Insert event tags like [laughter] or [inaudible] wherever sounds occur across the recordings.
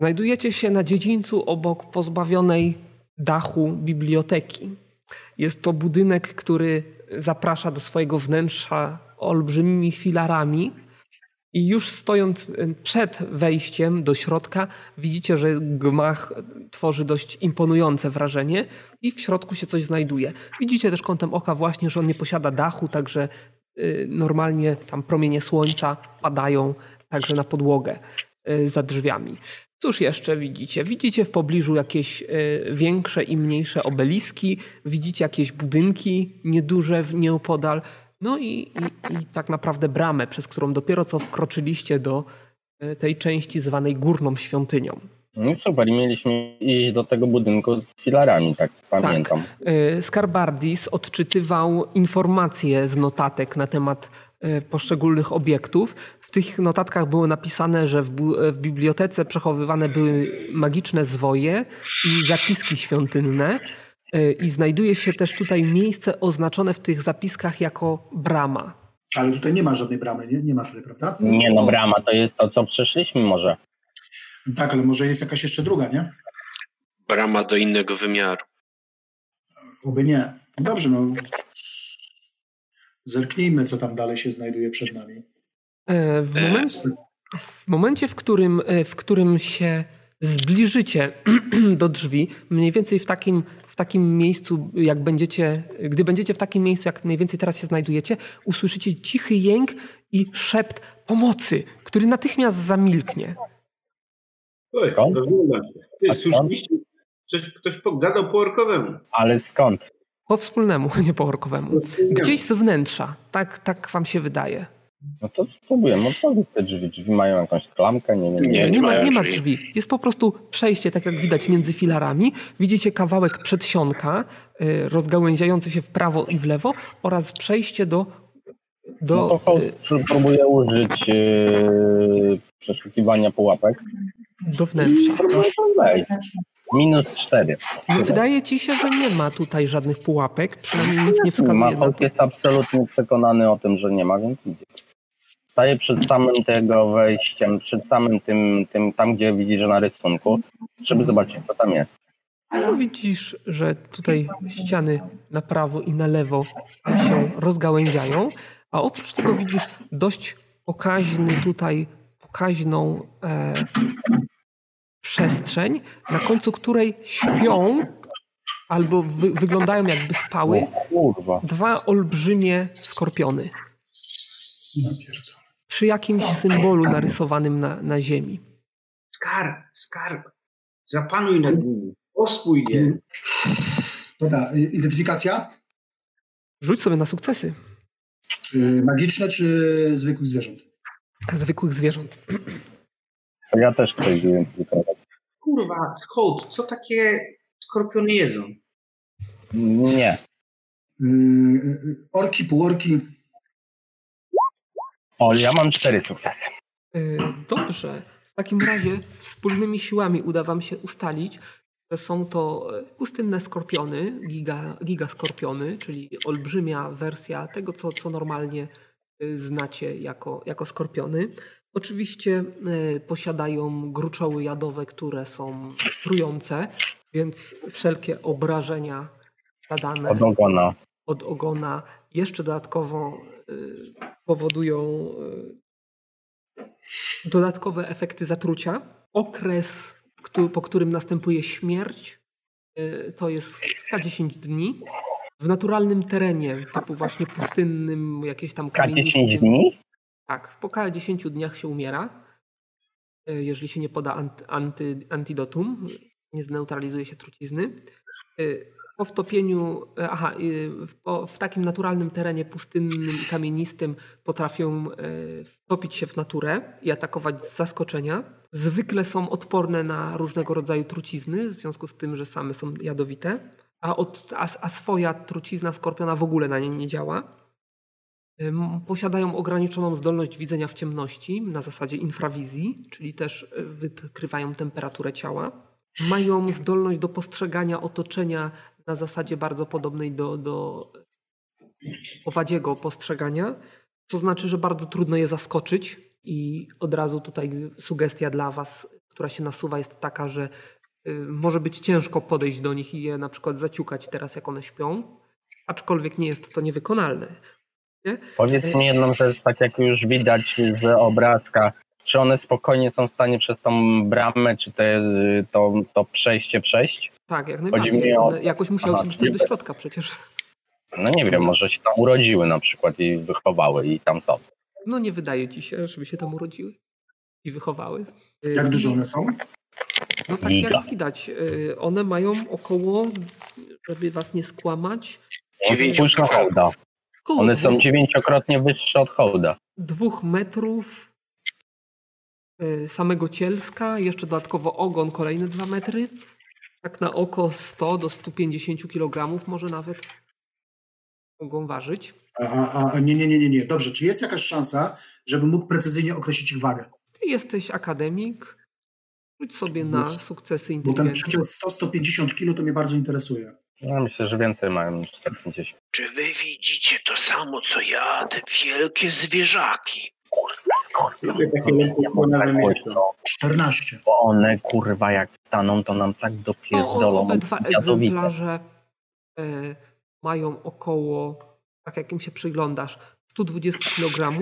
Znajdujecie się na dziedzińcu obok pozbawionej dachu biblioteki. Jest to budynek, który zaprasza do swojego wnętrza olbrzymimi filarami. I już stojąc y, przed wejściem do środka, widzicie, że gmach tworzy dość imponujące wrażenie i w środku się coś znajduje. Widzicie też kątem oka właśnie, że on nie posiada dachu, także y, normalnie tam promienie słońca padają także na podłogę y, za drzwiami. Cóż jeszcze widzicie? Widzicie w pobliżu jakieś y, większe i mniejsze obeliski, widzicie jakieś budynki nieduże w nieopodal, no i, i, i tak naprawdę bramę, przez którą dopiero co wkroczyliście do y, tej części zwanej Górną Świątynią. No super, i mieliśmy iść do tego budynku z filarami, tak pamiętam. Y, Skarbardis odczytywał informacje z notatek na temat y, poszczególnych obiektów. W tych notatkach było napisane, że w, bu- w bibliotece przechowywane były magiczne zwoje i zapiski świątynne. Y, I znajduje się też tutaj miejsce oznaczone w tych zapiskach jako brama. Ale tutaj nie ma żadnej bramy, nie? Nie ma tutaj, prawda? Nie no, O. brama to jest to, co przeszliśmy może. Tak, ale może jest jakaś jeszcze druga, nie? Brama do innego wymiaru. Oby nie. Dobrze, no. Zerknijmy, co tam dalej się znajduje przed nami. E, W, E, momencie, w momencie, w którym, e, w którym się zbliżycie [clears throat] do drzwi, mniej więcej w takim, w takim miejscu, jak będziecie, gdy będziecie w takim miejscu, jak mniej więcej teraz się znajdujecie, usłyszycie cichy jęk i szept pomocy, który natychmiast zamilknie. Oj, Skąd? rozglądam się. Ty, A słyszeliście? Coś, ktoś pogadał po orkowemu. Ale skąd? Po wspólnemu, [laughs] nie po orkowemu. Gdzieś z wnętrza, tak, tak wam się wydaje. No to spróbujemy otworzyć te drzwi. Drzwi mają jakąś klamkę, nie wiem. Nie. Nie, ma, mają nie ma drzwi. drzwi. Jest po prostu przejście, tak jak widać, między filarami. Widzicie kawałek przedsionka y, rozgałęziający się w prawo i w lewo oraz przejście do... No to do chodź, y, próbuję użyć yy, przeszukiwania pułapek. No do wnętrza. No, Próbuję tam wejść. Minus cztery. Wydaje ci się, że nie ma tutaj żadnych pułapek, przynajmniej nic nie Nie ma, no, wskazuje na Hulk to. jest absolutnie przekonany o tym, że nie ma, więc idzie. Staje przed samym tego wejściem, przed samym tym, tym tam gdzie widzi, że na rysunku, żeby zobaczyć, co tam jest. No, widzisz, że tutaj ściany na prawo i na lewo się rozgałęziają, a oprócz tego widzisz dość pokaźny tutaj, pokaźną e, przestrzeń, na końcu której śpią albo wy, wyglądają jakby spały O kurwa. dwa olbrzymie skorpiony Ja pierdolę. przy jakimś symbolu narysowanym na, na ziemi. Skarb, skarb. Zapanuj nad nimi. Oswój je. Dobra, y, identyfikacja? Rzuć sobie na sukcesy Y, Magiczne czy zwykłych zwierząt? Y, zwykłych zwierząt. To ja też chcę zidentyfikować. Kurwa, hołd, co takie skorpiony jedzą? Nie. Y, y, y, Orki, półorki. O, ja mam cztery sukcesy. E, Dobrze. W takim razie wspólnymi siłami uda Wam się ustalić, że są to e, pustynne skorpiony, giga, gigaskorpiony, czyli olbrzymia wersja tego, co, co normalnie e, znacie jako, jako skorpiony. Oczywiście e, posiadają gruczoły jadowe, które są trujące, więc wszelkie obrażenia zadane Od ogona. od ogona jeszcze dodatkowo y, powodują y, dodatkowe efekty zatrucia. Okres, któ- po którym następuje śmierć, y, to jest K10 dni. W naturalnym terenie, typu właśnie pustynnym, jakieś tam K10 kamienistym. dni? Tak, po K10 dniach się umiera, y, jeżeli się nie poda ant, anty, antidotum, nie zneutralizuje się trucizny. Y, Po wtopieniu, e, aha, y, w, po, w takim naturalnym terenie pustynnym i kamienistym potrafią y, wtopić się w naturę i atakować z zaskoczenia. Zwykle są odporne na różnego rodzaju trucizny, w związku z tym, że same są jadowite, a, od, a, a swoja trucizna skorpiona w ogóle na nie nie działa. Ym, Posiadają ograniczoną zdolność widzenia w ciemności na zasadzie infrawizji, czyli też y, wykrywają temperaturę ciała. Mają zdolność do postrzegania otoczenia na zasadzie bardzo podobnej do, do owadziego postrzegania, co znaczy, że bardzo trudno je zaskoczyć i od razu tutaj sugestia dla Was, która się nasuwa, jest taka, że y, może być ciężko podejść do nich i je na przykład zaciukać teraz, jak one śpią, aczkolwiek nie jest to niewykonalne. Powiedz mi jedną rzecz, tak jak już widać z obrazka, czy one spokojnie są w stanie przez tą bramę, czy te, to, to przejście przejść? Tak, jak mi najbardziej. o- One jakoś musiały Aha, się dostać do dziękuję. środka przecież. No nie wiem, może się tam urodziły na przykład i wychowały i tam są. No nie wydaje ci się, żeby się tam urodziły i wychowały. Y, Jak duże one są? No tak Giga. jak widać, y, one mają około, żeby was nie skłamać, Spójrz na hołda. około One dwóch, są dziewięciokrotnie wyższe od hołda. dwóch metrów y, samego cielska, jeszcze dodatkowo ogon kolejne dwa metry. Tak na oko 100 do 150 kg może nawet mogą ważyć. A, a, a, nie, nie, nie, nie, nie. Dobrze, czy jest jakaś szansa, żebym mógł precyzyjnie określić ich wagę? Ty jesteś akademik, rzuć sobie na Bo- sukcesy Bo ten inteligencji. przeciąg 100-150 kg to mnie bardzo interesuje. Ja myślę, że więcej mają niż 150. Czy wy widzicie to samo, co ja, te wielkie zwierzaki? Takie lekkie płonę Tak wymieszczą. głośno, 14. bo one kurwa jak staną, to nam tak O, o- dopierdolą. No, obydwa Jadowite. egzemplarze y, mają około, tak jak im się przyglądasz, 120 kg.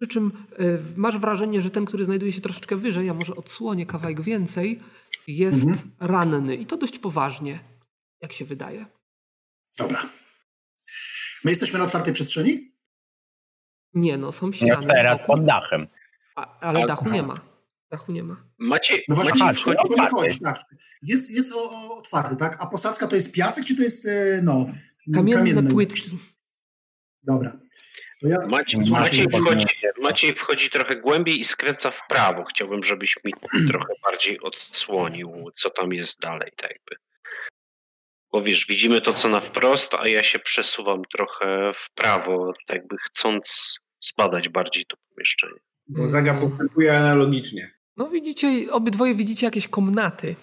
Przy czym y, masz wrażenie, że ten, który znajduje się troszeczkę wyżej, a może odsłonię kawałek więcej, jest Mhm. ranny. I to dość poważnie, jak się wydaje. Dobra. My jesteśmy na otwartej przestrzeni? Nie no, są Ja ściany, teraz wokół, pod dachem. a, ale Tak. A- dachu nie ma. Dachu nie ma. Macie, No właśnie, macie patrz, wchodzi... no. otwarty. Chodź, tak. Jest, jest o, o, otwarty, tak? A posadzka to jest piasek, czy to jest, e, no... Kamienne kamienny? płytki. Dobra. To ja, Macie, Słuchajcie, Maciej, bo- wchodzi, Maciej wchodzi trochę głębiej i skręca w prawo. Chciałbym, żebyś [clears throat] mi trochę bardziej odsłonił, co tam jest dalej, tak jakby. Bo wiesz, widzimy to, co na wprost, a ja się przesuwam trochę w prawo, tak jakby chcąc zbadać bardziej to pomieszczenie. Bo Zania postępuje analogicznie. No widzicie, obydwoje widzicie jakieś komnaty,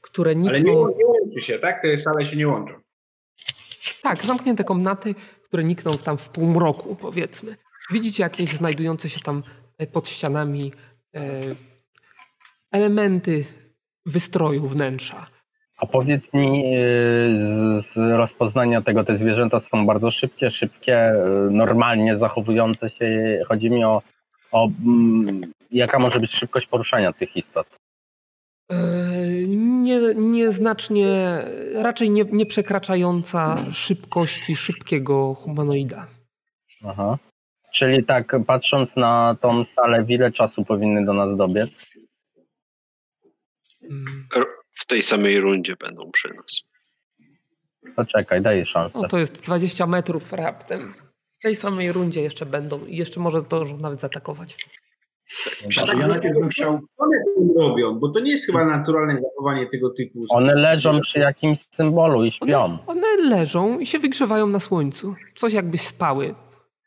które nikną... Ale nie, nie łączy się, tak? Te sale się nie łączą. Tak, zamknięte komnaty, które nikną tam w półmroku, powiedzmy. Widzicie jakieś znajdujące się tam e, pod ścianami e, elementy wystroju wnętrza. A powiedz mi, yy, z, z rozpoznania tego, te zwierzęta są bardzo szybkie, szybkie, yy, normalnie zachowujące się. Chodzi mi o, o mm, jaka może być szybkość poruszania tych istot. E, Nie, nieznacznie, raczej nie, nie przekraczająca szybkości szybkiego humanoida. Aha. Czyli tak, patrząc na tą salę, w ile czasu powinny do nas dobiec? Mm, W tej samej rundzie będą przy nas. Poczekaj, daj jej szansę. No to jest 20 metrów raptem. W tej samej rundzie jeszcze będą i jeszcze może zdążą nawet zaatakować. tak Znaczy, ja najpierw bym chciał... One to robią, bo to nie jest chyba naturalne zachowanie tego typu. One leżą przy jakimś symbolu i śpią, One leżą i się wygrzewają na słońcu. Coś jakby spały.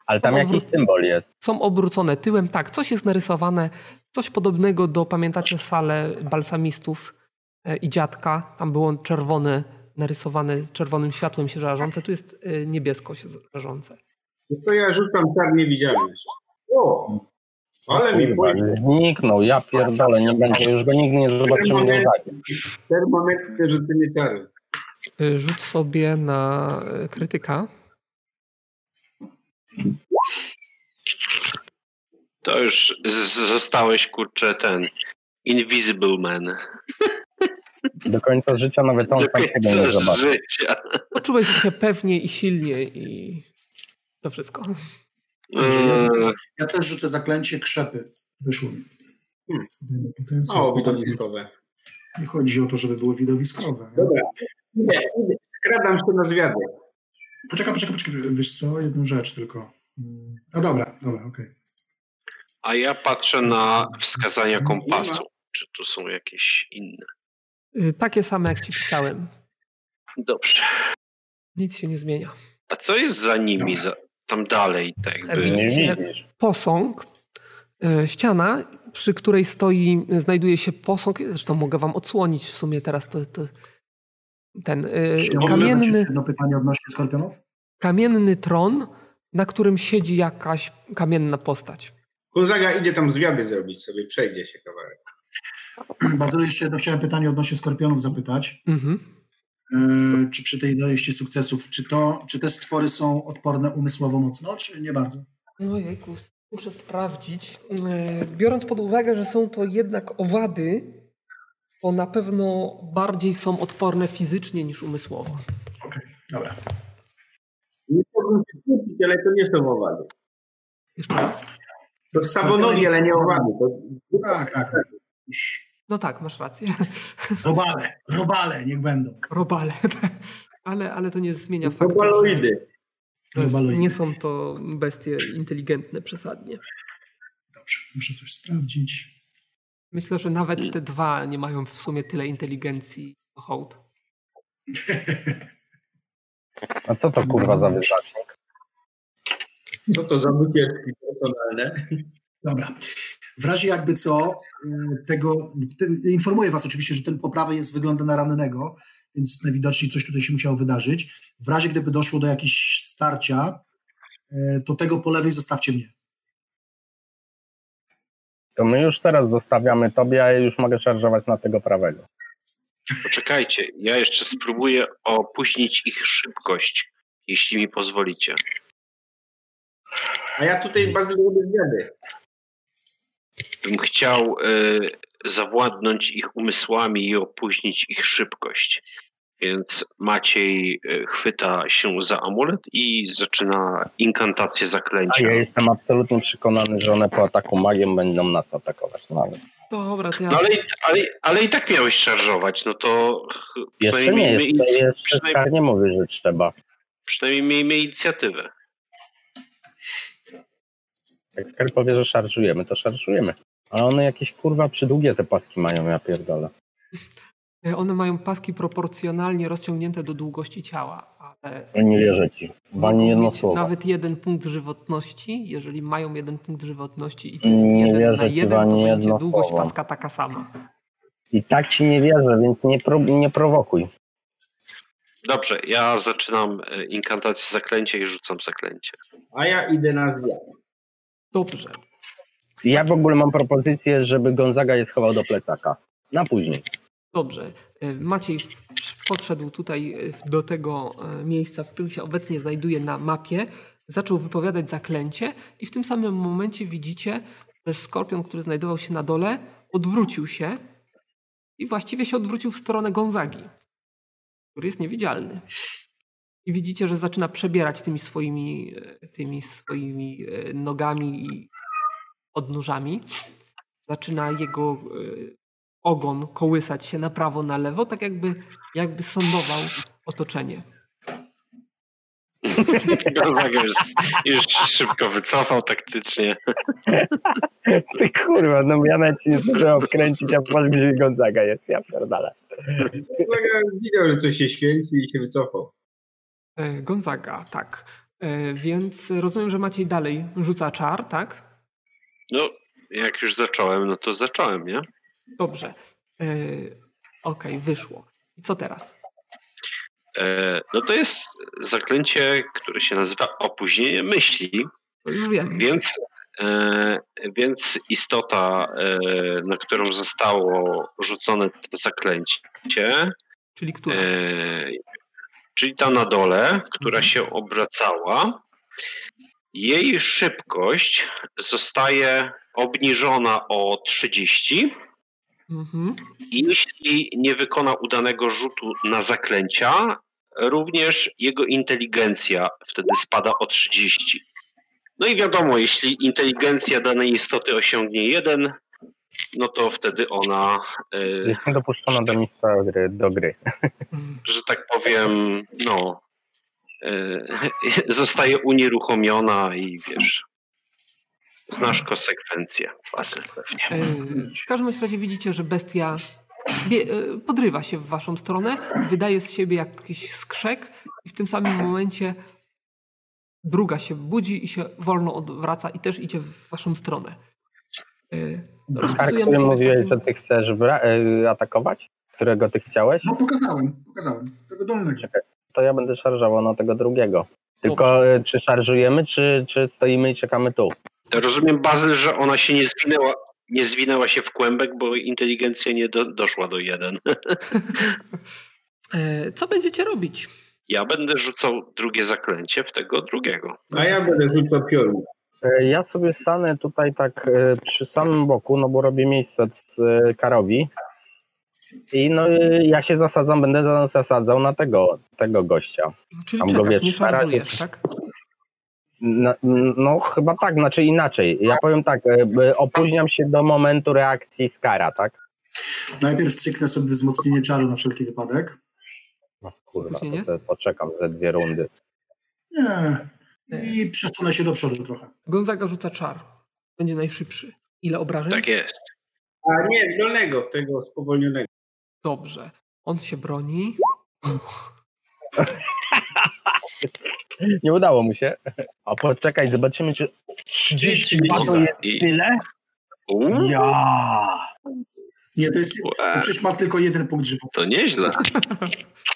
ale tam jakiś symbol jest. Są obrócone tyłem, tak, coś jest narysowane, coś podobnego do, pamiętacie, salę balsamistów e, i dziadka. Tam było czerwone, narysowane czerwonym światłem się żarzące. Tu jest e, niebiesko się żarzące. No To ja rzucam czar niewidzialność. O! Ale mi Kurwa, pójdzie. Zniknął, ja pierdolę, nie będzie, już go nigdy nie zobaczymy. nie znajdziemy. Termometry rzucenie czaru. E, Rzuć sobie na e, krytyka. To już z- zostałeś, kurczę, ten Invisible Man. Do końca życia nawet on Do tak sam [laughs] siebie nie końca zobaczy. życia. Poczułeś się pewniej i silniej i to wszystko. Eee, Ja też rzucę zaklęcie krzepy. Wyszło mi. Hmm. Potencjał. O, widowiskowe. Nie chodzi o to, żeby było widowiskowe. nie? Dobra. Idę, idę. Skradam się na zwiadę. Poczekaj, poczekaj, poczekaj. Wiesz co? Jedną rzecz tylko. Mm. A dobra, dobra, okej. A ja patrzę na wskazania kompasu. Czy tu są jakieś inne? E, Takie same jak ci pisałem. Dobrze. Nic się nie zmienia. A co jest za nimi? Za, tam dalej, tak E, jakby. widzicie- Y, Nie widzisz. posąg, e, ściana, przy której stoi, znajduje się posąg. Zresztą mogę wam odsłonić w sumie teraz to, to ten e, Czy ja mogę wrócić kamienny, do pytania odnośnie skorpionów? [clears throat] kamienny tron, na którym siedzi jakaś kamienna postać. Gonzaga idzie tam zwiady zrobić sobie, przejdzie się kawałek. Bardzo jeszcze jedno no chciałem pytanie odnośnie skorpionów zapytać. Mhm. E, Czy przy tej ilości sukcesów, czy, to, czy te stwory są odporne umysłowo mocno, czy nie bardzo? No jejku, muszę sprawdzić. E, Biorąc pod uwagę, że są to jednak owady, to na pewno bardziej są odporne fizycznie niż umysłowo. Dobra. Nie chciałbym się kłócić, ale to nie są owady. Jeszcze raz. To sabonowi, ale nie owady. To... Tak, tak. Już. No tak, masz rację. [laughs] Robale, robale, niech będą. Robale. [laughs] tak. Ale, ale to nie zmienia To faktu. że baloidy. to jest- Robaloidy. Nie są to bestie inteligentne przesadnie. Dobrze, muszę coś sprawdzić. Myślę, że nawet te dwa nie mają w sumie tyle inteligencji co hołd. A co to kurwa za wyznacznik? Co to za bukietki personalne? Dobra. W razie jakby co, y, tego ten, informuję was oczywiście, że ten poprawy jest wygląda na rannego, więc najwidoczniej coś tutaj się musiało wydarzyć. W razie gdyby doszło do jakichś starcia, y, to tego po lewej zostawcie mnie. To my już teraz zostawiamy tobie, a ja już mogę szarżować na tego prawego. Poczekajcie, ja jeszcze spróbuję opóźnić ich szybkość, jeśli mi pozwolicie. A ja tutaj bazyl robię zwiady. Bym chciał y, zawładnąć ich umysłami i opóźnić ich szybkość. Więc Maciej y, chwyta się za amulet i zaczyna inkantację A zaklęcia. ja jestem absolutnie przekonany, że one po ataku magiem będą nas atakować. No, ale Dobra, to ja No ale, i- ale, i- ale i tak miałeś szarżować, no to ch- jeszcze nie, przynajmniej, miejmy, jeszcze, inic- jeszcze przynajmniej- Skar nie mówi, że trzeba. przynajmniej miejmy inicjatywę. Jak Skar powie, że szarżujemy, to szarżujemy. Ale one jakieś kurwa przydługie te paski mają, ja pierdolę. E, One mają paski proporcjonalnie rozciągnięte do długości ciała, ale No Nie wierzę ci. Bo mogą ani jedno mieć słowo. nawet jeden punkt żywotności. Jeżeli mają jeden punkt żywotności i to Nie jest jeden wierzę na ci, jeden, to ani będzie jedno długość słowo. paska taka sama. I tak ci nie wierzę, więc nie, pro, nie prowokuj. Dobrze, ja zaczynam y, inkantację zaklęcia i rzucam zaklęcie. [laughs] A ja idę na zwiat. Dobrze. Ja w ogóle mam propozycję, żeby Gonzaga je schował do plecaka. Na później. Dobrze. E, Maciej w- podszedł tutaj e, do tego e, miejsca, w którym się obecnie znajduje na mapie, zaczął wypowiadać zaklęcie i w tym samym momencie widzicie, że skorpion, który znajdował się na dole, odwrócił się i właściwie się odwrócił w stronę Gonzagi, który jest niewidzialny. I widzicie, że zaczyna przebierać tymi swoimi, e, tymi swoimi e, nogami i odnóżami. Zaczyna jego e, ogon kołysać się na prawo, na lewo, tak jakby, jakby sądował otoczenie. Gonzaga No tak, już, już się szybko wycofał taktycznie. Ty kurwa, no ja nawet się nie zdążyłem obkręcić, a patrz gdzie Gonzaga jest, ja pierdolę. Ja widział, że coś się święci i się wycofał. E, Gonzaga, tak. E, więc rozumiem, że Maciej dalej rzuca czar, tak? No, jak już zacząłem, no to zacząłem, nie? Dobrze. E, Okej, wyszło. I co teraz? E, no to jest zaklęcie, które się nazywa opóźnienie myśli, No Już wiem. więc, e, więc istota, e, na którą zostało rzucone to zaklęcie, Czyli która? e, czyli ta na dole, która się obracała, jej szybkość zostaje obniżona o 30 Mhm. I jeśli nie wykona udanego rzutu na zaklęcia, również jego inteligencja wtedy spada o 30. No i wiadomo, jeśli inteligencja danej istoty osiągnie jeden, no to wtedy ona, e, Jest niedopuszczona do mistrza gry, do gry. Mm. że tak powiem, no, e, [laughs] zostaje unieruchomiona i wiesz, znasz konsekwencje. Bazyl, pewnie. E, W każdym razie widzicie, że bestia bie, e, podrywa się w waszą stronę, wydaje z siebie jakiś skrzek i w tym samym momencie druga się budzi i się wolno odwraca i też idzie w waszą stronę. E, Skar, rozpisujemy którym sobie mówiłeś, takim- że Tak, ty chcesz wra- e, atakować? Którego ty chciałeś? No pokazałem, pokazałem. Tego dolnego. To ja będę szarżował na tego drugiego. Tylko e, czy szarżujemy, czy, czy stoimy i czekamy tu? Rozumiem, Bazyl, że ona się nie zwinęła, nie zwinęła się w kłębek, bo inteligencja nie do, doszła do jeden. E, Co będziecie robić? Ja będę rzucał drugie zaklęcie w tego drugiego. A ja będę rzucał piorun. E, Ja sobie stanę tutaj tak e, przy samym boku, no bo robię miejsce z e, Karowi. I no e, ja się zasadzam, będę za- zasadzał na tego, tego gościa. Czyli Tam go czekasz, nie wiesz, na razie- szarżujesz, tak? No, no chyba tak, znaczy inaczej. Ja powiem tak, e, b- opóźniam się do momentu reakcji Skara, tak? Najpierw cyknę sobie wzmocnienie czaru na wszelki wypadek. No kurwa, to Opóźnienie? sobie poczekam ze dwie rundy. Nie. I przesunę się do przodu trochę. Gonzaga rzuca czar. Będzie najszybszy. Ile obrażeń? Tak jest. A nie, dolnego, tego spowolnionego. Dobrze. On się broni. Nie udało mu się. A poczekaj, zobaczymy czy 32 to jest I- tyle? Uuu, Ja. Nie, to jest. To przecież ma tylko jeden punkt życia. to nieźle.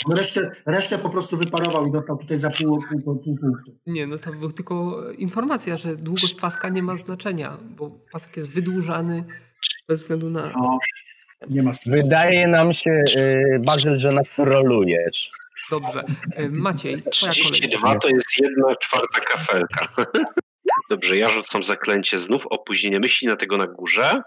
On Resztę, resztę po prostu wyparował i dostał tutaj za pół, pół, pół, pół punktu. Nie, no to był tylko e, informacja, że długość paska nie ma znaczenia, bo pasek jest wydłużany bez względu na... No, nie ma straty. Wydaje nam się, y, Bazyl, że nas rolujesz. Dobrze. E, Maciej, twoja kolej. 32 to jest jedna czwarta kafelka. [laughs] Dobrze, ja rzucam zaklęcie znów opóźnienie myśli na tego na górze,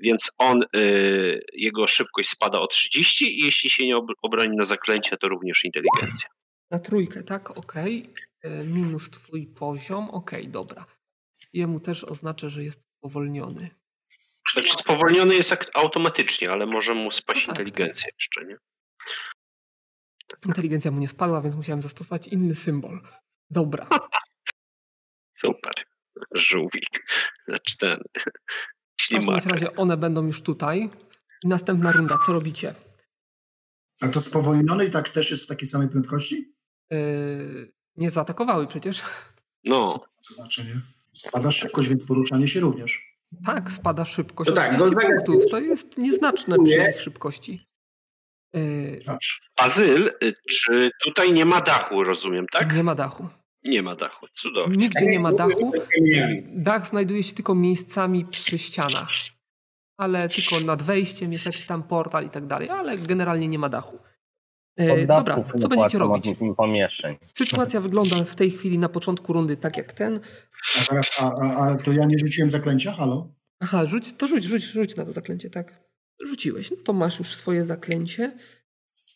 więc on, y, jego szybkość spada o 30 i jeśli się nie ob- obroni na zaklęcie, to również inteligencja. Na trójkę, tak? Okej. E, Minus twój poziom. Okej, dobra. Jemu też oznacza, że jest powolniony. Znaczy spowolniony jest ak- automatycznie, ale może mu spaść No tak. inteligencja jeszcze, nie? Inteligencja mu nie spadła, więc musiałem zastosować inny symbol. Dobra. Super. Żółwik. Znaczy ten. [laughs] W każdym Ślimak. razie one będą już tutaj. I następna runda. Co robicie? A to spowolnione i tak też jest w takiej samej prędkości? Yy, nie zaatakowały przecież. No, Co to ma znaczenie? Spada szybkość, więc poruszanie się również. Tak, spada szybkość. No tak, 30 Gonzaga- punktów. To jest nieznaczne przy Dziękuję. ich szybkości. Yy, Patrz. Bazyl, y, czy tutaj nie ma dachu, rozumiem, tak? Nie ma dachu. Nie ma dachu. Cudownie. Nigdzie nie ma Tak, dachu. Nie. Dach znajduje się tylko miejscami przy ścianach. Ale tylko nad wejściem jest jakiś tam portal i tak dalej, ale generalnie nie ma dachu. E, dobra, Podatków co nie będziecie płacą od robić? nich- Pomieszczeń. Sytuacja wygląda w tej chwili na początku rundy tak jak ten. A zaraz, a, a, a to ja nie rzuciłem zaklęcia, halo? Aha, rzuć, to rzuć, rzuć, rzuć na to zaklęcie, tak. Rzuciłeś, no to masz już swoje zaklęcie.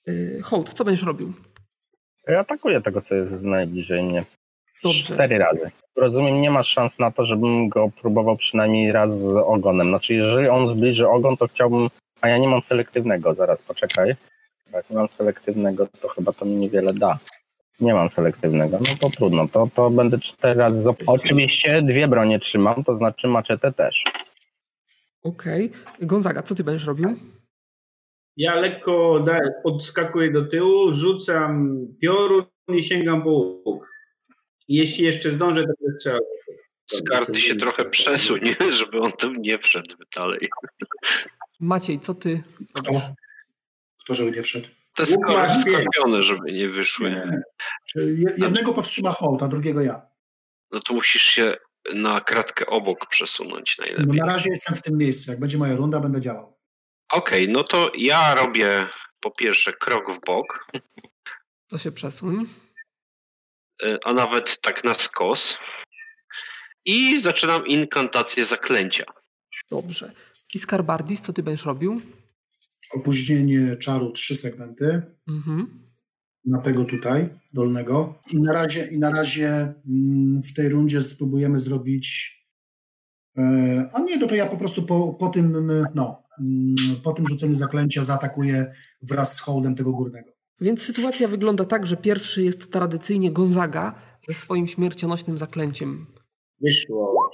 Yy, hołd, co będziesz robił? Ja Atakuję tego, co jest najbliżej mnie. Dobrze. Cztery razy. Rozumiem, nie ma szans na to, żebym go próbował przynajmniej raz z ogonem. Znaczy, jeżeli on zbliży ogon, to chciałbym... A ja nie mam selektywnego, zaraz, poczekaj. Jak nie mam selektywnego, to chyba to mi niewiele da. Nie mam selektywnego, no to trudno. To, to będę cztery razy... zap- Oczywiście dwie bronie trzymam, to znaczy maczetę też. Okej. Gonzaga, co ty będziesz robił? Ja lekko da, odskakuję do tyłu, rzucam piorun i sięgam po łuk. Jeśli jeszcze zdążę, to będę strzelał. Z karty się trochę przesunie, tak, [laughs] żeby on tam nie wszedł dalej. Maciej, co ty? Kto? Kto, żeby nie wszedł? Te Łuk ma skory pięć. skupione, żeby nie wyszły. Czy je- jednego powstrzyma hołd, a drugiego ja. No to musisz się na kratkę obok przesunąć No, najlepiej. na razie jestem w tym miejscu. Jak będzie moja runda, będę działał. Okej, no to ja robię po pierwsze krok w bok, To się przesuń. y, a nawet tak na skos. I zaczynam inkantację zaklęcia. Dobrze. I Skarbardis, co ty będziesz robił? Opóźnienie czaru trzy segmenty. Mhm. na tego tutaj, dolnego. I na razie, i na razie mm, w tej rundzie spróbujemy zrobić. e, A nie, no to ja po prostu po, po tym, mm, no, mm, po tym rzuceniu zaklęcia zaatakuję wraz z hołdem tego górnego. Więc sytuacja wygląda tak, że pierwszy jest tradycyjnie Gonzaga ze swoim śmiercionośnym zaklęciem. Wyszło.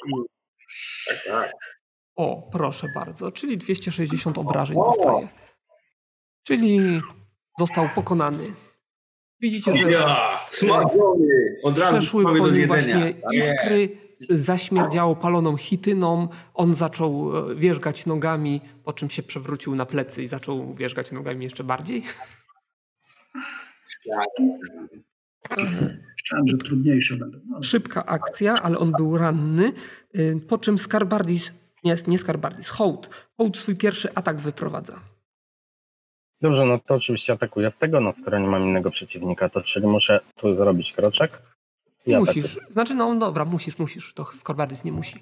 Tak, tak. O, proszę bardzo, czyli 260 obrażeń dostaje. Czyli został pokonany. Widzicie, że Ja, smażony. Od razu przeszły mamy po do nim zjedzenia. właśnie iskry, zaśmierdziało paloną chityną, on zaczął e, wierzgać nogami, po czym się przewrócił na plecy i zaczął wierzgać nogami jeszcze bardziej. Myślałem, że trudniejsze będą. No, Szybka akcja, ale on był ranny. y, Po czym Skarbardis Nie, nie Skarbardis, Hołd. Hołd swój pierwszy atak wyprowadza. Dobrze, no to oczywiście atakuję w tego, no skoro nie mam innego przeciwnika, to czyli muszę tu zrobić kroczek. i atakuję. musisz. Znaczy, no dobra, musisz, musisz. To Skarbardis nie musi.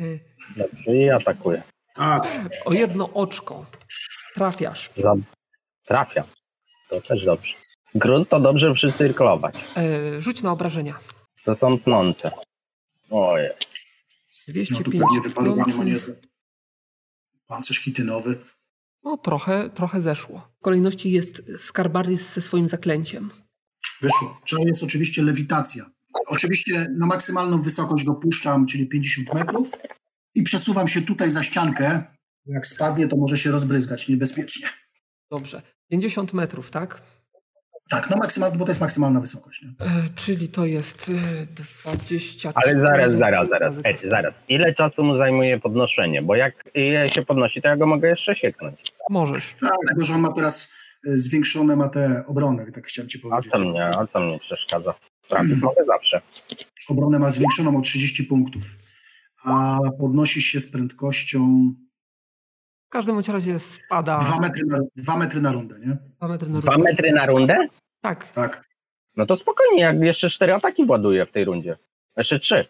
Y, tak- Dobrze, i atakuję. A, O jedno oczko. Trafiasz. Za... Trafia. To też dobrze. Grunt to dobrze przycyrklować. Y, Rzuć na obrażenia. To są tnące. Oje. No tu 205 pewnie wyparowanie ma trąceń. niezłe. Pancerz chitynowy. No trochę, trochę zeszło. W kolejności jest Skarbardis ze swoim zaklęciem. Wyszło. Trzeba jest oczywiście lewitacja. Oczywiście na maksymalną wysokość go puszczam, czyli 50 metrów i przesuwam się tutaj za ściankę. Bo Jak spadnie, to może się rozbryzgać niebezpiecznie. Dobrze. 50 metrów, tak? Tak, na maksymal, bo to jest maksymalna wysokość. Nie? E, czyli to jest e, 20. Ale zaraz, zaraz, zaraz. Ej, zaraz. Ile czasu mu zajmuje podnoszenie? Bo jak je się podnosi, to ja go mogę jeszcze sieknąć. Możesz. Tak, tylko że on ma teraz y, zwiększone ma te obrony, tak chciałem ci A powiedzieć. co mnie, a co mnie przeszkadza? Trafić Hmm. mogę zawsze. Obronę ma zwiększoną o 30 punktów, a podnosi się z prędkością W każdym bądź razie spada 2 metry, na, dwa metry na rundę, nie? dwa metry na Dwa równo. metry na rundę? Tak. Tak. No to spokojnie, jak jeszcze cztery ataki właduję w tej rundzie. Jeszcze trzy.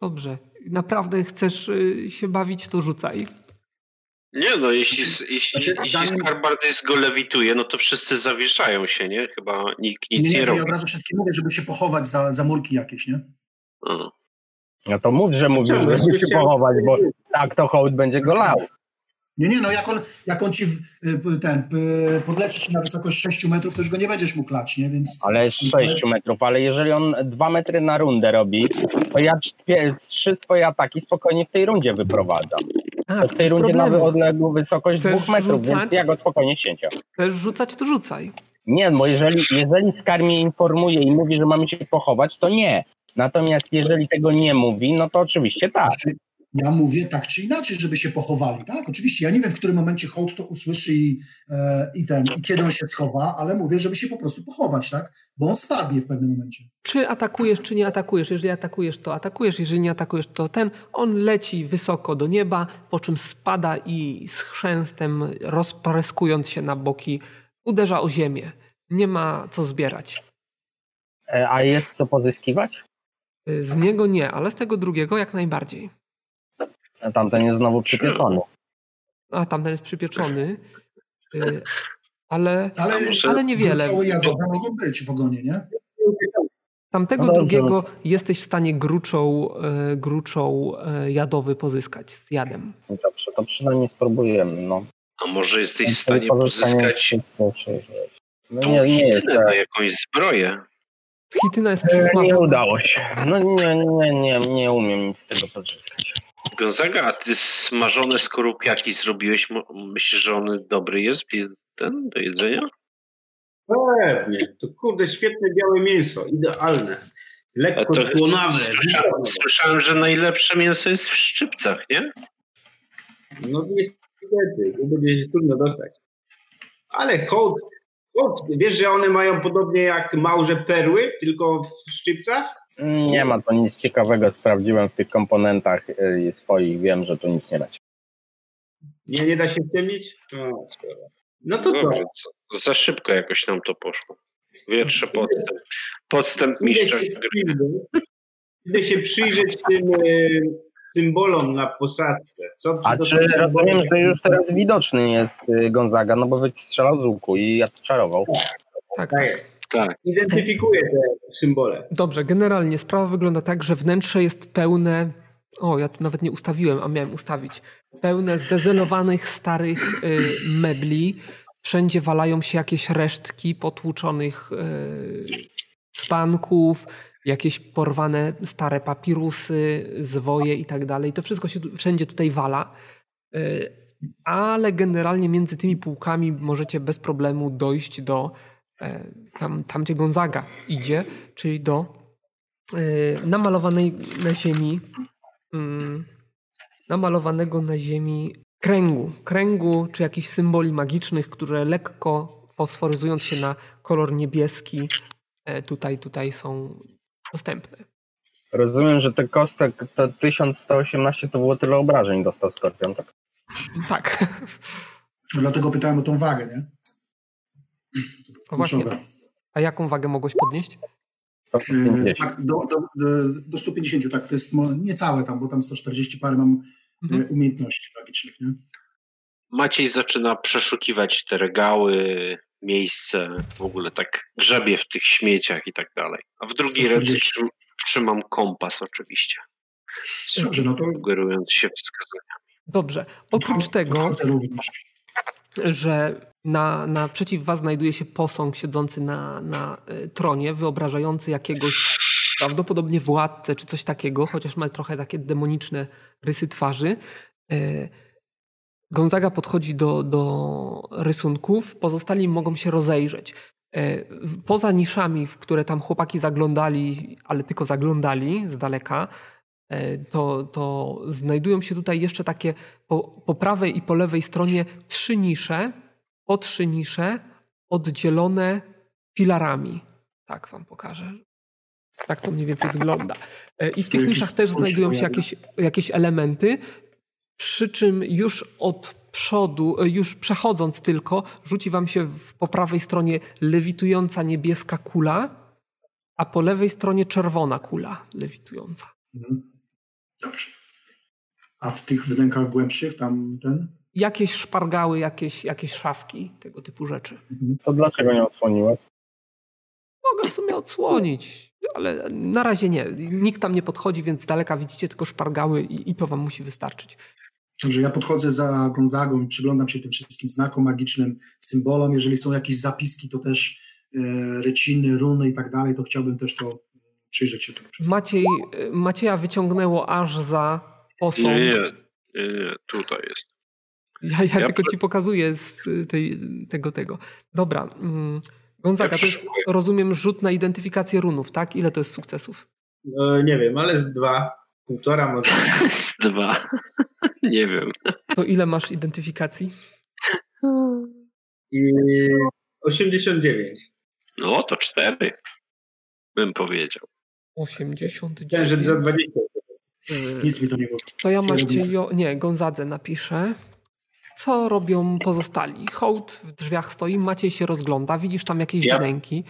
Dobrze. Naprawdę chcesz y, się bawić, to rzucaj. Nie no, jeśli, s- jeśli, Znaczy, jeśli Daniel- Skarbardys go lewituje, no to wszyscy zawieszają się, nie? Chyba nikt nic nie, no Nie, to robi. ja od razu wszystkim mówię, żeby się pochować za, za murki jakieś, nie? Mm. No to mów, że mówił, Czemu? żeby się Chciałem- pochować, bo tak to hołd będzie go lał. Nie, nie, no jak on, jak on ci w, y, p- ten, p- podleci ci na wysokość 6 metrów, to już go nie będziesz mógł klać, nie? Więc Ale z 6 metrów, ale jeżeli on dwa metry na rundę robi, to ja czpie- trzy swoje ataki spokojnie w tej rundzie wyprowadzam. To Tak, w tej bez rundzie ma problemu. odległą wysokość Chcesz dwóch metrów, rzucać? więc ja go spokojnie księcia. Chcesz rzucać, to rzucaj. Nie, bo jeżeli, jeżeli Skar mnie informuje i mówi, że mamy się pochować, to nie. Natomiast jeżeli tego nie mówi, no to oczywiście tak. Znaczy, ja mówię tak czy inaczej, żeby się pochowali, tak? Oczywiście ja nie wiem, w którym momencie hołd to usłyszy i, e, i ten, i kiedy on się schowa, ale mówię, żeby się po prostu pochować, tak? Bo on spadnie w pewnym momencie. Czy atakujesz, czy nie atakujesz? Jeżeli atakujesz, to atakujesz, jeżeli nie atakujesz, to ten. On leci wysoko do nieba, po czym spada i z chrzęstem, rozpryskując się na boki, uderza o ziemię. Nie ma co zbierać. E, A jest co pozyskiwać? Y, Z niego nie, ale z tego drugiego jak najbardziej. A Tamten jest znowu przypieczony. A tamten jest przypieczony, y, ale, Ale, muszę- ale niewiele. Gruczoły jadowe mogą być w ogonie, nie? Tamtego No dobrze. drugiego jesteś w stanie gruczą, y, gruczą y, jadowy pozyskać z jadem. Dobrze, to przynajmniej spróbujemy. No. A może jesteś w Wtedy stanie pozostanie pozyskać wszystko, czy- No tą nie, nie jest. hitynę na jakąś zbroję? Chityna jest E, Nie przysmażona. udało się. No nie, nie, nie, nie umiem nic z tego pozyskać. Gonzaga, a ty smażone skorupiaki zrobiłeś? Mo- Myślisz, że on dobry jest pie- ten do jedzenia? pewnie. To kurde, świetne białe mięso, idealne. A Lekko to tłonawe. słyszałem, słyszałem, że najlepsze mięso jest w szczypcach, nie? No niestety, to będzie się trudno dostać. Ale hołd, hołd, wiesz, że one mają podobnie jak małże perły, tylko w szczypcach? Nie ma to nic ciekawego. Sprawdziłem w tych komponentach y, swoich. Wiem, że tu nic nie dać. Nie, nie da się ściemnić? No, skoro. No to co? Dobrze, co- za szybko jakoś nam to poszło. Wietrze podstęp. Podstęp Idę mistrza się, gry. przyjrzeć- idę się przyjrzeć tym e, symbolom na posadce. Co A to czy są rozumiem, symbole? że już teraz widoczny jest y, Gonzaga, no bo wystrzelał z łuku i odczarował. Tak, Tak tak. jest. Tak. Identyfikuję te symbole. Dobrze, generalnie sprawa wygląda tak, że wnętrze jest pełne. O, ja tu nawet nie ustawiłem, a miałem ustawić. Pełne zdezelowanych starych y, mebli. Wszędzie walają się jakieś resztki potłuczonych y, szpanków, jakieś porwane stare papirusy, zwoje i tak dalej. To wszystko się tu, wszędzie tutaj wala. Y, ale generalnie między tymi półkami możecie bez problemu dojść do e, tam, tam gdzie Gonzaga idzie, czyli do y, namalowanej na ziemi mm, namalowanego na ziemi kręgu, kręgu czy jakichś symboli magicznych, które lekko fosforyzując się na kolor niebieski e, tutaj, tutaj są dostępne. Rozumiem, że ten kostek to 1118 to było tyle obrażeń dostał Skorpion, tak? Tak. [laughs] Dlatego pytałem o tą wagę, nie? No właśnie. Kluczowe. A jaką wagę mogłeś podnieść? To Yy, 50. Tak, do, do, do, do 150, tak, to jest mo- niecałe tam, bo tam 140 parę mam Mhm. e, umiejętności magicznych, nie? Maciej zaczyna przeszukiwać te regały, miejsce, w ogóle tak grzebie w tych śmieciach i tak dalej. A w drugiej ręce 140. trzym- trzymam kompas oczywiście, Dobrze, no to sugerując się wskazaniem. Dobrze. No, Oprócz tego, podchodzę również. że na, naprzeciw was znajduje się posąg siedzący na, na y, tronie, wyobrażający jakiegoś prawdopodobnie władcę czy coś takiego, chociaż ma trochę takie demoniczne rysy twarzy. Y, Gonzaga podchodzi do, do rysunków, pozostali mogą się rozejrzeć. Y, w- Poza niszami, w które tam chłopaki zaglądali, ale tylko zaglądali z daleka, y, to, to znajdują się tutaj jeszcze takie po, po prawej i po lewej stronie trzy nisze, po trzy nisze oddzielone filarami. Tak wam pokażę. Tak to mniej więcej wygląda. E, I w tych Jakiś niszach też stwórz znajdują się pojawia. jakieś, jakieś elementy, przy czym już od przodu, e, już przechodząc tylko, rzuci wam się w, po prawej stronie lewitująca niebieska kula, a po lewej stronie czerwona kula lewitująca. Mhm. Dobrze. A w tych wnękach głębszych tam ten? Jakieś szpargały, jakieś, jakieś szafki, tego typu rzeczy. Mhm. To dlaczego nie odsłoniłeś? Mogę w sumie odsłonić, ale na razie nie. Nikt tam nie podchodzi, więc z daleka widzicie tylko szpargały i, i to wam musi wystarczyć. Dobrze, ja podchodzę za Gonzagą i przyglądam się tym wszystkim znakom magicznym, symbolom. Jeżeli są jakieś zapiski, to też e, ryciny, runy i tak dalej, to chciałbym też to przyjrzeć się temu wszystkim. Maciej, y, Macieja wyciągnęło aż za posąg. Nie, nie, nie, tutaj jest. Ja, ja, Ja tylko prze- ci pokazuję z y, tej, tego, tego. Dobra. mm, Gonzaga, Ja to jest, przeszukuję. rozumiem, rzut na identyfikację runów, tak? Ile to jest sukcesów? E, nie wiem, ale z dwa, półtora może. Z Dwa. [laughs] Nie wiem. To ile masz identyfikacji? I 89. No to cztery. Bym powiedział. 89. Chciałem, że za 20. Y, Nic mi to nie mówi. To ja Nie Maciejo, nie, Gonzadze napiszę. Co robią pozostali? Hołd w drzwiach stoi, Maciej się rozgląda, widzisz tam jakieś Ja- wnęki.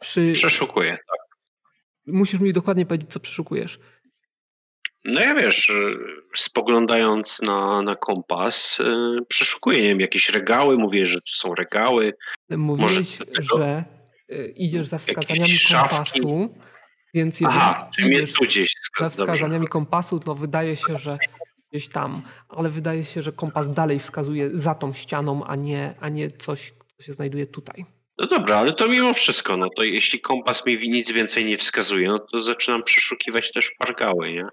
Przy... Przeszukuję. Musisz mi dokładnie powiedzieć, co przeszukujesz. No ja wiesz, y, spoglądając na, na kompas, y, przeszukuję, nie wiem, jakieś regały, mówię, że tu są regały, Mówiłeś, tego? że y, idziesz za wskazaniami szafki? kompasu, więc jeżeli Aha, czy mnie idziesz tu gdzieś za dobrze. wskazaniami kompasu, to wydaje się, że gdzieś tam, ale wydaje się, że kompas dalej wskazuje za tą ścianą, a nie, a nie coś, co się znajduje tutaj. No dobra, ale to mimo wszystko, no to jeśli kompas mi wi- nic więcej nie wskazuje, no to zaczynam przeszukiwać też pargały, nie?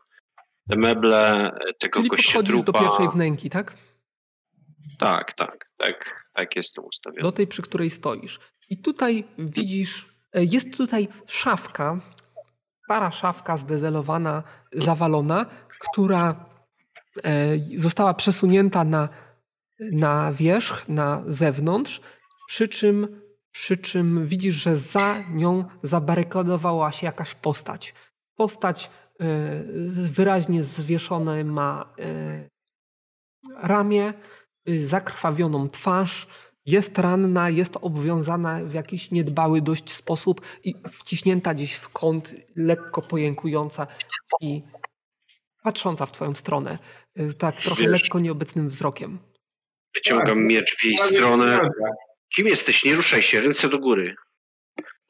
Te meble e, tego Czyli podchodzisz do kościotrupa. pierwszej wnęki, tak? Tak, tak, tak, tak jest to ustawione. do tej, przy której stoisz. I tutaj widzisz, e, jest tutaj szafka, stara szafka zdezelowana, zawalona, która e, została przesunięta na, na wierzch, na zewnątrz, przy czym, przy czym widzisz, że za nią zabarykadowała się jakaś postać. Postać e, z- wyraźnie zwieszone ma e, ramię, y, zakrwawioną twarz, jest ranna, jest obwiązana w jakiś niedbały dość sposób i wciśnięta gdzieś w kąt, lekko pojękująca i patrząca w twoją stronę, y, tak trochę Wiesz. lekko nieobecnym wzrokiem. Wyciągam tak. miecz w jej stronę. Kim jesteś? Nie ruszaj się, ręce do góry.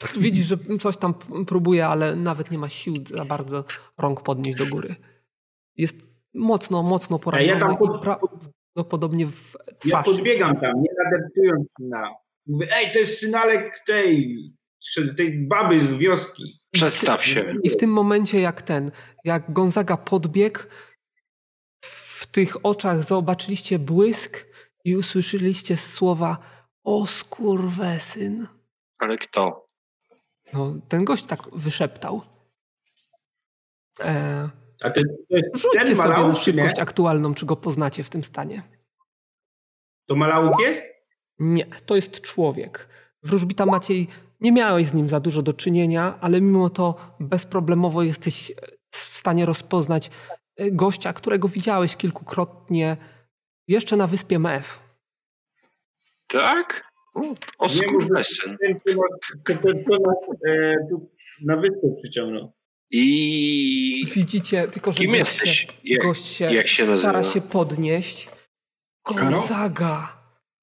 [laughs] Widzisz, że coś tam p- próbuje, ale nawet nie ma sił za bardzo rąk podnieść do góry. Jest mocno, mocno poraniona ja tam pod- i prawdopodobnie w Ja twarz. podbiegam tam, nie nadeptując na. Mówię, ej, to jest synalek tej, tej baby z wioski. Przedstaw się. I w tym momencie, jak ten, jak Gonzaga podbiegł, w tych oczach zobaczyliście błysk i usłyszeliście słowa o skurwesyn. Ale kto? No, ten gość tak wyszeptał. E, A ty, to jest rzućcie ten sobie na malauk, czy nie? szybkość aktualną, czy go poznacie w tym stanie. To malauk jest? Nie, to jest człowiek. Wróżbita Maciej, nie miałeś z nim za dużo do czynienia, ale mimo to bezproblemowo jesteś e, w stanie rozpoznać y, gościa, którego widziałeś kilkukrotnie jeszcze na wyspie Mef. Tak? O, o Nie skurwysyn. Ten, kto nas- kto, kto nas e, tu na wyspę przyciągnął. I Widzicie, tylko że kim gość jesteś? Się, Jak, gość się, jak się nazywa? stara się podnieść. Karo? Gonzaga!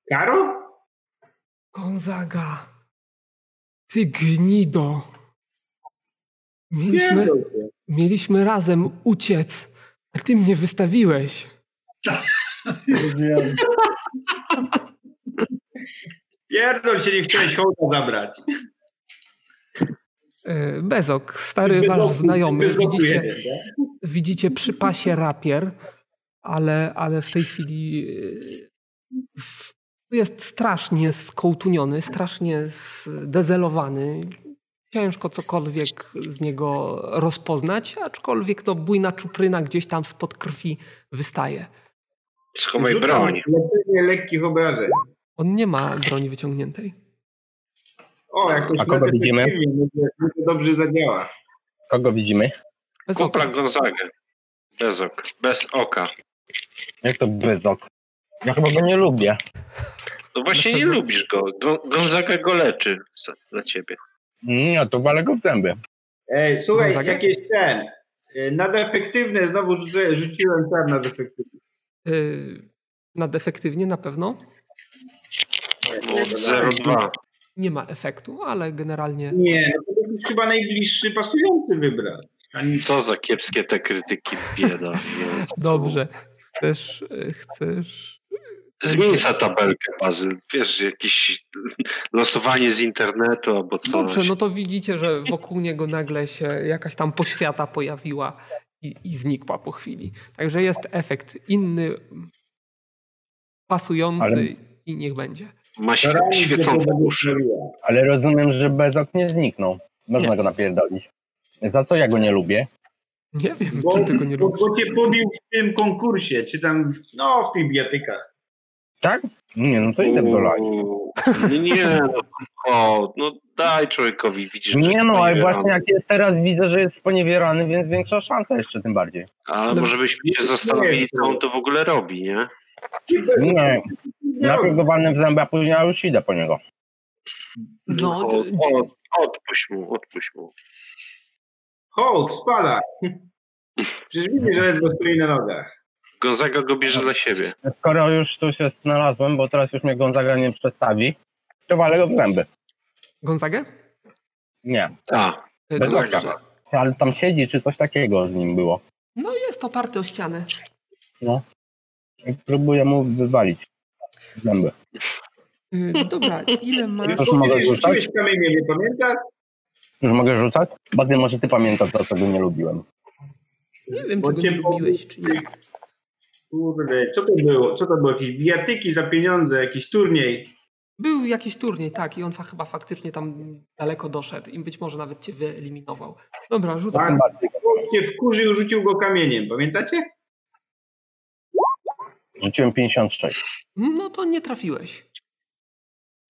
Karo? Gonzaga! Ty gnido! Nie, Mieliśmy, no. mieliśmy razem uciec, a ty mnie wystawiłeś. Wiem. Pierdol się, nie chciałeś hołda zabrać. Y, Bezok, stary wasz znajomy. Bez roku Widzicie, jeden, nie? widzicie przy pasie rapier, ale, ale w tej chwili y, w- jest strasznie skołtuniony, strasznie zdezelowany. Ciężko cokolwiek z niego rozpoznać, aczkolwiek to bujna czupryna gdzieś tam spod krwi wystaje. Schowaj Rzucam broń. Leczenie lekkich obrażeń. On nie ma broni wyciągniętej. O, jakoś A kogo nawet widzimy? efektywnie, może- może no, dobrze zadziała. Kogo widzimy? Bezok, Kumpla Gonzaga. Bez ok. Bez oka. Jak to Bezok? Ja chyba go nie lubię. No właśnie nie Dlaczego? lubisz go. Go- Gonzaga go leczy za, za ciebie. Nie, to walę go w zęby. Ej, słuchaj, Gonzaga? jakieś ten. y, Nadefektywne, znowu rzucę, rzuciłem czar na defektywne. y, nadefektywnie na pewno. Bo 0,2. Nie ma efektu, ale generalnie Nie, no to był chyba najbliższy pasujący wybrać. Co za kiepskie te krytyki, bieda. No. dobrze. Chcesz, y, chcesz Zmień za tabelkę, Bazyl. Wiesz, jakieś losowanie z internetu albo coś. Dobrze, no to widzicie, że wokół niego nagle się jakaś tam poświata pojawiła i, i znikła po chwili. Także jest efekt inny, pasujący Ale- i niech będzie. Ma się świecące uszy. Ale rozumiem, że Bezok nie zniknął. Można Nie. go napierdolić. Za co ja go nie lubię? Nie wiem, Bo, czy tego nie bo, lubisz. bo cię pobił w tym konkursie, czy tam, w- no w tych bijatykach. Tak? Nie, no to idę w dolanie. Uuu, Nie, no, o, no daj człowiekowi, widzisz. że Nie jest no, ale poniewierany. właśnie jak jest teraz widzę, że jest sponiewierany, więc większa szansa jeszcze tym bardziej. Ale może byśmy się zastanowili, co on to w ogóle robi, nie? Nie, najpierw go walnę w zęby, a później ja już idę po niego. No, O, d- o, odpuść mu, odpuść mu. Hołd, spala. Przecież widzisz, że ledwo stoi na nogach. Gonzaga go bierze dla siebie. Skoro już tu się znalazłem, bo teraz już mnie Gonzaga nie przestawi, to walę go w zęby. Gonzagę? Nie, A, E, Bez Dobrze. oka. ale tam siedzi czy coś takiego z nim było. No jest oparty o ścianę. I próbuję mu wywalić zęby. Y, Dobra, ile masz? Proszę, mogę Już rzucać? rzuciłeś kamienie, nie pamiętasz? Już mogę rzucać? Badyl, może ty pamiętasz, za co go nie lubiłem. Nie wiem, Bo czego cię nie lubiłeś, czy nie. Kurde, co to było? Co to było? Jakieś bijatyki za pieniądze, jakiś turniej. Był jakiś turniej, tak, i on fa- chyba faktycznie tam daleko doszedł i być może nawet cię wyeliminował. Dobra, rzucam. Tak. Tym bardziej. Hołd cię wkurzył, rzucił go kamieniem, pamiętacie? Rzuciłem 56. No to nie trafiłeś,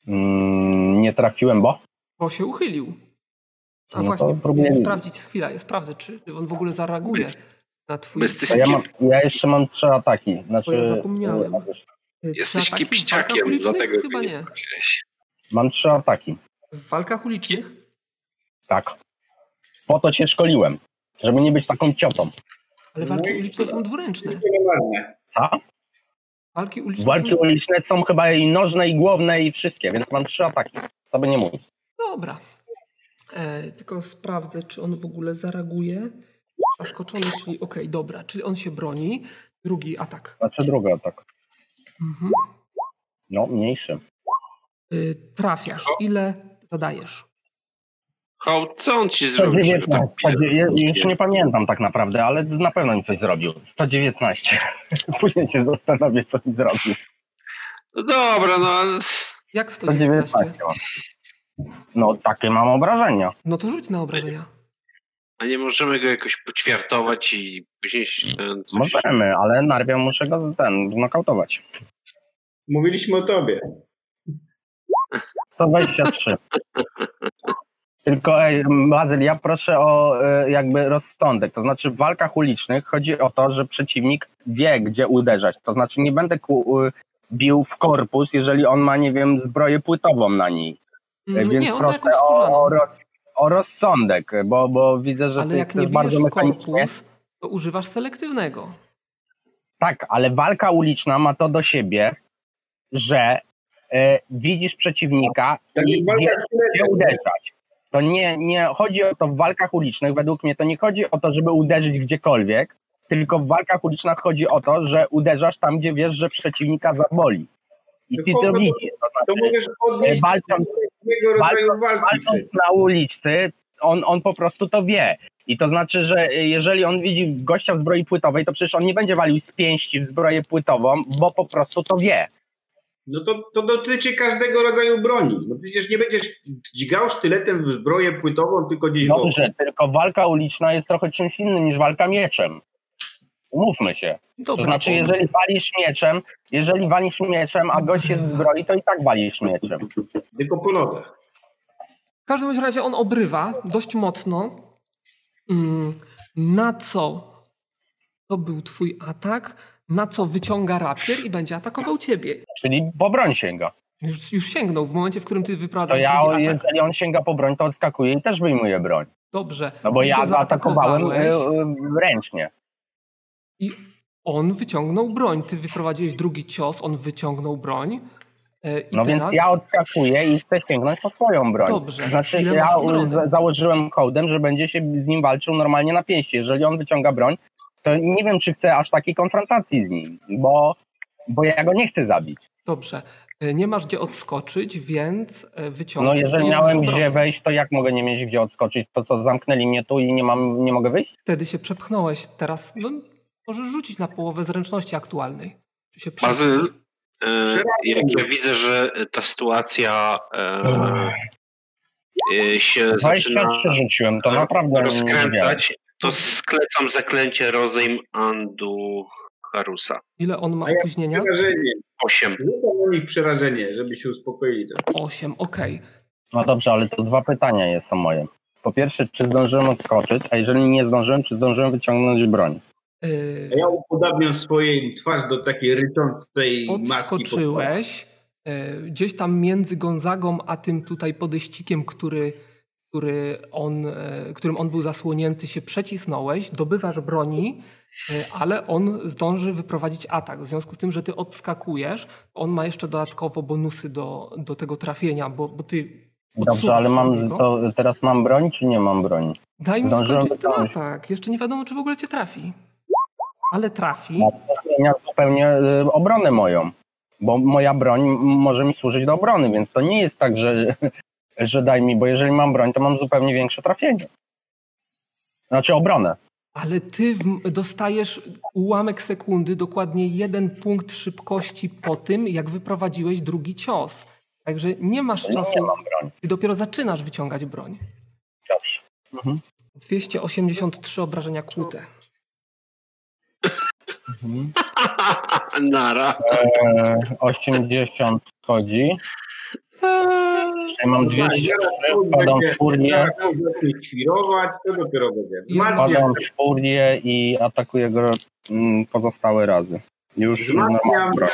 Mm, nie trafiłem, bo? bo się uchylił. A No właśnie, to próbuję- sprawdzić chwila, ja sprawdzę, czy on w ogóle zareaguje na twój... e, Bez ty To ja, mam, ja jeszcze mam trzy ataki. Znaczy, Bo ja zapomniałem. Czy jesteś ataki w kipściakiem, walkach ulicznych? dlatego Chyba go nie nie. Mam trzy ataki, W walkach ulicznych? tak. Po to cię szkoliłem, żeby nie być taką ciotą. Ale No walki i uliczne są tyle. dwuręczne. Nienormalne. Co? Walki uliczne Walki są... uliczne są chyba i nożne, i głowne, i wszystkie, więc mam trzy ataki. To by nie mówił. Dobra. E, tylko sprawdzę, czy on w ogóle zareaguje. Zaskoczony, czyli okej, dobra. Czyli on się broni. Drugi atak. Znaczy drugi atak. Mhm. No, mniejszy. Y, trafiasz. Ile zadajesz? Hołd, co on ci zrobił? że go 119. tak bierze? Już nie pamiętam tak naprawdę, ale na pewno mi coś zrobił. 119. [laughs] Później się zastanowię, co mi zrobił. No dobra, no ale... Jak 119? 119. No, takie mam obrażenia. No to rzuć na obrażenia. A nie możemy go jakoś poćwiartować i później się ten coś... Możemy, ale najpierw muszę go ten, znokautować. Mówiliśmy o tobie. 123. Tylko ej, Bazyl, ja proszę o e, jakby rozsądek. To znaczy w walkach ulicznych chodzi o to, że przeciwnik wie, gdzie uderzać. To znaczy nie będę ku, e, bił w korpus, jeżeli on ma, nie wiem, zbroję płytową na niej. E, Mm, Więc nie, on ma proszę jakąś o, skórzaną. o, roz, o rozsądek, bo, bo widzę, że Ale ty jak nie chcesz bijesz bardzo w mechanicznie. korpus, to używasz selektywnego. Tak, ale walka uliczna ma to do siebie, że e, widzisz przeciwnika Tak, i walka wiesz, z gdzie sztyletem. uderzać. To nie, nie chodzi o to w walkach ulicznych, według mnie to nie chodzi o to, żeby uderzyć gdziekolwiek, tylko w walkach ulicznych chodzi o to, że uderzasz tam, gdzie wiesz, że przeciwnika zaboli. I ty to Dobra, to- widzisz. To To znaczy, możesz odnieść walczą- tego rodzaju walki. wtedy. walcząc na ulicy, on, on po prostu to wie. I to znaczy, że jeżeli on widzi gościa w zbroi płytowej, to przecież on nie będzie walił z pięści w zbroję płytową, bo po prostu to wie. No to, to dotyczy każdego rodzaju broni. No przecież nie będziesz dźgał sztyletem w zbroję płytową, tylko gdzieś wokół. Dobrze, tylko walka uliczna jest trochę czymś innym niż walka mieczem. Umówmy się. To Dobra, znaczy, on- jeżeli walisz mieczem, jeżeli walisz mieczem, a gość jest w zbroi, to i tak walisz mieczem. tylko po nogach. W każdym bądź razie on obrywa dość mocno. Mm, Na co to był twój atak? Na co wyciąga rapier i będzie atakował ciebie. Czyli po broń sięga. Już, już sięgnął w momencie, w którym ty To wyprowadzasz ja, drugi atak. jeżeli on sięga po broń, to odskakuje i też wyjmuje broń. Dobrze. No bo ty ja go zaatakowałem y, zaatakowałeś. y, ręcznie. I on wyciągnął broń. Ty wyprowadziłeś drugi cios, on wyciągnął broń. E, I No teraz... więc ja odskakuję i chcę sięgnąć po swoją broń. Dobrze. Znaczy Ile ja masz broni? za- założyłem kołdem, że będzie się z nim walczył normalnie na pięści. Jeżeli on wyciąga broń, to nie wiem, czy chcę aż takiej konfrontacji z nim, bo, bo ja go nie chcę zabić. Dobrze. E, Nie masz gdzie odskoczyć, więc e, No wyciągnij. jeżeli jedną miałem broń. gdzie wejść, to jak mogę nie mieć gdzie odskoczyć? To co, zamknęli mnie tu i nie, mam, nie mogę wyjść? Wtedy się przepchnąłeś. Teraz no, możesz rzucić na połowę zręczności aktualnej. Czy się przepchniesz? Bazyl, e, Przerażony. jak ja widzę, że ta sytuacja e, e, się zaczyna 23 rzuciłem, to naprawdę nie wiem. rozkręcać, to sklecam zaklęcie rozejm Andu Harusa. Ile on ma A ja- opóźnienia? Przerażenie. 8. Rzucam na nich przerażenie, żeby się uspokoili. trochę. 8, okej. No dobrze, ale to dwa pytania jest, są moje. Po pierwsze, czy zdążyłem odskoczyć, a jeżeli nie zdążyłem, czy zdążyłem wyciągnąć broń? Yy, A ja upodabniam swojej twarz do takiej ryczącej maski. potwora. Odskoczyłeś yy, gdzieś tam między Gonzagą a tym tutaj podejścikiem, który, który on, yy, którym on był zasłonięty, się przecisnąłeś, dobywasz broni, yy, ale on zdąży wyprowadzić atak. W związku z tym, że ty odskakujesz, on ma jeszcze dodatkowo bonusy do, do tego trafienia, bo, bo ty. Dobrze, ale mam, Odsuwasz to teraz mam broń, czy nie mam broni? Daj mi Zdążyłem skończyć ten wyciągnąć. atak. Jeszcze nie wiadomo, czy w ogóle cię trafi. Ale trafi. No, to zmienia zupełnie y, obronę moją, bo moja broń m- może mi służyć do obrony, więc to nie jest tak, że, [laughs] że daj mi, bo jeżeli mam broń, to mam zupełnie większe trafienie. Znaczy obronę. Ale ty w, dostajesz ułamek sekundy, dokładnie jeden punkt szybkości po tym, jak wyprowadziłeś drugi cios. Także nie masz czasu, No Nie mam broni. ty dopiero zaczynasz wyciągać broń. Dobrze. Mhm. 283 obrażenia kłute. Nara. E, 80 chodzi. Ja No mam tak, 200, wpadam w furię, Zaraz zacznie świrować, to dopiero będzie. Wzmacniam, wpadam w furię i atakuję go mm, pozostałe razy. Już normalnie wzmacniam broń.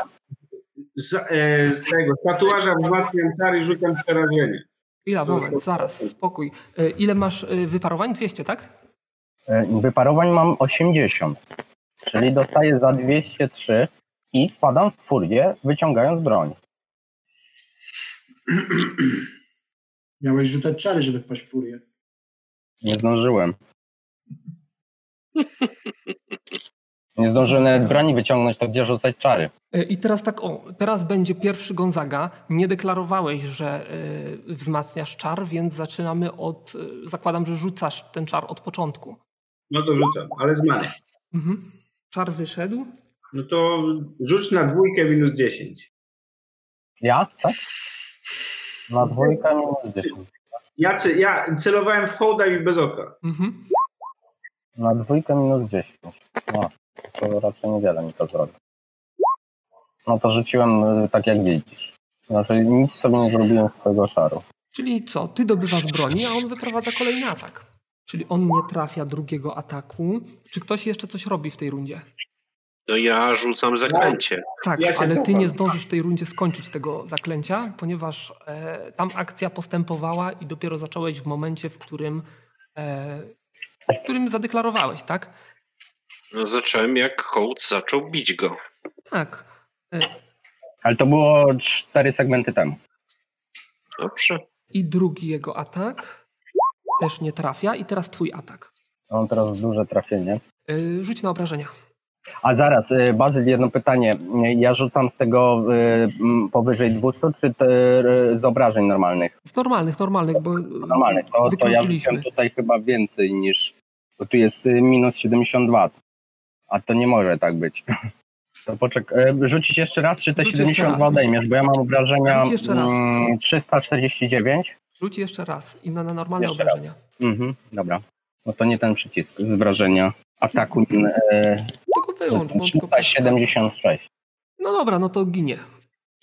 z, e, z tego, z tatuaża wzmacniam czary, rzucam przerażenie. Ila, moment, zaraz, spokój. E, Ile masz e, wyparowań? 200, tak? E, Wyparowań mam 80, czyli dostaję za 203 i wpadam w furię, wyciągając broń. Miałeś rzucać czary, żeby wpaść w furię. Nie zdążyłem. Nie zdążyłem nawet broni wyciągnąć, to gdzie rzucać czary? E, I teraz tak, o, teraz będzie pierwszy Gonzaga. Nie deklarowałeś, że e, wzmacniasz czar, więc zaczynamy od, e, zakładam, że rzucasz ten czar od początku. No to rzucam, ale zmarł. Mhm. Czar wyszedł. No to rzuć na dwójkę minus 10. Ja? Tak? Na dwójkę minus 10. Ja, ce- ja celowałem w hołda i bez oka. Mhm. Na dwójkę minus 10. No, to raczej niewiele mi to zrobi. No to rzuciłem e, tak jak widzisz. Znaczy nic sobie nie zrobiłem z tego czaru. Czyli co? Ty dobywasz broni, a on wyprowadza kolejny atak. Czyli on nie trafia drugiego ataku. Czy ktoś jeszcze coś robi w tej rundzie? No ja rzucam zaklęcie. Tak, Ja się ale ty cofam. nie zdążysz w tej rundzie skończyć tego zaklęcia, ponieważ e, tam akcja postępowała i dopiero zacząłeś w momencie, w którym, e, w którym zadeklarowałeś, tak? No zacząłem jak hołd zaczął bić go. Tak. Ale to było cztery segmenty temu. Dobrze. I drugi jego atak też nie trafia i teraz twój atak. Mam teraz duże trafienie. E, rzuć na obrażenia. A zaraz, y, Bazyl, jedno pytanie. Y, Ja rzucam z tego y, m, powyżej 200, czy te, y, z obrażeń normalnych? Z normalnych, normalnych, bo e, Normalnych. no To, to ja wykluczyliśmy. rzucam tutaj chyba więcej niż... Bo tu jest y, minus 72. A to nie może tak być. [laughs] To poczek... y, Rzucić jeszcze raz, czy te Rzuć jeszcze 72 raz. odejmiesz? Bo ja mam obrażenia Rzuć jeszcze raz. mm, 349. Rzuć jeszcze raz i na, na normalne Jeszcze raz. obrażenia. Mhm, dobra. No to nie ten przycisk z wrażenia. Ataku e, Tylko wyłącz, bo tylko... 376. No dobra, no to ginie.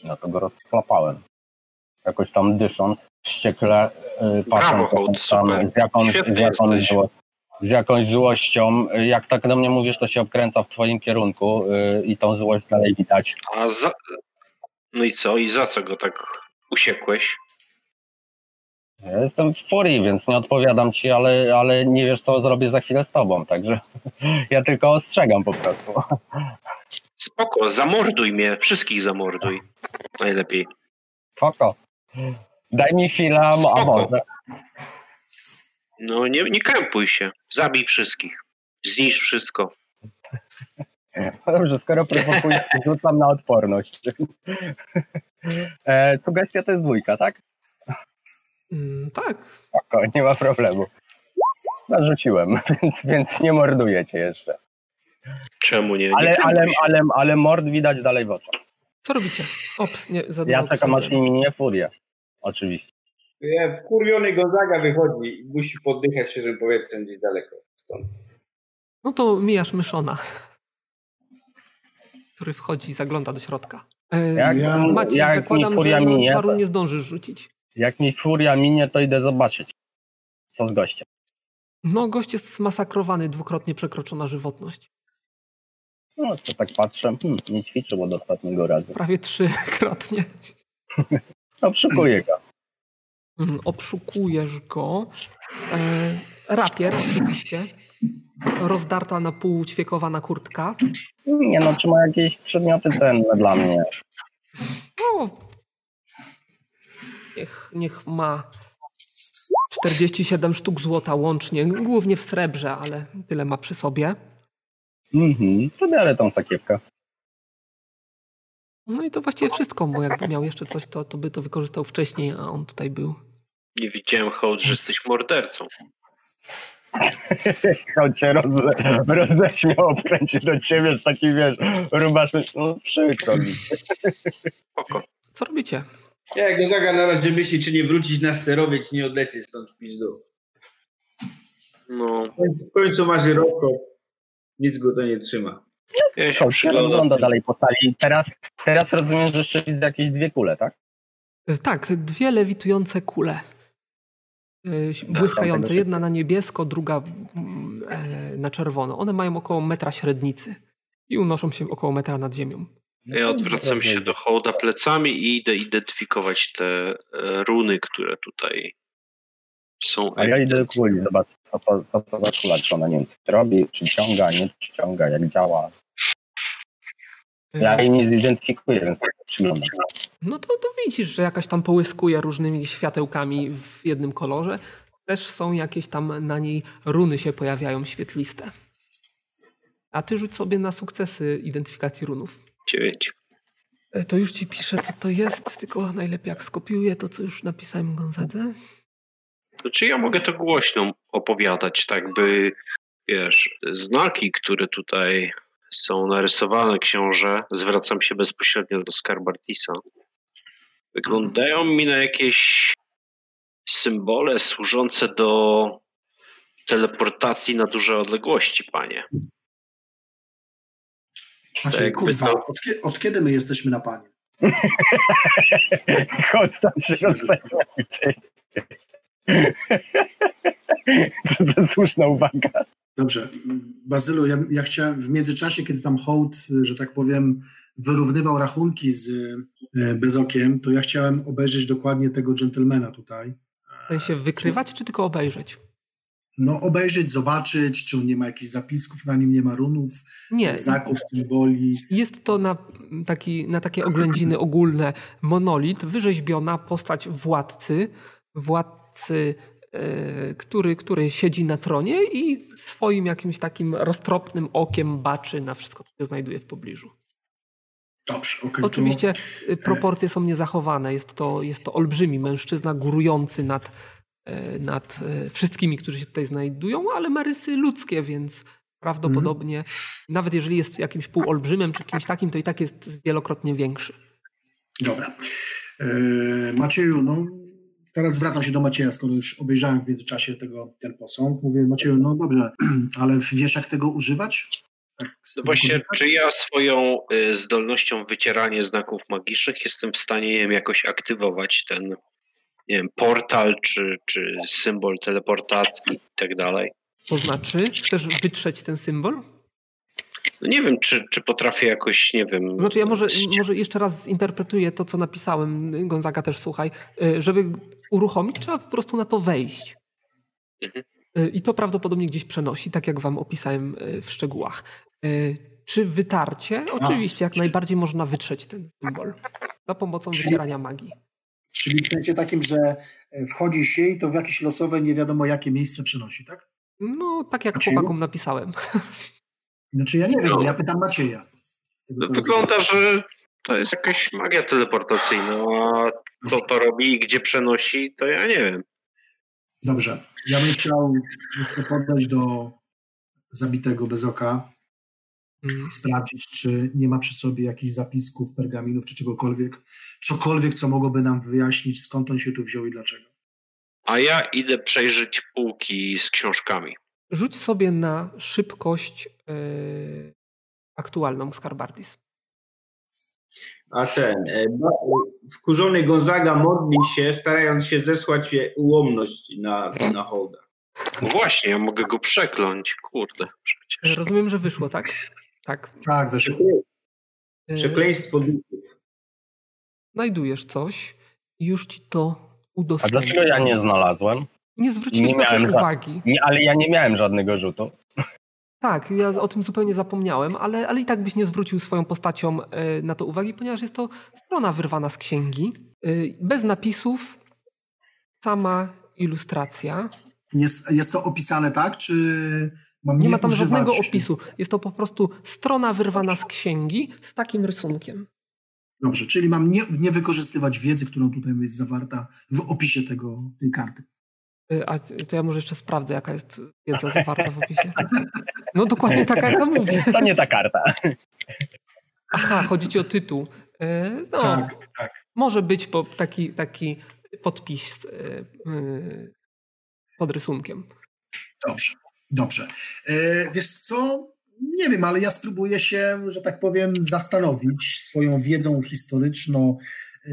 No to go rozklapałem. Jakoś tam dysząc, wściekle y, patrząc Hołd, jakąś tam- super. z jakąś, Świetny z, jakąś jesteś. zło, z jakąś złością. Y, Jak tak do mnie mówisz, to się obkręca w twoim kierunku y, i tą złość dalej widać. A za... No i co? I za co go tak usiekłeś? Ja jestem w furii, więc nie odpowiadam ci, ale, ale nie wiesz, co zrobię za chwilę z tobą, także [laughs] ja tylko ostrzegam po prostu. Spoko, zamorduj mnie. Wszystkich zamorduj. Najlepiej. Spoko. Daj mi chwilę, a Spoko. może. No nie, nie krępuj się. Zabij wszystkich. Zniszcz wszystko. Dobrze, skoro prowokujesz, to rzucam na odporność. E, sugestia to jest dwójka, tak? Mm, tak, Spoko, nie ma problemu. Narzuciłem, [laughs] więc, więc nie morduję cię jeszcze. Czemu nie? nie Ale, krępuj ale, się. ale, ale mord widać dalej w oczach. Co robicie? Ops, nie, za dużo Ja taka odsunąłem. minię furię. Oczywiście. Ja Wkurwiony Gonzaga wychodzi i musi poddychać się, żeby powietrze gdzieś daleko. Stąd. No to mijasz myszona, [laughs] który wchodzi i zagląda do środka. E, Jak, Ja- Maciej, jak zakładam, mi furia że na minie, czaru to, nie zdążysz rzucić. jak mi furia minie, to idę zobaczyć. Co z gościem? No, gość jest zmasakrowany, dwukrotnie przekroczona żywotność. No, to tak patrzę, hmm, nie ćwiczył od ostatniego razu. Prawie trzykrotnie. No, przykuję go. Mm, Obszukujesz go. E, rapier, oczywiście. Rozdarta na pół ćwiekowana kurtka. Nie no, czy ma jakieś przedmioty cenne dla mnie? No. Niech, niech ma 47 sztuk złota łącznie, głównie w srebrze, ale tyle ma przy sobie. Mhm, to biorę tą sakiewkę. No i to właściwie wszystko, bo jakby miał jeszcze coś, to, to by to wykorzystał wcześniej, a on tutaj był. Nie widziałem, hołd, że jesteś mordercą. Chodź się rozle, roześmiał, obkręci do ciebie z taki, wiesz, rubasz, no przykro mi. Spoko. Co robicie? Ja Gonzaga na razie myśli, czy nie wrócić na sterowiec, nie odlecieć stąd pizdu. No, W końcu ma żyroko. Nic go to nie trzyma. ja się Chodź się rozgląda przyglądam. dalej po sali. Teraz, teraz rozumiem, że jeszcze widzę jakieś dwie kule, tak? E, Tak, dwie lewitujące kule. E, si- tego Błyskające. się- Jedna na niebiesko, druga mm, e, na czerwono. One mają około metra średnicy i unoszą się około metra nad ziemią. Ja odwracam się do hołda plecami i idę identyfikować te e, runy, które tutaj są. A ja idę do kuli, zobacz, co to, co to za kula, czy ona nie wiem, co robi, czy ciąga, nie ciąga, jak działa. E, Ja jej nie zidentyfikuję, więc tak przyglądam. No to, to widzisz, że jakaś tam połyskuje różnymi światełkami w jednym kolorze. Też są jakieś tam na niej runy się pojawiają świetliste. A ty rzuć sobie na sukcesy identyfikacji runów. Dziewięć. E, To już ci piszę, co to jest, tylko najlepiej jak skopiuję to, co już napisałem Gonzadze. To czy ja mogę to głośno opowiadać, tak by, wiesz, znaki, które tutaj są narysowane, książę, zwracam się bezpośrednio do Skarbartisa, wyglądają mi na jakieś symbole służące do teleportacji na duże odległości, panie. Maciej, jakby Znaczy, kurwa, to- od, kie- od kiedy my jesteśmy na panie? [laughs] Chodź tam się rozleśniać. to, to słuszna uwaga. Dobrze. Bazylu, ja, ja chciałem w międzyczasie, kiedy tam hołd, że tak powiem, wyrównywał rachunki z e, bezokiem, to ja chciałem obejrzeć dokładnie tego dżentelmena tutaj. W sensie wykrywać, czy tylko obejrzeć? No, obejrzeć, zobaczyć, czy on nie ma jakichś zapisków na nim, nie ma runów, Nie. znaków, symboli. Jest to na, taki, na takie oględziny ogólne monolit, wyrzeźbiona postać władcy, władcy, e, który, który siedzi na tronie i swoim jakimś takim roztropnym okiem baczy na wszystko, co się znajduje w pobliżu. Dobrze, okej. to- Oczywiście y, proporcje są niezachowane. Jest to, jest to olbrzymi mężczyzna górujący nad, y, nad y, wszystkimi, którzy się tutaj znajdują, ale marysy ludzkie, więc prawdopodobnie nawet jeżeli jest jakimś półolbrzymem czy kimś takim, to i tak jest wielokrotnie większy. Dobra. E, Macieju, no teraz zwracam się do Macieja, skoro już obejrzałem w międzyczasie tego, ten posąg. Mówię, Macieju, no dobrze, [clears throat] ale wiesz jak tego używać? Tak, z No tego właśnie, korzystać? czy ja swoją y, zdolnością wycierania znaków magicznych jestem w stanie nie wiem, jakoś aktywować ten nie wiem, portal czy, czy symbol teleportacji i tak dalej? To znaczy, chcesz wytrzeć ten symbol? No nie wiem, czy, czy potrafię jakoś, nie wiem. To znaczy, ja może, ści- może jeszcze raz zinterpretuję to, co napisałem. Gonzaga też słuchaj. Y, Żeby uruchomić, trzeba po prostu na to wejść. Mhm. Y, I to prawdopodobnie gdzieś przenosi, tak jak wam opisałem y, w szczegółach. Y, Czy wytarcie? Oczywiście, jak czy- najbardziej można wytrzeć ten symbol za pomocą Czyli- wycierania magii. Czyli w sensie takim, że e, wchodzi się i to w jakieś losowe, nie wiadomo jakie miejsce przenosi, tak? No, tak jak Maciej? chłopakom napisałem. Znaczy ja nie wiem, bo ja pytam Macieja. Z tego, No, co wygląda, że to jest jakaś magia teleportacyjna, a co to robi i gdzie przenosi, to ja nie wiem. Dobrze. Ja bym chciał jeszcze podejść do zabitego bez oka, Mm. sprawdzić, czy nie ma przy sobie jakichś zapisków, pergaminów czy czegokolwiek. Cokolwiek, co mogłoby nam wyjaśnić, skąd on się tu wziął i dlaczego. A ja idę przejrzeć półki z książkami. Rzuć sobie na szybkość y, aktualną Skarbardis. A ten, e, ba- e, wkurzony Gonzaga modli się, starając się zesłać je- ułomność na, na hołda. No właśnie, ja mogę go przekląć, kurde. Y, Przecież. Rozumiem, że wyszło, tak? Tak. Tak, weszło. Y, Przekleństwo duchów. znajdujesz coś i już ci to A udostępnię. dlaczego ja nie znalazłem? Nie zwróciłeś nie na to miałem za- uwagi. Nie, ale ja nie miałem żadnego rzutu. Tak, ja o tym zupełnie zapomniałem, ale, ale i tak byś nie zwrócił swoją postacią e, na to uwagi, ponieważ jest to strona wyrwana z księgi, e, bez napisów, sama ilustracja. Jest, jest to opisane tak, czy mam Nie nie ma tam używać? żadnego opisu. Jest to po prostu strona wyrwana z księgi z takim rysunkiem. Dobrze, czyli mam nie, nie wykorzystywać wiedzy, którą tutaj jest zawarta w opisie tego, tej karty. E, A to ja może jeszcze sprawdzę, jaka jest wiedza zawarta w [laughs] opisie. No dokładnie taka, jaka mówię. To nie ta karta. Aha, chodzi ci o tytuł. E, No, Tak, tak. Może być po taki, taki podpis e, e, pod rysunkiem. Dobrze, dobrze. E, wiesz co? Nie wiem, ale ja spróbuję się, że tak powiem, zastanowić swoją wiedzą historyczno, e,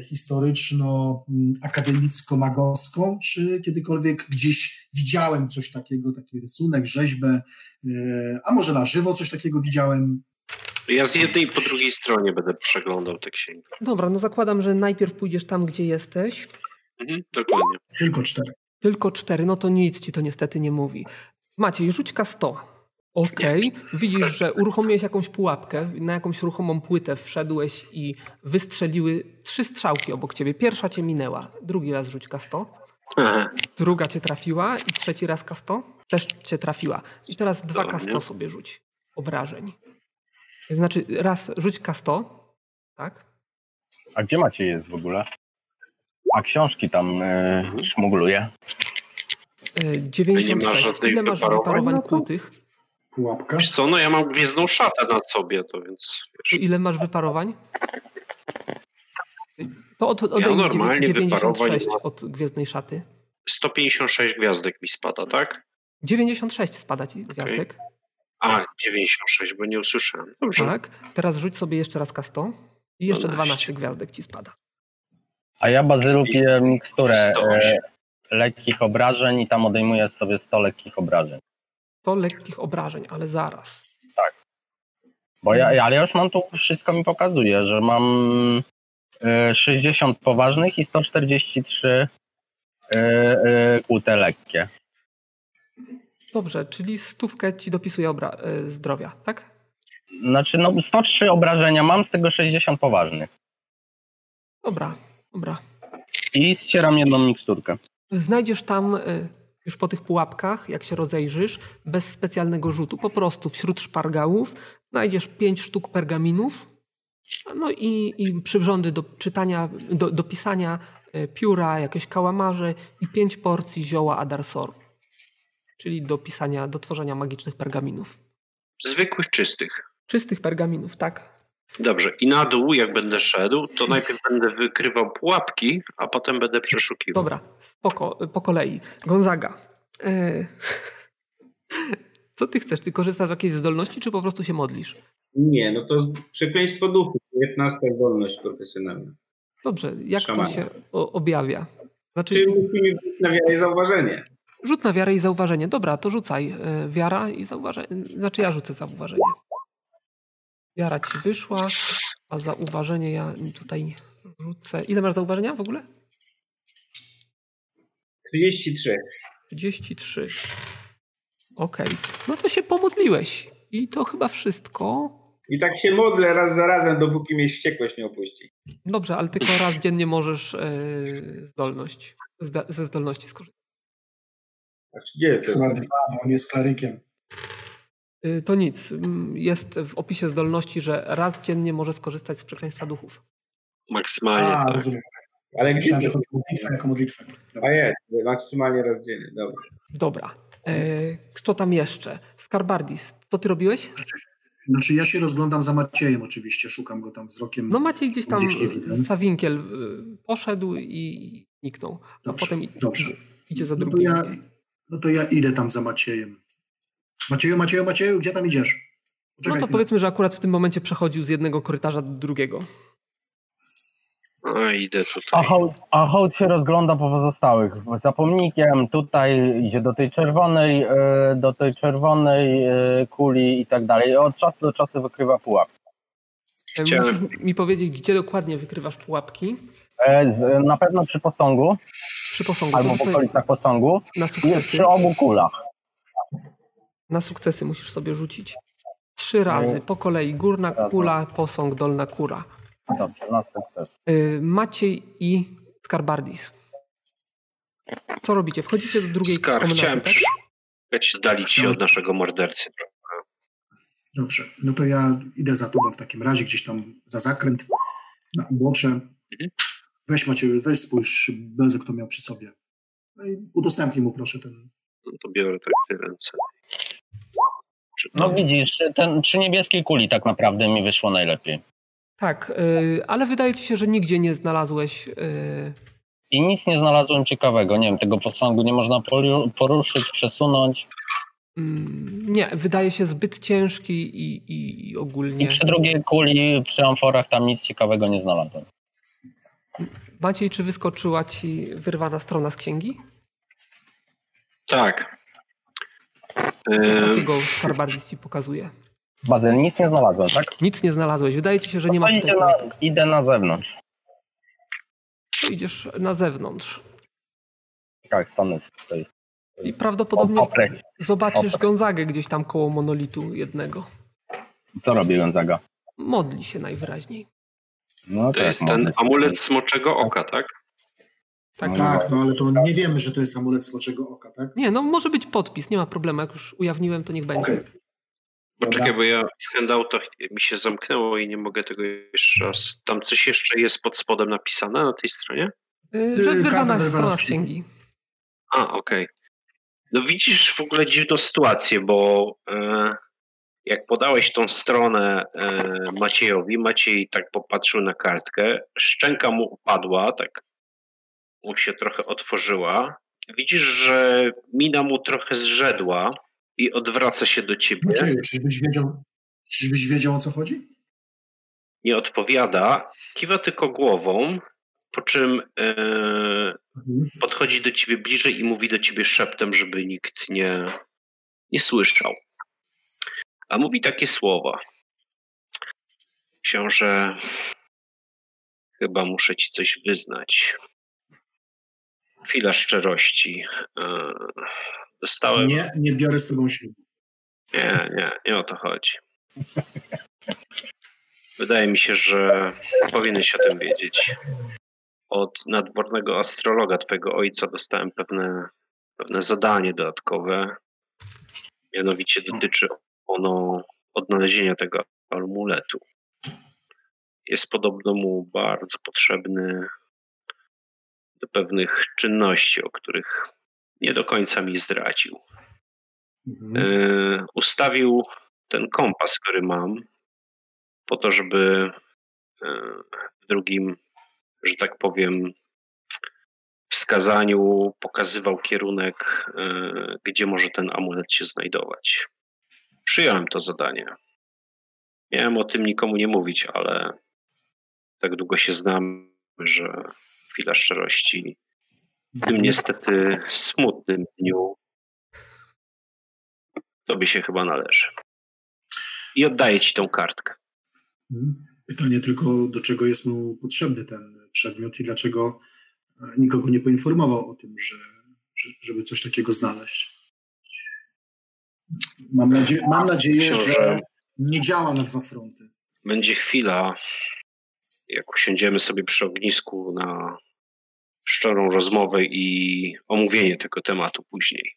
historyczno mm, akademicko-magowską, czy kiedykolwiek gdzieś widziałem coś takiego, taki rysunek, rzeźbę, e, a może na żywo coś takiego widziałem. Ja z jednej i po drugiej stronie będę przeglądał te księgi. Dobra, no zakładam, że najpierw pójdziesz tam, gdzie jesteś. Mhm, dokładnie. Tylko cztery. Tylko cztery, no to nic ci to niestety nie mówi. Maciej, rzuć K100. Okej, widzisz, że uruchomiłeś jakąś pułapkę, na jakąś ruchomą płytę wszedłeś i wystrzeliły trzy strzałki obok ciebie. Pierwsza cię minęła, drugi raz rzuć K100. Aha, Druga cię trafiła i trzeci raz K100 też cię trafiła. I teraz dwa Dobra, K100 nie? sobie rzuć obrażeń. Znaczy raz rzuć K100, tak? A gdzie macie jest w ogóle? A książki tam e, szmugluje. Y, nie ma 96. żadnych Ile masz wyparowań? wyparowań No to- kłutych? Pułapka. Wiesz co, no ja mam gwiezdną szatę na sobie, to więc wiesz, Ile masz wyparowań? To od, odejmij normalnie 96 wyparowań od Gwiezdnej Szaty. 156 gwiazdek mi spada, tak? 96 spada ci gwiazdek, A, 96, bo nie usłyszałem. Dobrze. tak? Teraz rzuć sobie jeszcze raz K100 i jeszcze 12. 12 gwiazdek ci spada. A ja bazylu piję miksturę Sto e, osiem. lekkich obrażeń i tam odejmuję sobie 100 lekkich obrażeń. To lekkich obrażeń, ale zaraz. Bo ja, ja- ale ja już mam tu, wszystko mi pokazuje, że mam e, 60 poważnych i 143 e, e, kłute lekkie. Dobrze, czyli stówkę ci dopisuje obra- y, zdrowia, tak? Znaczy, no 103 obrażenia mam, z tego 60 poważnych. Dobra, dobra. I ścieram jedną miksturkę. Znajdziesz tam y, już po tych pułapkach, jak się rozejrzysz, bez specjalnego rzutu, po prostu wśród szpargałów znajdziesz pięć sztuk pergaminów, no i, i przyrządy do czytania, do, do pisania y, pióra, jakieś kałamarze i pięć porcji zioła adarsoru, czyli do pisania, do tworzenia magicznych pergaminów. Zwykłych, czystych. Czystych pergaminów, tak? Dobrze. I na dół, jak będę szedł, to najpierw będę wykrywał pułapki, a potem będę przeszukiwał. Dobra, spoko, po kolei. Gonzaga. E, [laughs] Co ty chcesz? Ty korzystasz z jakiejś zdolności, czy po prostu się modlisz? Nie, no to przekleństwo duchu. 19 wolność profesjonalna. Dobrze, jak Szamana. to się o, objawia? Znaczy, Czy musimy być na wiarę zauważenie? rzut na wiarę i zauważenie. Dobra, to rzucaj. e, Wiara i zauważenie. Znaczy, ja rzucę zauważenie. Wiara ci wyszła, a zauważenie ja tutaj rzucę. Ile masz zauważenia w ogóle? 33. 33. Okej, no to się pomodliłeś. I to chyba wszystko. I tak się modlę raz za razem, dopóki mnie wściekłość nie opuści. Dobrze, ale tylko raz dziennie możesz yy, zdolność, zda, ze zdolności skorzystać. A Tak, gdzie to jest? Chyba dwa, bo on jest klarykiem. Yy, to nic. mm, Jest w opisie zdolności, że raz dziennie może skorzystać z przekleństwa duchów. Maksymalnie. A, tak. rozumiem. Ale gdzie Myślałem, że to? chodzi o modlitwę jako modlitwę. A jest, maksymalnie raz dziennie, dobra. Dobra. Yy, kto tam jeszcze? Skarbardis, co ty robiłeś? Znaczy ja się rozglądam za Maciejem oczywiście, szukam go tam wzrokiem. No Maciej gdzieś tam Gdzieś nie widzę. yy, Sawinkiel yy, poszedł i zniknął. A Dobrze, potem i- dobrze. Idzie, idzie za No to, drugim. ja, no to ja idę tam za Maciejem. Macieju, Macieju, Macieju, gdzie tam idziesz? No Poczekaj to chwilę. powiedzmy, że akurat w tym momencie przechodził z jednego korytarza do drugiego. A idę tutaj. A hołd, a hołd się rozgląda po pozostałych. Za pomnikiem tutaj idzie do tej czerwonej, e, do tej czerwonej e, kuli i tak dalej. Od czasu do czasu wykrywa pułap. Yy, Chciałem- Musisz mi powiedzieć, gdzie dokładnie wykrywasz pułapki E, z- Na pewno przy posągu, przy posągu. albo w Powiedzmy, okolicach posągu na i sukcesy. przy obu kulach. Na sukcesy musisz sobie rzucić. Trzy razy po kolei. Górna Dobra. kula, posąg, dolna kula. Dobrze, na sukces. Y, Maciej i Skarbardis. Co robicie? Wchodzicie do drugiej Skar, chciałem komnaty, tak? przeszukać, dalić się od naszego mordercy. Dobrze, no to ja idę za tobą w takim razie, gdzieś tam za zakręt, na ubocze. Weź Macieju, weź spójrz, Belzę, kto miał przy sobie. No i udostępnij mu proszę ten. No to biorę tak te ręce. Czy No widzisz, ten, przy niebieskiej kuli tak naprawdę mi wyszło najlepiej. Tak, y, ale wydaje ci się, że nigdzie nie znalazłeś. y, I nic nie znalazłem ciekawego. Nie wiem, tego posągu nie można poru- poruszyć, przesunąć. mm, Nie, wydaje się zbyt ciężki i, i, i I ogólnie. przy drugiej kuli, przy amforach tam nic ciekawego nie znalazłem. Maciej, czy wyskoczyła ci wyrwana strona z księgi? Tak. Coś Ehm, takiego Skarbardis ci pokazuje. Bazyl, nic nie znalazłem, tak? Nic nie znalazłeś. Wydaje ci się, że nie No ma to tutaj idę, na, pułapek. idę na zewnątrz. To Idziesz na zewnątrz. Tak, stanę tutaj. I O, prawdopodobnie oprę. zobaczysz Dobra. Gonzagę gdzieś tam koło monolitu jednego. Co robi Gonzaga? Modli się najwyraźniej. No, To tak, jest mogę. ten amulet smoczego oka, tak? Tak. Tak, no ale to nie wiemy, że to jest amulet smoczego oka, tak? Nie, no może być podpis, nie ma problemu. Jak już ujawniłem, to niech będzie. Okej. Bo Dobra. czekaj, bo ja w handoutach mi się zamknęło i nie mogę tego jeszcze raz. Tam coś jeszcze jest pod spodem napisane na tej stronie? Y, Że Yy, karta wyrwana wyrwana strona z z księgi. A, okej. No widzisz w ogóle dziwną sytuację, bo e, jak podałeś tą stronę e, Maciejowi, Maciej tak popatrzył na kartkę, szczęka mu upadła, tak mu się trochę otworzyła. Widzisz, że mina mu trochę zrzedła i odwraca się do ciebie. Macieju, czyżbyś wiedział, czyżbyś wiedział o co chodzi? nie odpowiada, kiwa tylko głową Po czym e, podchodzi do ciebie bliżej i mówi do ciebie szeptem, żeby nikt nie, nie słyszał. A mówi takie słowa. Książę, chyba muszę ci coś wyznać. Chwila szczerości. E, Dostałem. Nie, Nie, nie biorę z tobą ślubu. nie, nie, o to chodzi. Wydaje mi się, że powinieneś o tym wiedzieć. Od nadwornego astrologa twojego ojca dostałem pewne, pewne zadanie dodatkowe. Mianowicie dotyczy ono odnalezienia tego amuletu. Jest podobno mu bardzo potrzebny do pewnych czynności, o których nie do końca mi zdradził. E, ustawił ten kompas, który mam, po to, żeby e, w drugim, że tak powiem, wskazaniu pokazywał kierunek, e, gdzie może ten amulet się znajdować. Przyjąłem to zadanie. Miałem o tym nikomu nie mówić, ale tak długo się znam, że chwila szczerości. W tym niestety smutnym dniu tobie się chyba należy. I oddaję ci tą kartkę. Mhm. Pytanie tylko, do czego jest mu potrzebny ten przedmiot i dlaczego e, nikogo nie poinformował o tym, że, że, żeby coś takiego znaleźć. Mam, nadzie- mam nadzieję, że Książę, nie działa na dwa fronty. będzie chwila, jak usiądziemy sobie przy ognisku na szczerą rozmowę i omówienie tego tematu później.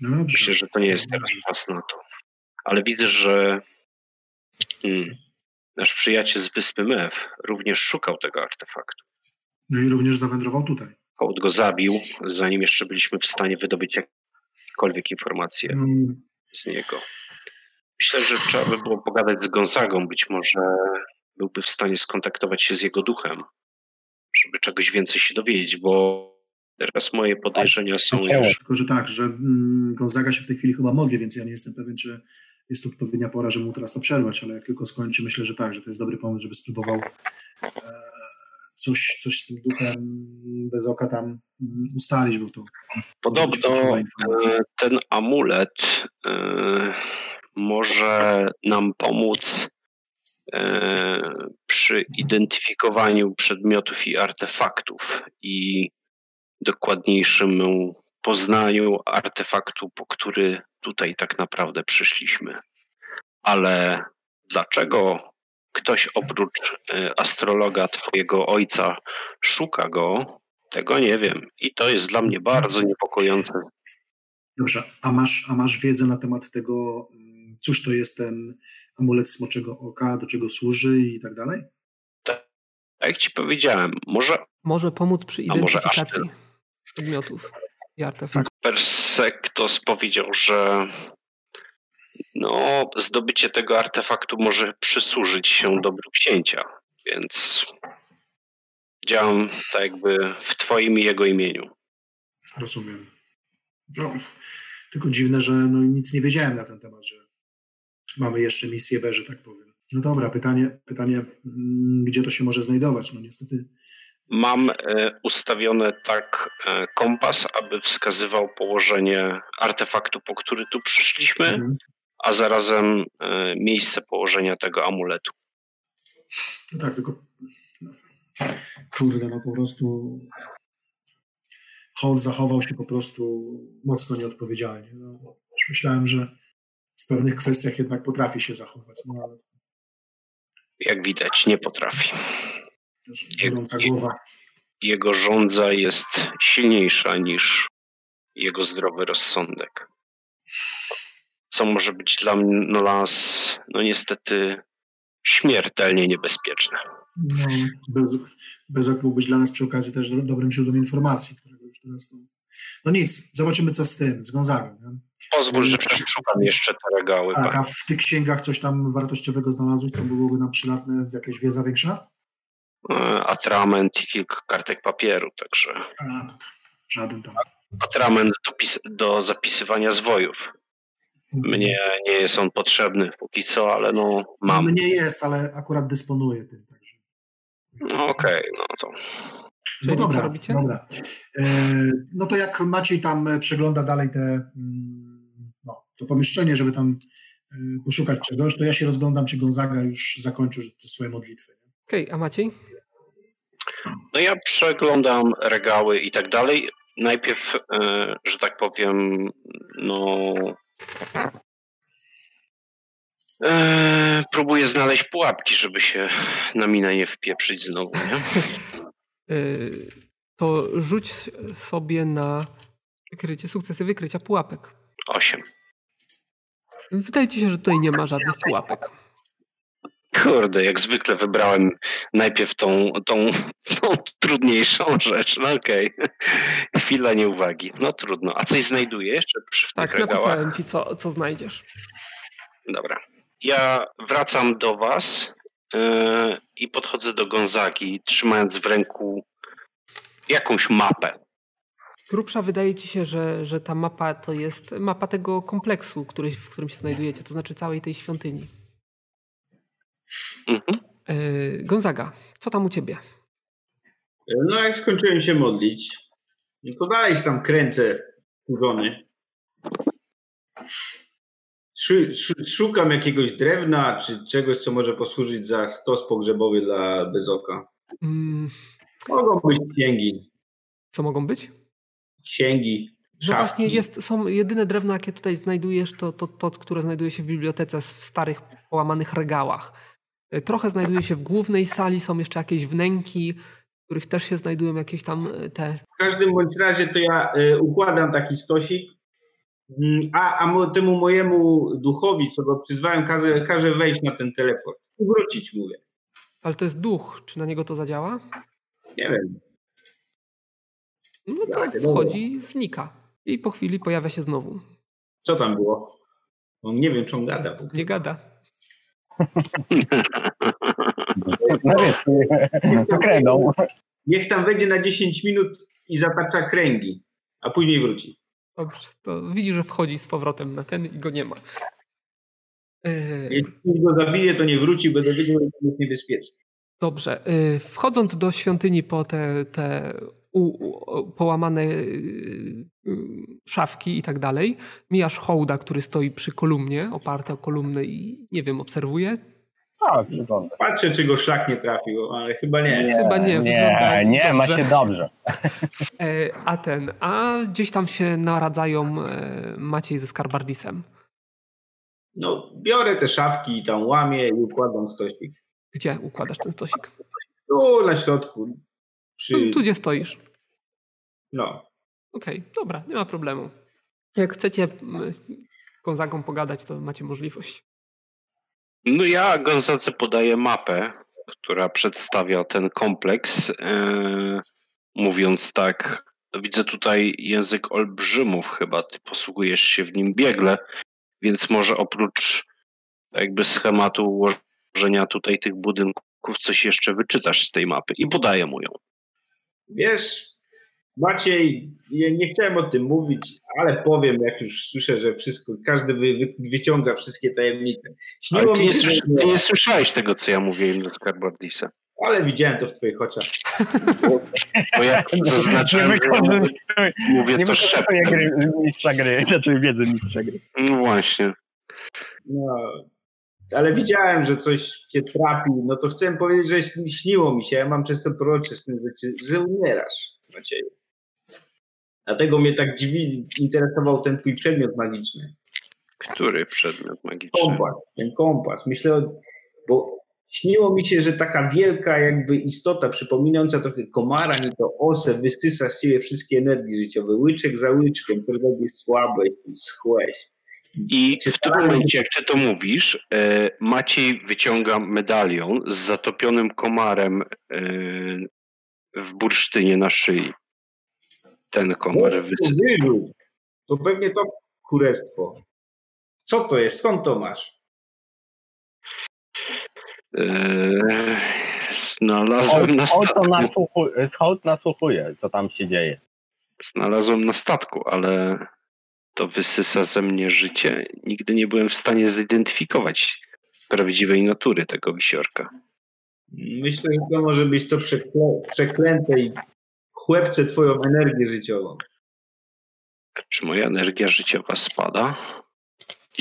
No dobrze. Myślę, że to nie jest teraz czas na to. Ale widzę, że hmm, nasz przyjaciel z wyspy Mew również szukał tego artefaktu. No i również zawędrował tutaj. Hołd go zabił, zanim jeszcze byliśmy w stanie wydobyć jakiekolwiek informacje Mm, z niego. Myślę, że trzeba by było pogadać z Gonzagą. Być może byłby w stanie skontaktować się z jego duchem, żeby czegoś więcej się dowiedzieć, bo teraz moje podejrzenia są już. Tylko, że tak, że mm, Gonzaga się w tej chwili chyba modli, więc ja nie jestem pewien, czy jest odpowiednia pora, żeby mu teraz to przerwać, ale jak tylko skończy, myślę, że tak, że to jest dobry pomysł, żeby spróbował e, coś, coś z tym duchem bez oka tam mm, ustalić, bo to Podobno potrzeba informacji. e, ten amulet e, może nam pomóc e, przy identyfikowaniu przedmiotów i artefaktów i dokładniejszym poznaniu artefaktu, po który tutaj tak naprawdę przyszliśmy. Ale dlaczego ktoś oprócz e, astrologa twojego ojca szuka go, tego nie wiem. I to jest dla mnie bardzo niepokojące. Dobrze, a masz, a masz wiedzę na temat tego, mm, cóż to jest ten amulet smoczego oka, do czego służy i tak dalej? Tak jak ci powiedziałem, może Może pomóc przy A może aż identyfikacji przedmiotów i artefaktów. Persektos powiedział, że no, zdobycie tego artefaktu może przysłużyć się dobru księcia, więc działam tak jakby w twoim i jego imieniu. Rozumiem. No, tylko dziwne, że no, nic nie wiedziałem na ten temat, że mamy jeszcze misję B, że tak powiem. No dobra, pytanie, pytanie mm, gdzie to się może znajdować? No niestety Mam e, ustawione tak e, kompas, aby wskazywał położenie artefaktu, po który tu przyszliśmy, mhm. a zarazem e, miejsce położenia tego amuletu. no tak, tylko no, kurde, no po prostu Holt zachował się po prostu mocno nieodpowiedzialnie. No, już myślałem, że w pewnych kwestiach jednak potrafi się zachować, no ale Jak widać, nie potrafi. też Nie, gorąca nie. głowa. jego żądza jest silniejsza niż jego zdrowy rozsądek. Co może być dla mnie- no, nas, no niestety, śmiertelnie niebezpieczne. No, bez, bezok mógł być dla nas przy okazji też do- dobrym źródłem informacji, którego już teraz no. No nic, zobaczymy co z tym, z Gonzagą. nie? Pozwól, że przeszukam jeszcze te regały. Tak, panie. a w tych księgach coś tam wartościowego znalazłeś, co byłoby nam przydatne, jakaś wiedza większa? E, Atrament i kilka kartek papieru, także. A, to- żaden tam. Atrament do, pis- do zapisywania zwojów. Mnie nie jest on potrzebny póki co, ale no mam. Mnie jest, ale akurat dysponuję tym. Także. No okej, no to. Czyli No co dobra, robicie? dobra. E, No to jak Maciej tam e, przegląda dalej te, mm, no, to pomieszczenie, żeby tam e, poszukać czegoś, to ja się rozglądam, czy Gonzaga już zakończył te swoje modlitwy. Okej, a Maciej? No ja przeglądam regały i tak dalej. Najpierw, e, że tak powiem, no. E, próbuję znaleźć pułapki, żeby się na minę nie wpieprzyć znowu, nie? Y, to rzuć sobie na krycie, sukcesy wykrycia pułapek. Osiem. Wydaje ci się, że tutaj nie ma żadnych pułapek. Kurde, jak zwykle wybrałem najpierw tą, tą, tą trudniejszą rzecz. No okej. Chwila nieuwagi. No trudno. A coś znajduję jeszcze przy w Tak, tych regałach? napisałem ci, co, co znajdziesz. Dobra. Ja wracam do was yy, i podchodzę do Gonzagi, trzymając w ręku jakąś mapę. Grubsza wydaje ci się, że, że ta mapa to jest mapa tego kompleksu, który, w którym się znajdujecie, to znaczy całej tej świątyni. Mhm. Y, Gonzaga, co tam u ciebie? No jak skończyłem się modlić, no to dalej się tam kręcę kurzony. Szy- szy- Szukam jakiegoś drewna, czy czegoś, co może posłużyć za stos pogrzebowy dla bezoka. Mm, Mogą być księgi. co mogą być? Księgi. No szafki. właśnie jest, są jedyne drewno, jakie tutaj znajdujesz, to, to to, które znajduje się w bibliotece w starych, połamanych regałach. Y, Trochę znajduje się w głównej sali, są jeszcze jakieś wnęki, w których też się znajdują jakieś tam y, te... W każdym bądź razie to ja y, układam taki stosik, Mm, a, a mo, temu mojemu duchowi, co go przyzwałem, każę, każę wejść na ten teleport. I wrócić, mówię. Ale to jest duch, czy na niego to zadziała? Nie wiem. No Tak, to dobra. wchodzi i znika. I po chwili pojawia się znowu. Co tam było? On nie wiem, czy on gada. w ogóle. Nie gada. No wiesz, No, to kredą. Niech tam wejdzie na 10 minut i zatacza kręgi, a później wróci. Dobrze, to widzi, że wchodzi z powrotem na ten i go nie ma. E, Yy, Jeśli ktoś go zabije, to nie wróci, będę wiedział, że to jest niebezpieczne. dobrze, yy, wchodząc do świątyni po te, te u, u, połamane yy, yy, szafki i tak dalej, mijasz hołda, który stoi przy kolumnie, oparte o kolumnę i nie wiem, obserwuje. Tak, wygląda. Patrzę, czy go szlak nie trafił, ale chyba nie. Chyba nie, wygląda Nie, nie ma dobrze. się dobrze. E, A ten, a gdzieś tam się naradzają e, Maciej ze Skarbardisem. No, biorę te szafki i tam łamię i układam stosik. Gdzie układasz ten stosik? Tu na środku. Tu, Przy... tu gdzie stoisz. No. Okej, dobra, nie ma problemu. Jak chcecie mm, Gonzagą pogadać, to macie możliwość. No ja Gonzadze podaję mapę, która przedstawia ten kompleks. e, mówiąc tak, widzę tutaj język olbrzymów chyba, ty posługujesz się w nim biegle, więc może oprócz jakby schematu ułożenia tutaj tych budynków coś jeszcze wyczytasz z tej mapy i podaję mu ją. Wiesz, Maciej, ja nie chciałem o tym mówić, ale powiem, jak już słyszę, że wszystko, każdy wy, wy, wyciąga wszystkie tajemnice. Ale Śniło ty mi nie, się, słysza- że- ty nie słyszałeś tego, co ja mówiłem do Skarbardisa. ale widziałem to w twoich oczach. Bo ja [laughs] zaznaczyłem, Nie że ja mówię, wykorzystuj- mówię Nie to wykorzystuję szeptem. gry, mistrza gry, [laughs] znaczy wiedzy mistrza gry. No właśnie. No, ale widziałem, że coś cię trapił. No to chcę powiedzieć, że śni- śniło mi się. Ja mam przez to prorocze z tym, że, ci- że umierasz, Macieju. Dlatego mnie tak dziwi, interesował ten twój przedmiot magiczny. Który przedmiot magiczny? Kompas, ten kompas. Myślę, bo śniło mi się, że taka wielka jakby istota, przypominająca trochę komara, nie to osę, wysysa z ciebie wszystkie energie życiowe. Łyczek za łyczkiem, którego jest słabe i schłeś. I Czy w tym starają momencie, jak ty to mówisz, e, Maciej wyciąga medalion z zatopionym komarem e, w bursztynie na szyi. Ten komar To wysy... wyrzut. To pewnie to kurestwo. Co to jest? Skąd to masz? e, Hołd- znalazłem na Hołd to statku. nasłuchu- hołd nasłuchuje, co tam się dzieje. [laughs] Znalazłem na statku, ale to wysysa ze mnie życie. Nigdy nie byłem w stanie zidentyfikować prawdziwej natury tego wisiorka. Myślę, że to może być to przekle- przeklęte i chłepce twoją energię życiową. Czy moja energia życiowa spada?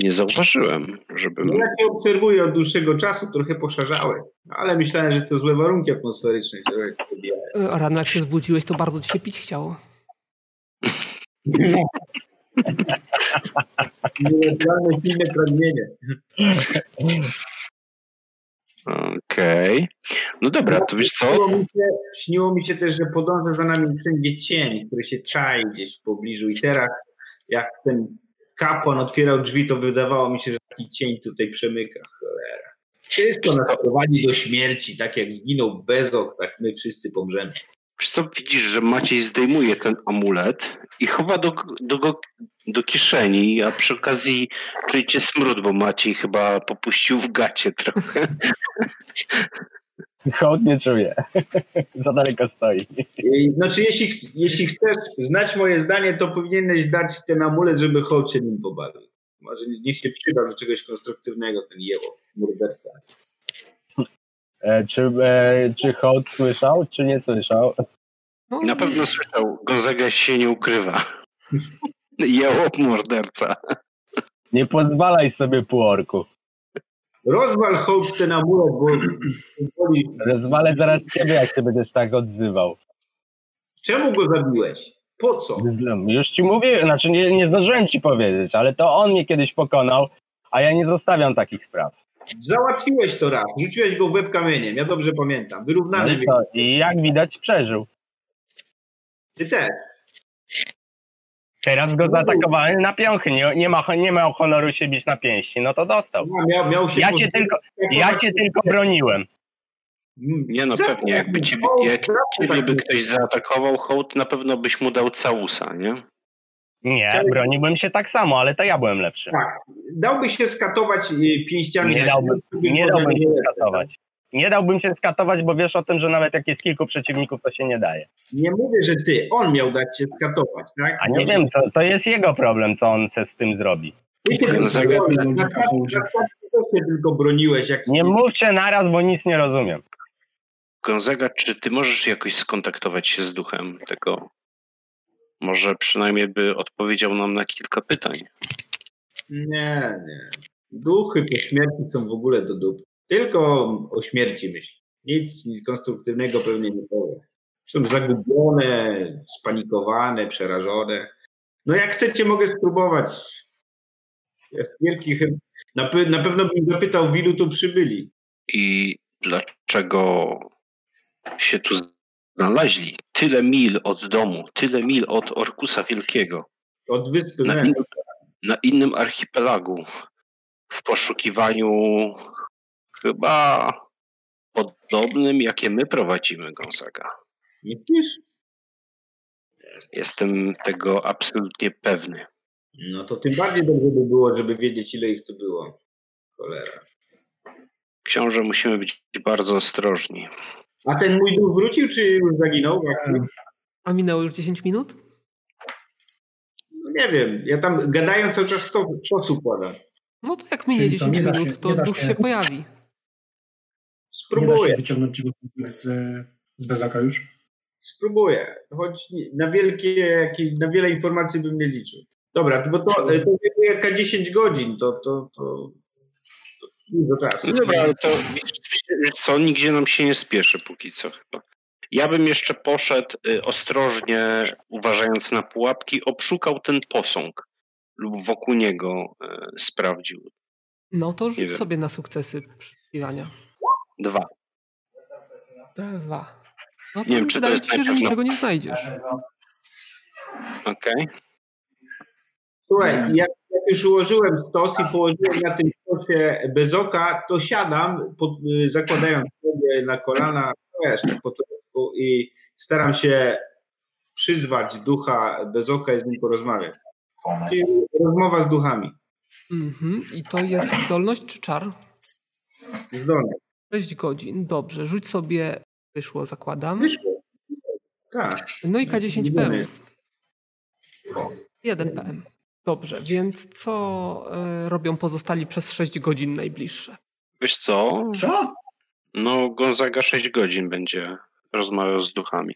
Nie zauważyłem, żebym... No, Ja cię obserwuję od dłuższego czasu, trochę poszarzałem, ale myślałem, że to złe warunki atmosferyczne, które ci dobijają. E, Rano jak się zbudziłeś, to bardzo ci się pić chciało. Nienaturalne, silne pragnienie. Okej. No dobra, to wiesz co? Śniło mi, się, śniło mi się też, że podąża za nami wszędzie cień, który się czai gdzieś w pobliżu i teraz jak ten kapłan otwierał drzwi, to wydawało mi się, że taki cień tutaj przemyka. Cholera. Wszystko nas prowadzi do śmierci, tak jak zginął Bezok, tak my wszyscy pomrzemy. Wiesz co, widzisz, że Maciej zdejmuje ten amulet i chowa do, do, go, do kieszeni, a przy okazji czujecie smród, bo Maciej chyba popuścił w gacie trochę. Hołd nie czuję. [laughs] Za daleko stoi. Yy, Znaczy, jeśli, ch- jeśli chcesz znać moje zdanie, to powinieneś dać ten amulet, żeby Hołd się nim pobawił. Może niech się przyda do czegoś konstruktywnego ten jeło morderca. E, czy, e, czy Hołd słyszał, czy nie słyszał? No, Na pewno słyszał, Gonzaga się nie ukrywa. [laughs] Jełop morderca. Nie pozwalaj sobie półorku. Rozwal Hołd ten amulet, bo powoli Rozwalę zaraz ciebie, jak się będziesz tak odzywał. Czemu go zabiłeś? Po co? Już ci mówiłem, znaczy nie, nie zdążyłem ci powiedzieć, ale to on mnie kiedyś pokonał, a ja nie zostawiam takich spraw. Załatwiłeś to raz. Rzuciłeś go w łeb kamieniem. Ja dobrze pamiętam. No Wyrównane i, no co? I jak widać przeżył. Ty też. Teraz go zaatakowałem na piąchy, nie, nie, ma, nie ma honoru się bić na pięści, no to dostał. Miał, miał się Ja cię pozbyć- tylko, ja cię tylko broniłem. Mm. Nie no, Zawsze pewnie, jakby tak ciebie, było. jak Zawsze ciebie tak by było. ktoś zaatakował, hołd na pewno byś mu dał całusa, nie? Nie, broniłbym się tak samo, ale to ja byłem lepszy. Tak. Dałby się skatować y, pięściami. Nie na dałbym, siebie, nie żeby dałbym się nie- skatować. Nie dałbym się skatować, bo wiesz o tym, że nawet jak jest kilku przeciwników, to się nie daje. Nie mówię, że ty. On miał dać się skatować, tak? A nie Miał się- wiem, to, to jest jego problem, co on se z tym zrobi. Ty się No, tylko zagadka. broniłeś. Na klatce- na klatce też się tylko broniłeś. Jak Nie mówcie naraz, bo nic nie rozumiem. Gonzaga, czy ty możesz jakoś skontaktować się z duchem tego? Może przynajmniej by odpowiedział nam na kilka pytań. Nie, nie. Duchy po śmierci są w ogóle do dup. Tylko o śmierci myślę. Nic, nic konstruktywnego pewnie nie powiem. Są zagubione, spanikowane, przerażone. No jak chcecie, mogę spróbować. Jak Wielki chy- na, pe- na pewno bym zapytał, w ilu tu przybyli. I dlaczego się tu znaleźli? Tyle mil od domu, tyle mil od Orkusa Wielkiego, Od wyspy na, Mem. in, na innym archipelagu, w poszukiwaniu chyba podobnym, jakie my prowadzimy, Gonzaga. Myślisz? Jestem tego absolutnie pewny. No to tym bardziej dobrze by było, żeby wiedzieć, ile ich tu było. Cholera. Książę, musimy być bardzo ostrożni. A ten mój duch wrócił, czy już zaginął? w akcji? A minęło już 10 minut? No nie wiem, ja tam gadając cały czas sto- sztos układam. No to jak minie Czyli co, 10 nie da się- minut, nie to da duch się- się pojawi. Nie da się Spróbuję, wyciągnąć czegokolwiek z, z Bezaka już. spróbuję. Choć nie- na wielkie, jakieś, na wiele informacji bym nie liczył. Dobra, bo to, e, to zajmuje jaka 10 godzin, to, to, to, to dużo czasu. No dobra, ale to wiesz- wiesz co, nigdzie nam się nie spieszy póki co chyba. Ja bym jeszcze poszedł y, ostrożnie, uważając na pułapki, obszukał ten posąg lub wokół niego y, sprawdził. No to rzuć wiem. sobie na sukcesy przyszukiwania. Dwa. Dwa. No to Nie wiem, czy to wydaje jest ci się, że najpierw- niczego nie znajdziesz. Okej. Słuchaj, jak, jak już ułożyłem stos i położyłem na tym stosie bez oka, to siadam, pod, y, zakładając sobie na kolana, wiesz, tak po trochu i staram się przyzwać ducha bez oka i z nim porozmawiać. Czyli rozmowa z duchami. Mhm. I to jest zdolność czy czar? Zdolne. 6 godzin. Dobrze, rzuć sobie. Wyszło, zakładam. Wyszło. Tak. No i K10 Widzimy. PM. No. 1 PM. Dobrze, więc co e, robią pozostali przez 6 godzin najbliższe? Wiesz co, Co? No, Gonzaga 6 godzin będzie rozmawiał z duchami.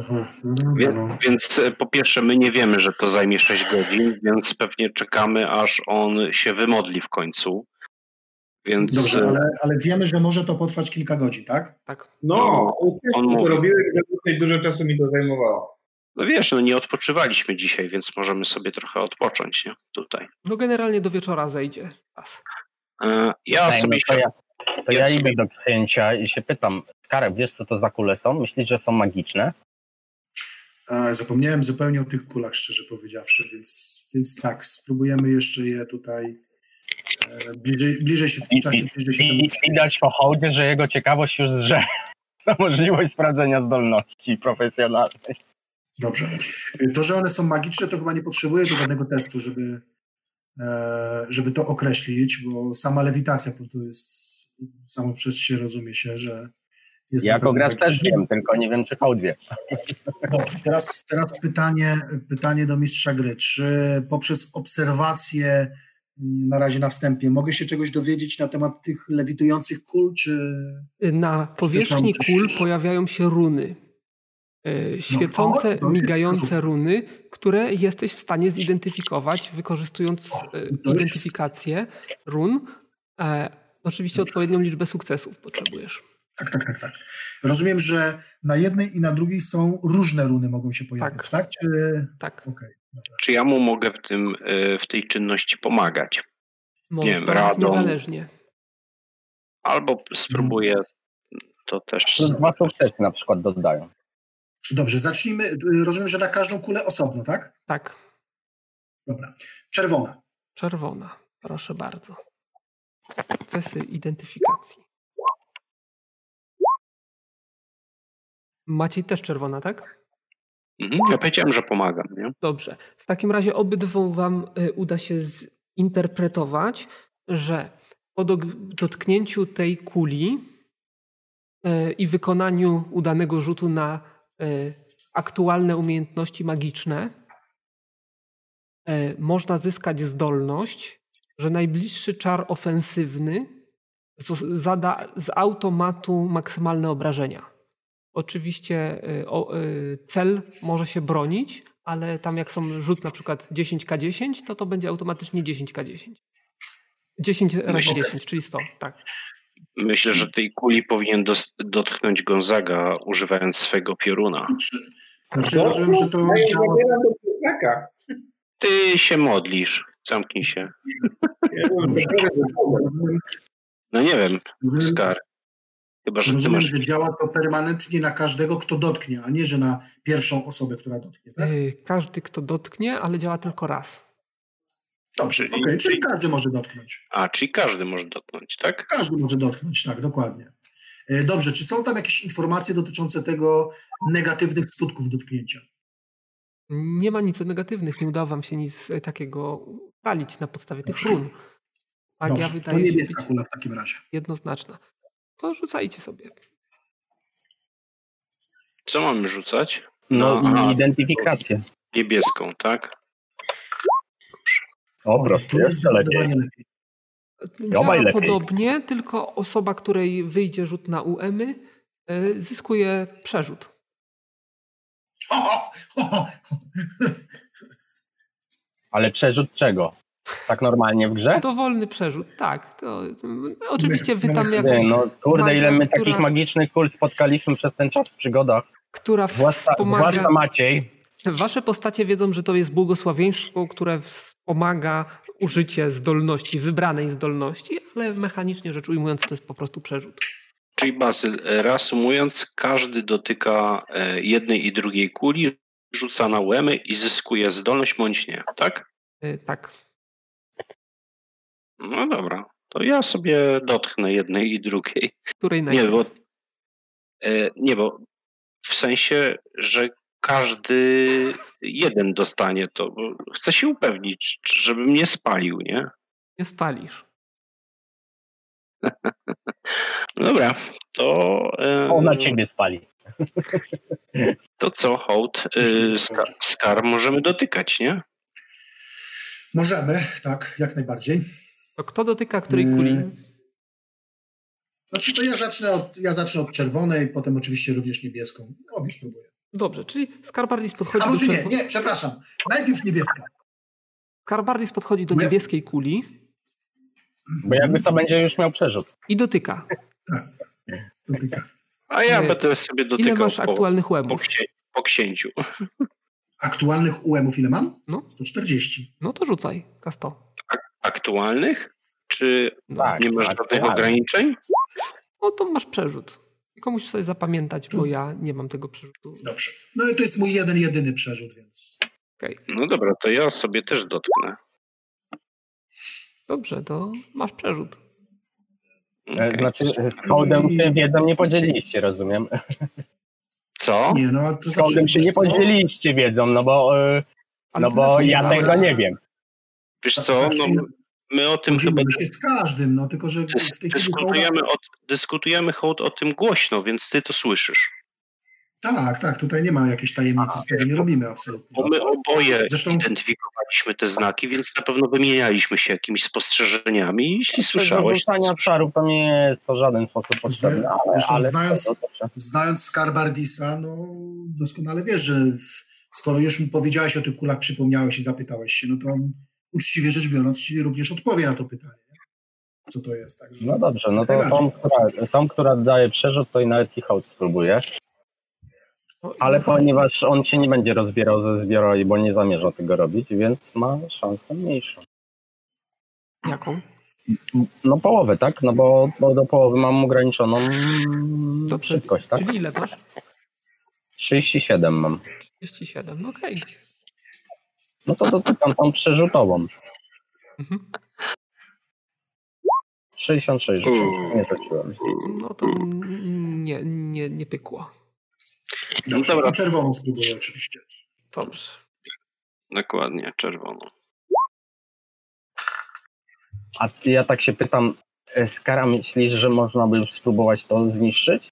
Aha, Wie, no. więc e, po pierwsze, my nie wiemy, że to zajmie 6 godzin, więc pewnie czekamy, aż on się wymodli w końcu. Więc Dobrze, e, ale, ale wiemy, że może to potrwać kilka godzin, tak? Tak. No, On on to mówi. robiłem, że tutaj dużo czasu mi to zajmowało. no wiesz, no nie odpoczywaliśmy dzisiaj, więc możemy sobie trochę odpocząć nie? tutaj. No generalnie do wieczora zejdzie. Czas. E, Ja Ej, no osobiście to ja, to ja ja idę sobie- do księcia i się pytam, Skarek, wiesz co to za kule są? Myślisz, że są magiczne? E, Zapomniałem zupełnie o tych kulach, szczerze powiedziawszy, więc, więc tak, spróbujemy jeszcze je tutaj e, bliżej, bliżej się w I- tym i- czasie, bliżej się I, temu i widać po hołdzie, że jego ciekawość już zrze na [laughs] możliwość sprawdzenia zdolności profesjonalnej. Dobrze. E, To, że one są magiczne, to chyba nie potrzebuje tu żadnego testu, żeby, e, żeby to określić, bo sama lewitacja bo to jest, samo przez się rozumie się, że jest... Jako zapewne gracz też magiczne. wiem, tylko nie wiem, czy hołd wie. Dobrze, teraz, teraz pytanie, pytanie do mistrza gry. Czy poprzez obserwacje mm, na razie na wstępie mogę się czegoś dowiedzieć na temat tych lewitujących kul, czy... Na powierzchni coś- kul pojawiają się runy. Y, Świecące, to no, jest- migające runy, które jesteś w stanie zidentyfikować, wykorzystując y, to jest- identyfikację run. E, Oczywiście odpowiednią liczbę sukcesów potrzebujesz. Tak, tak, tak, tak. Rozumiem, że na jednej i na drugiej są różne runy mogą się pojawić, Tak. tak? Czy... Tak. Okej. czy ja mu mogę w, tym, e, w tej czynności pomagać? Możesz wiem, to robić radą. niezależnie. Albo spróbuję Mhm. to też. Dwa sukcesy na przykład dodają. Dobrze, zacznijmy. y, Rozumiem, że na każdą kulę osobno, tak? Tak. Dobra. Czerwona. Czerwona. Proszę bardzo. Sukcesy identyfikacji. Maciej też czerwona, tak? Mhm. Ja powiedziałem, że pomagam, nie? Dobrze. W takim razie obydwu wam y, uda się zinterpretować, że po dog- dotknięciu tej kuli y, i wykonaniu udanego rzutu na y, aktualne umiejętności magiczne y, można zyskać zdolność, że najbliższy czar ofensywny zos- zada z automatu maksymalne obrażenia. Oczywiście y, o, y, cel może się bronić, ale tam jak są rzut na przykład 10k10, to to będzie automatycznie 10k10. 10 razy Myślę- 10, czyli 100, tak. Myślę, że tej kuli powinien dos- dotknąć Gonzaga, używając swego pioruna. Czy, znaczy, rozumiem, że to No i działa. zabieram do plecaka. Ty się modlisz, zamknij się. Ja mówię, Dobrze. dobra, dobra. Rozumiem, No nie wiem, rozumiem- Skar. Chyba, że ty Rozumiem, masz. że działa to permanentnie na każdego, kto dotknie, a nie, że na pierwszą osobę, która dotknie, tak? Y, Każdy, kto dotknie, ale działa tylko raz. Dobrze, okej, czyli każdy może dotknąć. A, czyli każdy może dotknąć, tak? Każdy może dotknąć, tak, dokładnie. E, Dobrze, czy są tam jakieś informacje dotyczące tego negatywnych skutków dotknięcia? Nie ma nic negatywnych, nie udało wam się nic e, takiego ustalić na podstawie tych Dobrze. run. Magia Dobrze, to wydaje się być niebieska kula w takim razie. jednoznaczna. To rzucajcie sobie. Co mamy rzucać? No No, a- i identyfikację. Niebieską, tak? O, proszę, Tu jest jeszcze lepiej. zdecydowanie lepiej. Działa obaj lepiej. podobnie, tylko osoba, której wyjdzie rzut na UEMy, y, zyskuje przerzut. O, o, o, o. Ale przerzut czego? Tak normalnie w grze? Dowolny przerzut, tak. To, mm, oczywiście wy no, tam Nie, jakąś, no kurde, magia, ile my która- takich magicznych kul spotkaliśmy przez ten czas w przygodach. która Zwłaszcza, wspomaga... zwłaszcza Maciej. Wasze postacie wiedzą, że to jest błogosławieństwo, które wspomaga użycie zdolności, wybranej zdolności, ale mechanicznie rzecz ujmując, to jest po prostu przerzut. Czyli Bazyl, e, reasumując, każdy dotyka e, jednej i drugiej kuli, rzuca na łemy i zyskuje zdolność bądź nie, tak? Y, Tak. No dobra, to ja sobie dotknę jednej i drugiej. Której Nie, najpierw? bo, e, nie, bo w sensie, że każdy jeden dostanie to. bo Chcę się upewnić, czy- żebym nie spalił, nie? Nie spalisz. No Dobra, to. e, Ona ciebie spali. To co, hołd? Oczywiście, y, Ska, skar możemy dotykać, nie? Możemy, tak, jak najbardziej. To kto dotyka której Y, kuli? Znaczy to ja zacznę od, ja zacznę od czerwonej, potem oczywiście również niebieską. Obie spróbuję. Dobrze, czyli Skarbardis podchodzi A do może nie, czerwo- nie, przepraszam. Najpierw niebieska. Skarbardis podchodzi do Nie. niebieskiej kuli Bo jakby to będzie już miał przerzut. i dotyka. Dotyka. A ja Nie. będę sobie Ile dotykał masz po, aktualnych po, łebów? księ, po księciu. Aktualnych UM-ów ile mam? No. 140. No to rzucaj, kasto. Aktualnych? Czy No. Tak, nie masz tak, żadnych tak. ograniczeń? no to masz przerzut. Tylko musisz sobie zapamiętać, bo ja nie mam tego przerzutu. Dobrze. No i to jest mój jeden, jedyny przerzut, więc... Okej, No dobra, to ja sobie też dotknę. dobrze, to masz przerzut. E, Okej. Znaczy z hołdem się wiedzą nie podzieliliście, rozumiem. Co? Nie, no to Z hołdem się nie wiesz co? podzieliliście wiedzą, no bo, e, Ale no ty bo nas nie ja znałeś. tego nie wiem. Wiesz co? No, my o tym chyba Podzieliłeś się z każdym, no tylko że w tej chwili... dyskutujemy, o, dyskutujemy hołd o tym głośno, więc ty to słyszysz. Tak, tak, tutaj nie ma jakiejś tajemnicy, z tego nie robimy absolutnie. Bo my oboje Zresztą- identyfikowaliśmy te znaki, więc na pewno wymienialiśmy się jakimiś spostrzeżeniami. Jeśli słyszałeś, to Rzucania czarów to nie jest to w żaden sposób potrzebne, ale, Zresztą ale znając- to dobrze. Znając Skarbardisa, no doskonale wiesz, że w, skoro już mu powiedziałeś o tych kulach, przypomniałeś i zapytałeś się, no to on uczciwie rzecz biorąc ci również odpowie na to pytanie. Co to jest? Także No dobrze, no to tą, Najbardziej. która, tą, która daje przerzut, to i nawet i hołd spróbuję. No i- Ale ponieważ on się nie będzie rozbierał ze zbioroi, bo nie zamierza tego robić, więc ma szansę mniejszą. Jaką? No połowę, tak? No bo, bo do połowy mam ograniczoną mm, Dobrze. szybkość, tak? Czyli ile masz? 37 mam. 37, no okej. No to dotykam tą przerzutową. Mhm. 66 rzuciłem. nie rzuciłem. No to mm, nie, nie, nie pykło. dobrze, dobra. tą czerwoną spróbuję oczywiście. Dobrze. dokładnie czerwono. A ty- ja tak się pytam, e, Skara, myślisz, że można by spróbować to zniszczyć?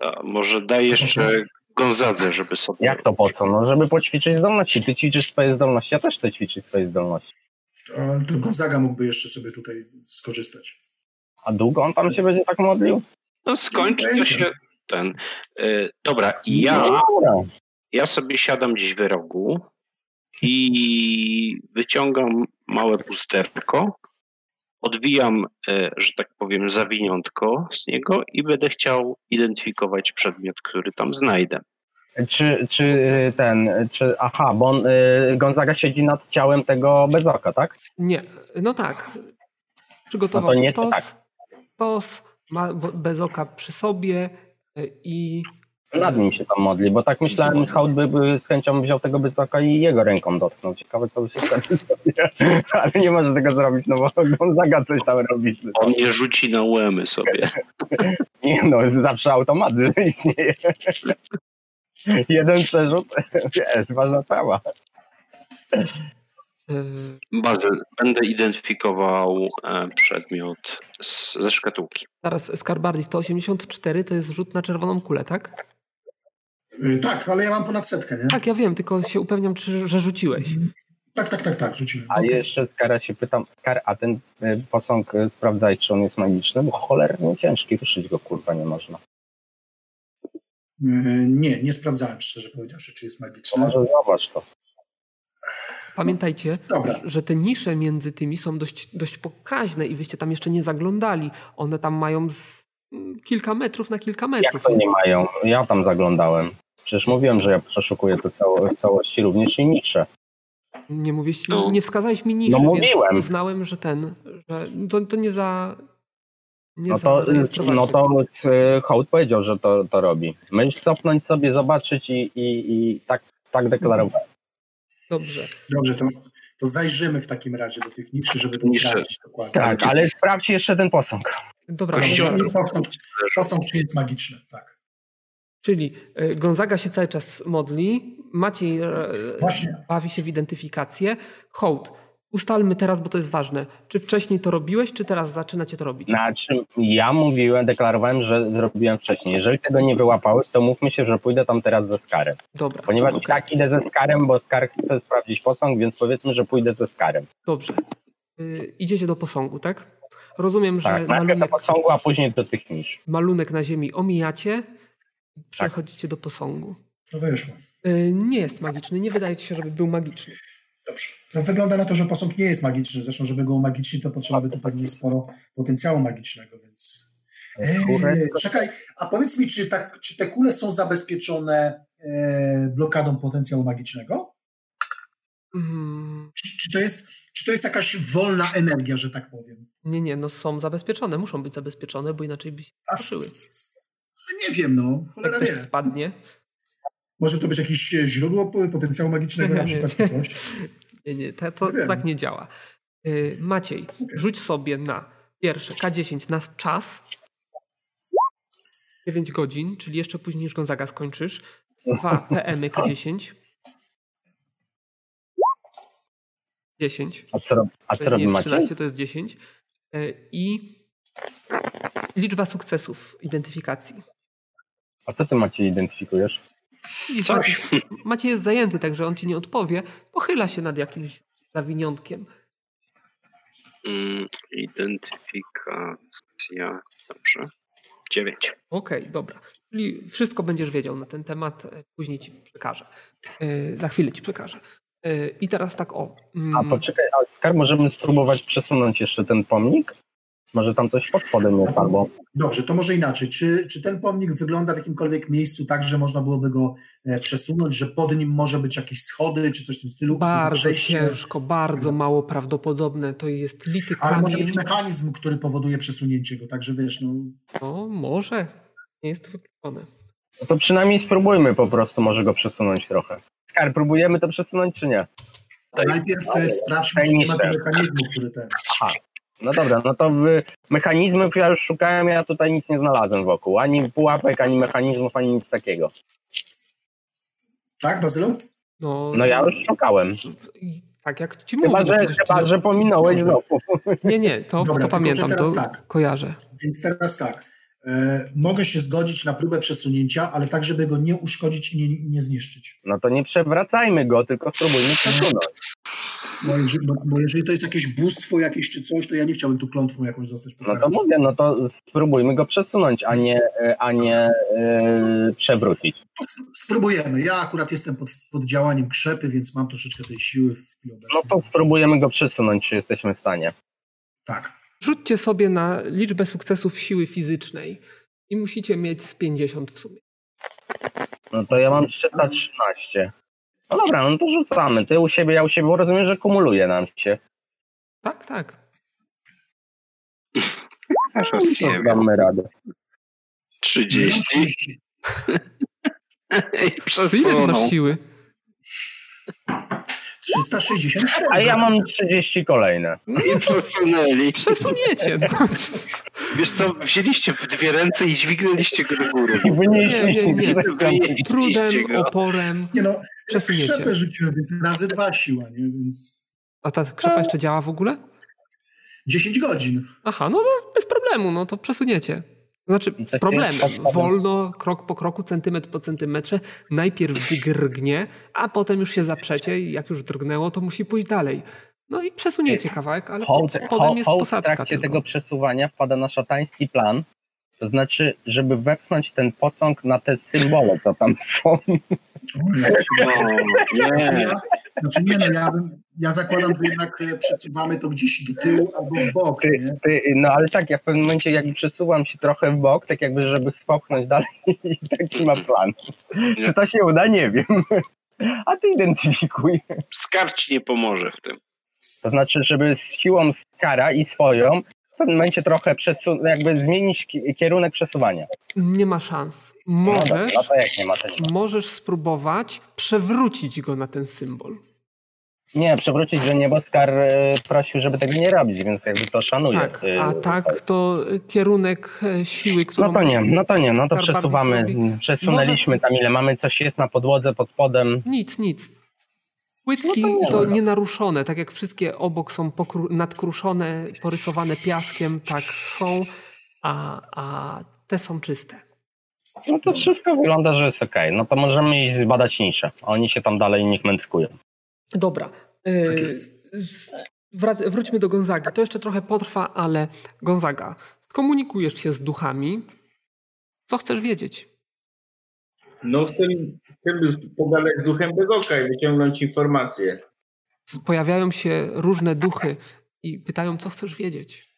A może daj jeszcze Gonzadze, żeby sobie... Jak to po co? No żeby poćwiczyć zdolności. Ty ćwiczysz swoje zdolności, ja też chcę ćwiczyć swoje zdolności. Ale to Gonzaga mógłby jeszcze sobie tutaj skorzystać. A długo on tam się będzie tak modlił? No skończy to się ten... Y, dobra, i ja... No dobra. ja sobie siadam gdzieś w rogu i wyciągam małe pusterko, odwijam, e, że tak powiem, zawiniątko z niego i będę chciał identyfikować przedmiot, który tam znajdę. Czy, czy y, ten, y, czy, aha, bo on, y, Gonzaga siedzi nad ciałem tego bezoka, tak? Nie, no tak. Przygotował No to nie stos. tak. Stos ma bo- bez oka przy sobie y, i Nad nim się tam modli, bo tak myślałem, hołd by, by z chęcią wziął tego bezoka i jego ręką dotknął. Ciekawe, co by się wtedy zrobiło. Ale nie może tego zrobić, no bo Gonzaga coś tam robi. On je rzuci na łemy sobie. Nie no, jest zawsze automat istnieje. Jeden przerzut, wiesz, ważna sprawa. y, Bazyl, będę identyfikował e, przedmiot z, ze szkatułki. zaraz Skarbardis to 84 to jest rzut na czerwoną kulę, tak? Yy, tak, ale ja mam ponad setkę, nie? Tak, ja wiem, tylko się upewniam, czy, że rzuciłeś. Tak, tak, tak, tak, rzuciłem. A Okej. jeszcze Skara się pytam, Skar, a ten y, posąg y, sprawdzaj, czy on jest magiczny, bo cholernie ciężki, ruszyć go kurwa nie można. Yy, nie, nie sprawdzałem szczerze powiedziawszy, czy jest To magiczne. może zobacz to. Pamiętajcie, Dobra. że te nisze między tymi są dość, dość pokaźne i wyście tam jeszcze nie zaglądali. One tam mają z mm, kilka metrów na kilka Jak metrów. to nie mają? Ja tam zaglądałem. Przecież mówiłem, że ja przeszukuję to cało, w całości również i nicze. Nie mówiłeś, No. nie wskazałeś mi niszy, No mówiłem. więc uznałem, że ten, że to, to nie za... Nie No za to, rejestrowany. no to y, Hołd powiedział, że to, to robi. Myśl cofnąć sobie, zobaczyć i, i, i tak, tak deklarowałem. Dobrze. Dobrze, to, to zajrzymy w takim razie do tych niszy, żeby to Niszy. sprawdzić dokładnie. Tak, ale sprawdź jeszcze ten posąg. Tak, Dobra, Kościołem. dobra. Kościoły. Posąg czy jest magiczny, tak. Czyli y, Gonzaga się cały czas modli, Maciej e, Właśnie. bawi się w identyfikację. Hołd, ustalmy teraz, bo to jest ważne. Czy wcześniej to robiłeś, czy teraz zaczynacie to robić? Znaczy, ja mówiłem, deklarowałem, że zrobiłem wcześniej. Jeżeli tego nie wyłapałeś, to mówmy się, że pójdę tam teraz ze Skarem. Dobra. Ponieważ i okej. tak idę ze Skarem, bo Skar chce sprawdzić posąg, więc powiedzmy, że pójdę ze Skarem. Dobrze. Y, idziecie do posągu, tak? Rozumiem, że Tak, najpierw do malunek, pociągu, a później do tych nisz. malunek na ziemi omijacie, przechodzicie do posągu. To wyszło. Y, Nie jest magiczny, nie wydaje ci się, żeby był magiczny. Dobrze. To wygląda na to, że posąg nie jest magiczny. Zresztą, żeby go umagicznić, to potrzeba by tu pewnie sporo potencjału magicznego, więc... Eee, czekaj, a powiedz mi, czy, tak, czy te kule są zabezpieczone e, blokadą potencjału magicznego? Mm, Czy, czy, to jest, czy to jest jakaś wolna energia, że tak powiem? Nie, nie, no są zabezpieczone, muszą być zabezpieczone, bo inaczej by się straszyły. Nie wiem, no. Jak Cholera ktoś wie. spadnie. Może to być jakieś e, źródło po- potencjału magicznego na przykład, czy coś? Nie, nie, to, No to, to Wiem. tak nie działa. Y, Maciej, rzuć sobie na pierwsze K10 na czas. 9 godzin, czyli jeszcze później niż Gonzaga skończysz. [laughs] Dwa PM K10. 10. A co, rob- a co To nie robi jest Maciej? 13, to jest 10. Y, I liczba sukcesów identyfikacji. A co ty Maciej identyfikujesz? Widzisz, Maciej, Coś. Maciej jest zajęty, także on ci nie odpowie. Pochyla się nad jakimś zawiniątkiem. Mm, Identyfikacja. Dobrze. Dziewięć. Okej, dobra. Czyli wszystko będziesz wiedział na ten temat, e, później ci przekażę. E, za chwilę ci przekażę. E, I teraz tak o. mm, A poczekaj, a Skar, możemy spróbować przesunąć jeszcze ten pomnik? Może tam coś pod spodem jest albo... Dobrze, to może inaczej. Czy, czy ten pomnik wygląda w jakimkolwiek miejscu tak, że można byłoby go e, przesunąć, że pod nim może być jakieś schody czy coś w tym stylu? bardzo Przejście? ciężko, bardzo Mm. mało prawdopodobne. To jest lity Ale może kamień. być mechanizm, który powoduje przesunięcie go, także wiesz, no... No, może. Nie jest to wykluczone. No to przynajmniej spróbujmy po prostu, może go przesunąć trochę. Skar, próbujemy to przesunąć czy nie? Najpierw e, sprawdźmy, czy nie ma tu mechanizmu, który ten... No dobra, no to wy... mechanizmów ja już szukałem, ja tutaj nic nie znalazłem wokół. Ani pułapek, ani mechanizmów, ani nic takiego. Tak, Bazylu? No, No ja już szukałem. i Tak jak ci Chyba, mówię. no że, przecież chyba, to- że pominąłeś znowu. Nie, nie, to, Dobra, to tylko pamiętam, że to teraz tak. kojarzę. Więc teraz tak. E, mogę się zgodzić na próbę przesunięcia, ale tak, żeby go nie uszkodzić i nie, nie zniszczyć. No to nie przewracajmy go, tylko spróbujmy przesunąć. Bo jeżeli, bo, bo jeżeli to jest jakieś bóstwo jakieś czy coś, to ja nie chciałbym tu klątwą jakąś zostać No to mówię, no to spróbujmy go przesunąć, a nie, a nie e, przewrócić. To s- Spróbujemy. Ja akurat jestem pod, pod działaniem krzepy, więc mam troszeczkę tej siły w chwili No obecnej. to spróbujemy go przesunąć, czy jesteśmy w stanie. Tak. Rzućcie sobie na liczbę sukcesów siły fizycznej i musicie mieć z 50 w sumie. No to ja mam 313. No dobra, no to rzucamy. Ty u siebie, ja u siebie, bo rozumiem, że kumuluje nam się. Tak, tak. No, siebie. Damy radę. No. Trzydzieści. I Ty ile ty przesunął. masz siły? 360. A ja mam 30 kolejne. I przesunęli. Przesuniecie. No. [laughs] Wiesz co, wzięliście w dwie ręce i dźwignęliście go do góry. I wynieśliście. Nie, nie, Wynieśliście Trudem, go. oporem. Nie no, Przesuniecie. krzepę rzuciłem, więc razy dwa siła, nie? Więc A ta krzepa jeszcze działa w ogóle? 10 godzin. Aha, no to bez problemu, no to przesuniecie. Znaczy, I z tak problemem. jest, tak powiem. Wolno, krok po kroku, centymetr po centymetrze. Najpierw drgnie, a potem już się zaprzecie i jak już drgnęło, to musi pójść dalej. No i przesuniecie kawałek, ale pod Hołd, ho, spodem jest hołd w posadzka trakcie tylko. tego przesuwania wpada na szatański plan. To znaczy, żeby wepchnąć ten posąg na te symbole, co tam są. [laughs] No, nie. Ja, znaczy nie no, ja, bym, ja zakładam, że jednak e, przesuwamy to gdzieś do tyłu albo w bok, nie? Ty, no ale tak, ja w pewnym momencie jakby przesuwam się trochę w bok, tak jakby żeby popchnąć dalej [laughs] i taki ma plan. Czy to się uda? Nie wiem. A ty identyfikuj. Skarb ci nie pomoże w tym. To znaczy, żeby z siłą skara i swoją w pewnym momencie trochę przesu- jakby zmienić ki- kierunek przesuwania. Nie ma szans. No dobra, Możesz, No to jak nie ma to nie ma. możesz spróbować przewrócić go na ten symbol. Nie, przewrócić, że nieboskar e, prosił, żeby tego nie robić, więc jakby to szanuję. Tak, E, a tak to kierunek e, siły, którą... No to nie, no to nie, no to Skar bardzo przesuwamy, zrobi. przesunęliśmy tam ile mamy, coś jest na podłodze, pod spodem. Nic, nic. Płytki No to nie. to nienaruszone, tak jak wszystkie obok są pokru- nadkruszone, porysowane piaskiem, tak są, a, a te są czyste. No to wszystko wygląda, że jest okej. No to możemy iść zbadać nisze. Oni się tam dalej niech mędrkują. Dobra. e, Tak jest. z- Wrac- wróćmy do Gonzagi. To jeszcze trochę potrwa, ale Gonzaga, komunikujesz się z duchami. Co chcesz wiedzieć? No w tym, w tym pogadać z duchem Begoka i wyciągnąć informacje. Pojawiają się różne duchy i pytają, co chcesz wiedzieć.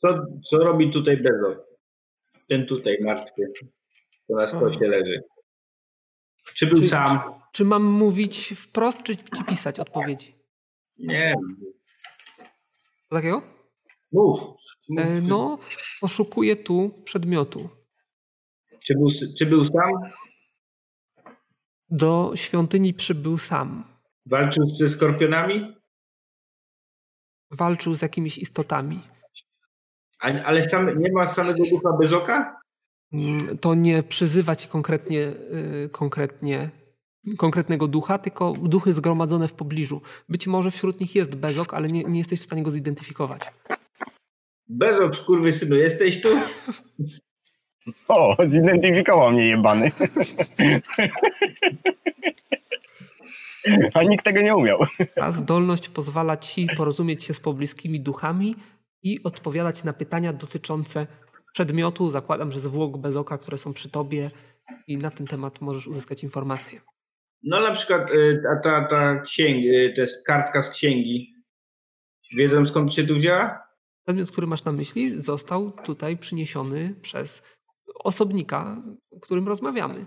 Co, co robi tutaj Bezos? Ten tutaj martwy, co na stosie leży. Czy był Czy- sam? Czy mam mówić wprost, czy ci pisać odpowiedzi? Nie. Co takiego? Mów. Mów. E, no, poszukuję tu przedmiotu. Czy, był, czy był sam? Do świątyni przybył sam. Walczył ze skorpionami? Walczył z jakimiś istotami. A, ale sam, nie ma samego ducha Bezoka? Mm, To nie przyzywać konkretnie, y, konkretnie konkretnego ducha, tylko duchy zgromadzone w pobliżu. Być może wśród nich jest bezok, ale nie, nie jesteś w stanie go zidentyfikować. Bezok, skurwysynu, jesteś tu? O, zidentyfikował mnie jebany. A nikt tego nie umiał. Ta zdolność pozwala ci porozumieć się z pobliskimi duchami i odpowiadać na pytania dotyczące przedmiotu, zakładam, że zwłok bezoka, które są przy tobie i na ten temat możesz uzyskać informacje. No na przykład y, ta, ta, ta księg, y, to jest kartka z księgi. Wiedzą skąd się tu wzięła? Przedmiot, który masz na myśli, został tutaj przyniesiony przez osobnika, o którym rozmawiamy.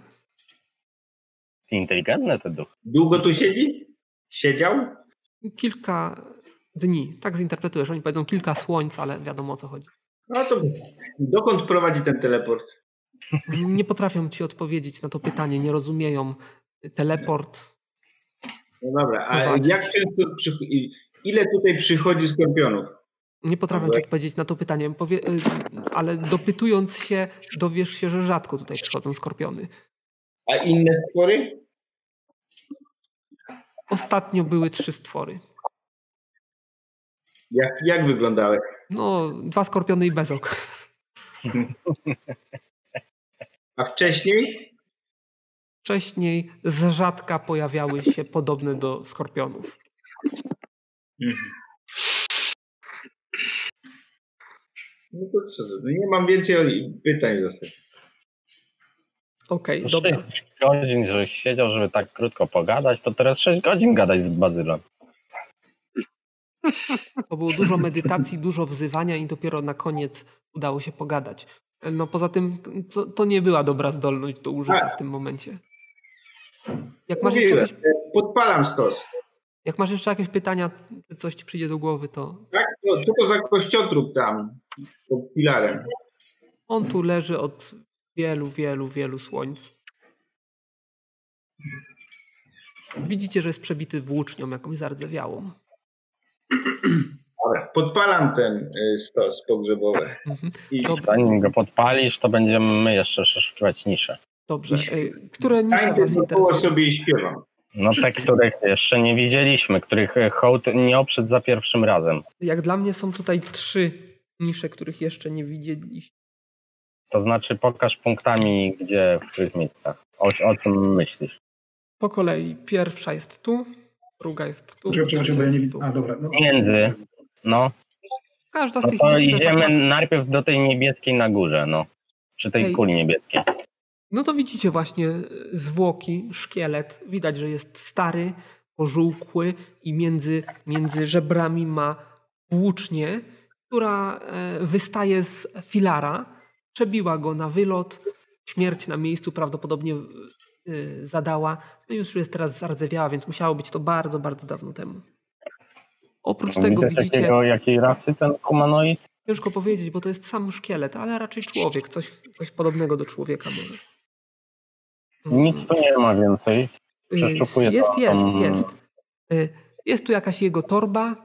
Inteligentne te duchy. Długo tu siedzi? Siedział? Kilka dni, tak zinterpretujesz, oni powiedzą kilka słońc, ale wiadomo o co chodzi. No to dokąd prowadzi ten teleport? Nie potrafią ci odpowiedzieć na to pytanie, nie rozumieją teleport. No dobra, a Prowadzi. jak często, przy, i- ile tutaj przychodzi skorpionów? Nie potrafią ci Dobra. odpowiedzieć na to pytanie, powie, y, ale dopytując się, dowiesz się, że rzadko tutaj przychodzą skorpiony. A inne stwory? Ostatnio były trzy stwory. Jak, jak wyglądały? No, dwa skorpiony i bezok. A wcześniej? Wcześniej z rzadka pojawiały się podobne do skorpionów. No to co, no nie mam więcej oli- pytań w zasadzie. Okej, No dobra. 6 godzin, żeś siedział, żeby tak krótko pogadać, to teraz 6 godzin gadać z Bazylem. To było dużo medytacji, dużo wzywania i dopiero na koniec udało się pogadać. No poza tym to, to nie była dobra zdolność do użycia w tym momencie. Jak masz, jeszcze Mówiłem, jakieś, podpalam stos. jak masz jeszcze jakieś pytania, czy coś ci przyjdzie do głowy, to Tak? No, co to za kościotrup tam pod filarem? on tu leży od wielu, wielu, wielu słońc. Widzicie, że jest przebity włócznią jakąś zardzewiałą. Dobra, podpalam ten y, stos pogrzebowy. Mhm. I Dobra, Zanim go podpalisz, to będziemy my jeszcze przeszukiwać nisze. dobrze. Ej, Które Tak, nisze tańczę was dookoła interesują? sobie i śpiewam. No te, Wszystkie. których jeszcze nie widzieliśmy, których e, hołd nie oprzedł za pierwszym razem. Jak dla mnie są tutaj trzy nisze, których jeszcze nie widzieliście. To znaczy pokaż punktami, gdzie, w których miejscach. O, o czym myślisz? Po kolei pierwsza jest tu, druga jest tu. Czekaj, czekaj, czekaj, bo ja nie widzę. A, tu. dobra. No, Między. No, Każda z no tych to niszy to jest idziemy taka... najpierw do tej niebieskiej na górze, no. Przy tej Ej. kuli niebieskiej. No to widzicie właśnie y, zwłoki, szkielet. Widać, że jest stary, pożółkły i między, między żebrami ma włócznię, która e, wystaje z filara. Przebiła go na wylot. Śmierć na miejscu prawdopodobnie y, zadała. No i już jest teraz zardzewiała, więc musiało być to bardzo, bardzo dawno temu. Oprócz tego Widzisz widzicie... jakiego, jakiej rasy ten humanoid? Ciężko powiedzieć, bo to jest sam szkielet, ale raczej człowiek, coś, coś podobnego do człowieka może. Nic tu nie ma więcej. Y, przeszukuję Jest, to, jest, mm. jest. Y, Jest tu jakaś jego torba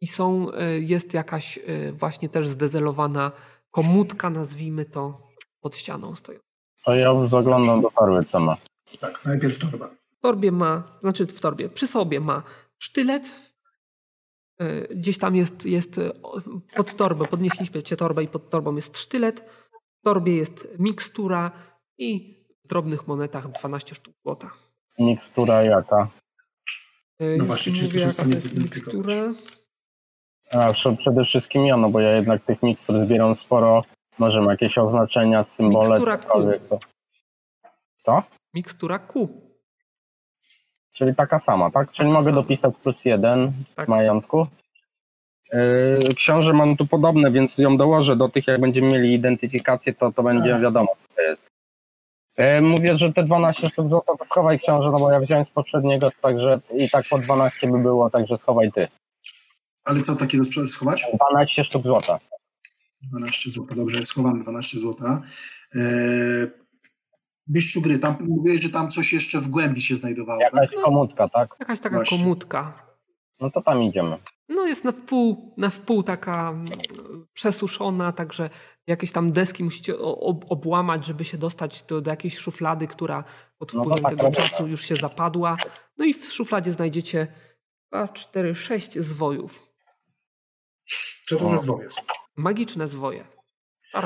i są, y, jest jakaś y, właśnie też zdezelowana komutka, nazwijmy to, pod ścianą stojąca. To ja już zaglądam do farby, co ma. tak, najpierw torba. W torbie ma, znaczy w torbie, przy sobie ma sztylet, y, gdzieś tam jest, jest y, o- pod torbę, podnieśliśmy cię torbę i pod torbą jest sztylet, w torbie jest mikstura i w drobnych monetach 12 sztuk złota. Mikstura jaka? E, No Y, już właśnie, czy mówię, jesteśmy w jaka stanie to jest zidentyfikować? mikstura. A prze- przede wszystkim ja, no bo ja jednak tych mikstur zbieram sporo. Może ma jakieś oznaczenia, symbole, Mikstura kół. cokolwiek. To. Mikstura Q. Czyli taka sama, tak? Czyli Taka mogę sama. dopisać plus jeden Tak. w majątku. Yy, książę mam tu podobne, więc ją dołożę do tych, jak będziemy mieli identyfikację, to, to będzie Tak. wiadomo, co to jest. Yy, mówię, że te 12 sztuk złota to schowaj książę, no bo ja wziąłem z poprzedniego, także i tak po 12 by było, także schowaj ty. Ale co takiego sprze- schować? 12 sztuk złota. 12 zł, dobrze, schowam 12 zł. Eee, mistrzu gry, tam mówiłeś, że tam coś jeszcze w głębi się znajdowało. Tak? No. Jakaś komutka, tak? Jakaś taka Właśnie. komutka. No to tam idziemy. No jest na wpół, na wpół taka mm, przesuszona, także jakieś tam deski musicie o- ob- obłamać, żeby się dostać do, do jakiejś szuflady, która pod No to wpływem tak tego robię. czasu już się zapadła. No i w szufladzie znajdziecie 2, 4, 6 zwojów. Co No. to za zwoł jest? Magiczne zwoje.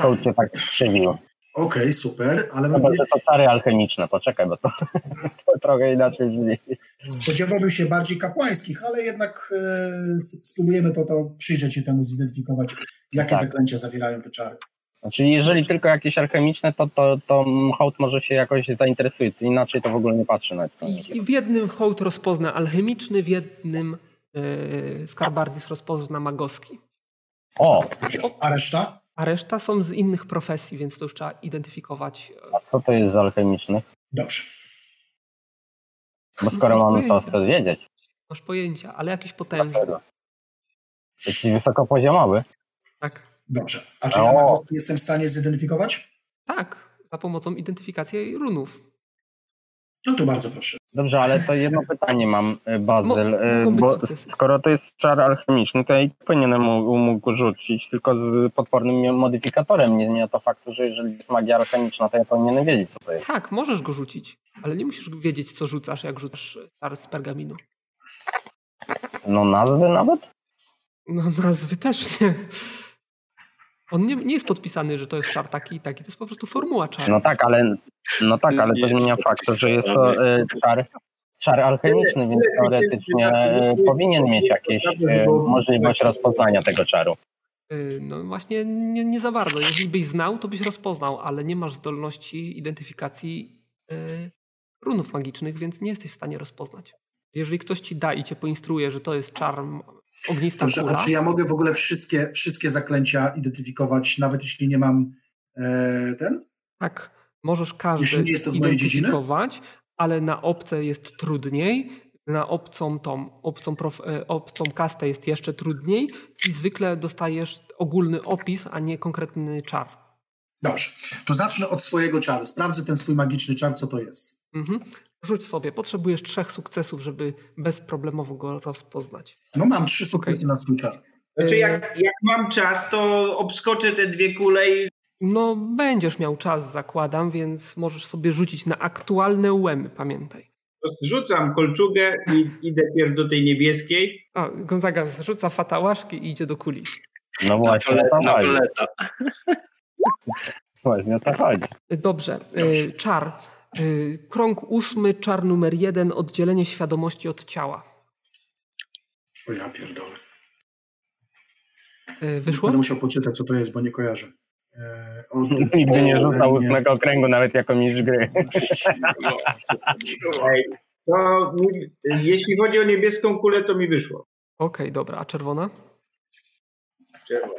Kołd cię tak skrzywił. Okej, super, ale mam, Chyba, że to czary alchemiczne, poczekaj, bo to, [laughs] to trochę inaczej brzmi. spodziewałbym się bardziej kapłańskich, ale jednak e, spróbujemy to, to przyjrzeć się temu, zidentyfikować, jakie Tak. zaklęcia zawierają te czary. Czyli Znaczy, Znaczy- jeżeli tylko jakieś alchemiczne, to, to, to hołd może się jakoś zainteresuje, inaczej to w ogóle nie patrzy na to. I, I w jednym hołd rozpozna alchemiczny, w jednym yy, Skarbardis rozpozna magowski. O, A reszta? A reszta są z innych profesji, więc to już trzeba identyfikować. e, a co to jest za alchemiczny? Dobrze. Bo skoro mamy to, chcę wiedzieć. Masz pojęcia, ale jakiś potężny. Tak. Jakiś wysokopoziomowy. Tak, Dobrze. A czy O. ja Magos jestem w stanie zidentyfikować? tak. Za pomocą identyfikacji runów. No to bardzo proszę. Dobrze, ale to jedno pytanie mam, y, Bazyl, Mo- y, mogą być bo sukcesy. skoro to jest czar alchemiczny, to ja i tak powinienem mu- mógł rzucić, tylko z potwornym mi- modyfikatorem. Nie zmienia to faktu, że jeżeli jest magia alchemiczna, to ja powinienem wiedzieć, co to jest. Tak, możesz go rzucić, ale nie musisz wiedzieć, co rzucasz, jak rzucasz czar z pergaminu. No nazwy nawet? No [laughs] nazwy też nie. On nie, nie jest podpisany, że to jest czar taki i taki. To jest po prostu formuła czaru. No tak, ale, no tak, ale to Jest zmienia fakt, że jest to y, czar, czar alchemiczny, więc teoretycznie y, powinien mieć jakieś y, możliwość rozpoznania tego czaru. Y, No właśnie nie, nie za bardzo. Jeżeli byś znał, to byś rozpoznał, ale nie masz zdolności identyfikacji y, runów magicznych, więc nie jesteś w stanie rozpoznać. Jeżeli ktoś ci da i cię poinstruuje, że to jest czar m- ognista Dobrze. A kula, czy ja mogę w ogóle wszystkie, wszystkie zaklęcia identyfikować, nawet jeśli nie mam e, ten? tak, możesz każdy Jeśli nie jest to z mojej dziedziny? identyfikować, ale na obce jest trudniej, na obcą tą, obcą, prof, y, obcą kastę jest jeszcze trudniej i zwykle dostajesz ogólny opis, a nie konkretny czar. Dobrze. To zacznę od swojego czaru. Sprawdzę ten swój magiczny czar, co to jest. Mhm. Rzuć sobie. Potrzebujesz trzech sukcesów, żeby bezproblemowo go rozpoznać. No mam trzy sukcesy Okej. na swój czar. Znaczy, Y- jak, jak mam czas, to obskoczę te dwie kule i No, będziesz miał czas, zakładam, więc możesz sobie rzucić na aktualne łemy, pamiętaj. rzucam kolczugę i idę pierw do tej niebieskiej. A, Gonzaga zrzuca fatałaszki i idzie do kuli. No właśnie, o to na chodzi. poleta. Właśnie o to chodzi. [laughs] Dobrze. Y, czar. Y, krąg ósmy, czar numer jeden, oddzielenie świadomości od ciała. O ja pierdolę. Y, wyszło? Będę musiał poczytać, co to jest, bo nie kojarzę. E, od... [laughs] Nigdy nie rzucał nie. ósmego okręgu, nawet jako mistrz gry. Ej, To mi, jeśli chodzi o niebieską kulę, to mi wyszło. Okej, dobra. A czerwona? Czerwone.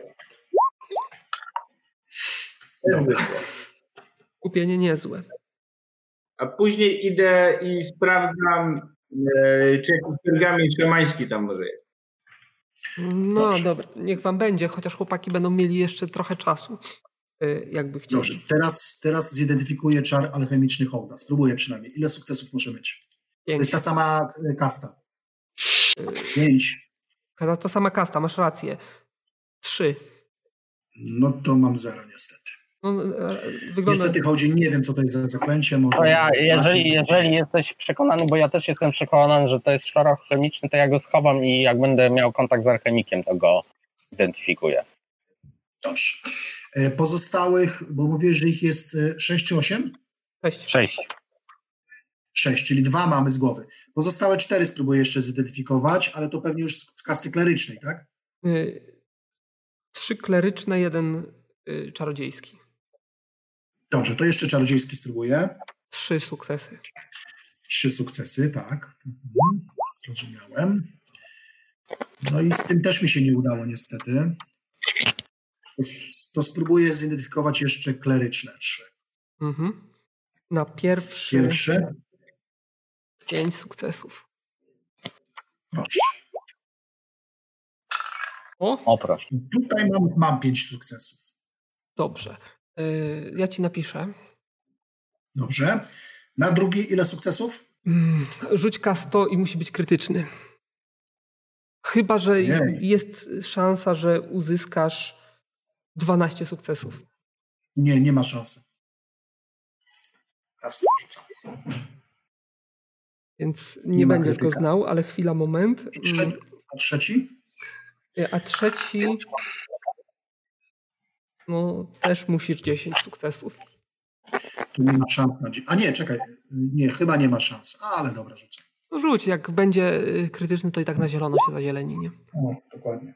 Dobra. Kupienie niezłe. A później idę i sprawdzam, e, czy jakiś pergamin szamański tam może jest. No Dobrze. dobra, niech wam będzie, chociaż chłopaki będą mieli jeszcze trochę czasu, y, jakby chcieli. [laughs] Dobrze. Teraz, teraz zidentyfikuję czar alchemiczny hołda. Spróbuję przynajmniej. Ile sukcesów muszę mieć? To Pięć. jest ta sama e, kasta. Pięć. Ta, ta sama kasta, masz rację. Trzy. No to mam zero niestety. No, e, wygląda... Niestety chodzi, nie wiem co to jest za zaklęcie. Może To ja, jeżeli, Maciej- jeżeli jesteś przekonany, bo ja też jestem przekonany, że to jest szar alchemiczny, to ja go schowam i jak będę miał kontakt z alchemikiem, to go identyfikuję. Dobrze. E, Pozostałych, bo mówię, że ich jest e, sześć czy osiem. Cześć. Sześć. Sześć, czyli dwa mamy z głowy. Pozostałe cztery spróbuję jeszcze zidentyfikować, ale to pewnie już z kasty klerycznej, tak? Y, Trzy kleryczne, jeden y, czarodziejski. Dobrze, to jeszcze czarodziejski spróbuję. Trzy sukcesy. Trzy sukcesy, tak. Mhm, Zrozumiałem. No i z tym też mi się nie udało niestety. To, s- to spróbuję zidentyfikować jeszcze kleryczne trzy. Mhm. Na pierwszy, Pierwsze. pięć sukcesów. Proszę. O, O proszę. I Tutaj mam, mam pięć sukcesów. dobrze. Y, Ja ci napiszę. Dobrze. Na drugi ile sukcesów? Mm, Rzuć K100 i musi być krytyczny. Chyba, że Ojej. jest szansa, że uzyskasz 12 sukcesów. Nie, nie ma szansy. Jasne, rzucam. Więc nie, Nie ma będziesz go krytyka. znał, ale chwila, moment. I Mhm. trze- A trzeci? Mm, A trzeci. No, też musisz 10 sukcesów. Tu nie ma szans na dzie- A nie, czekaj. Nie, chyba nie ma szans. Ale dobra, rzucam. No rzuć, jak będzie y, krytyczny, to i tak na zielono się zazieleni, nie? O, dokładnie.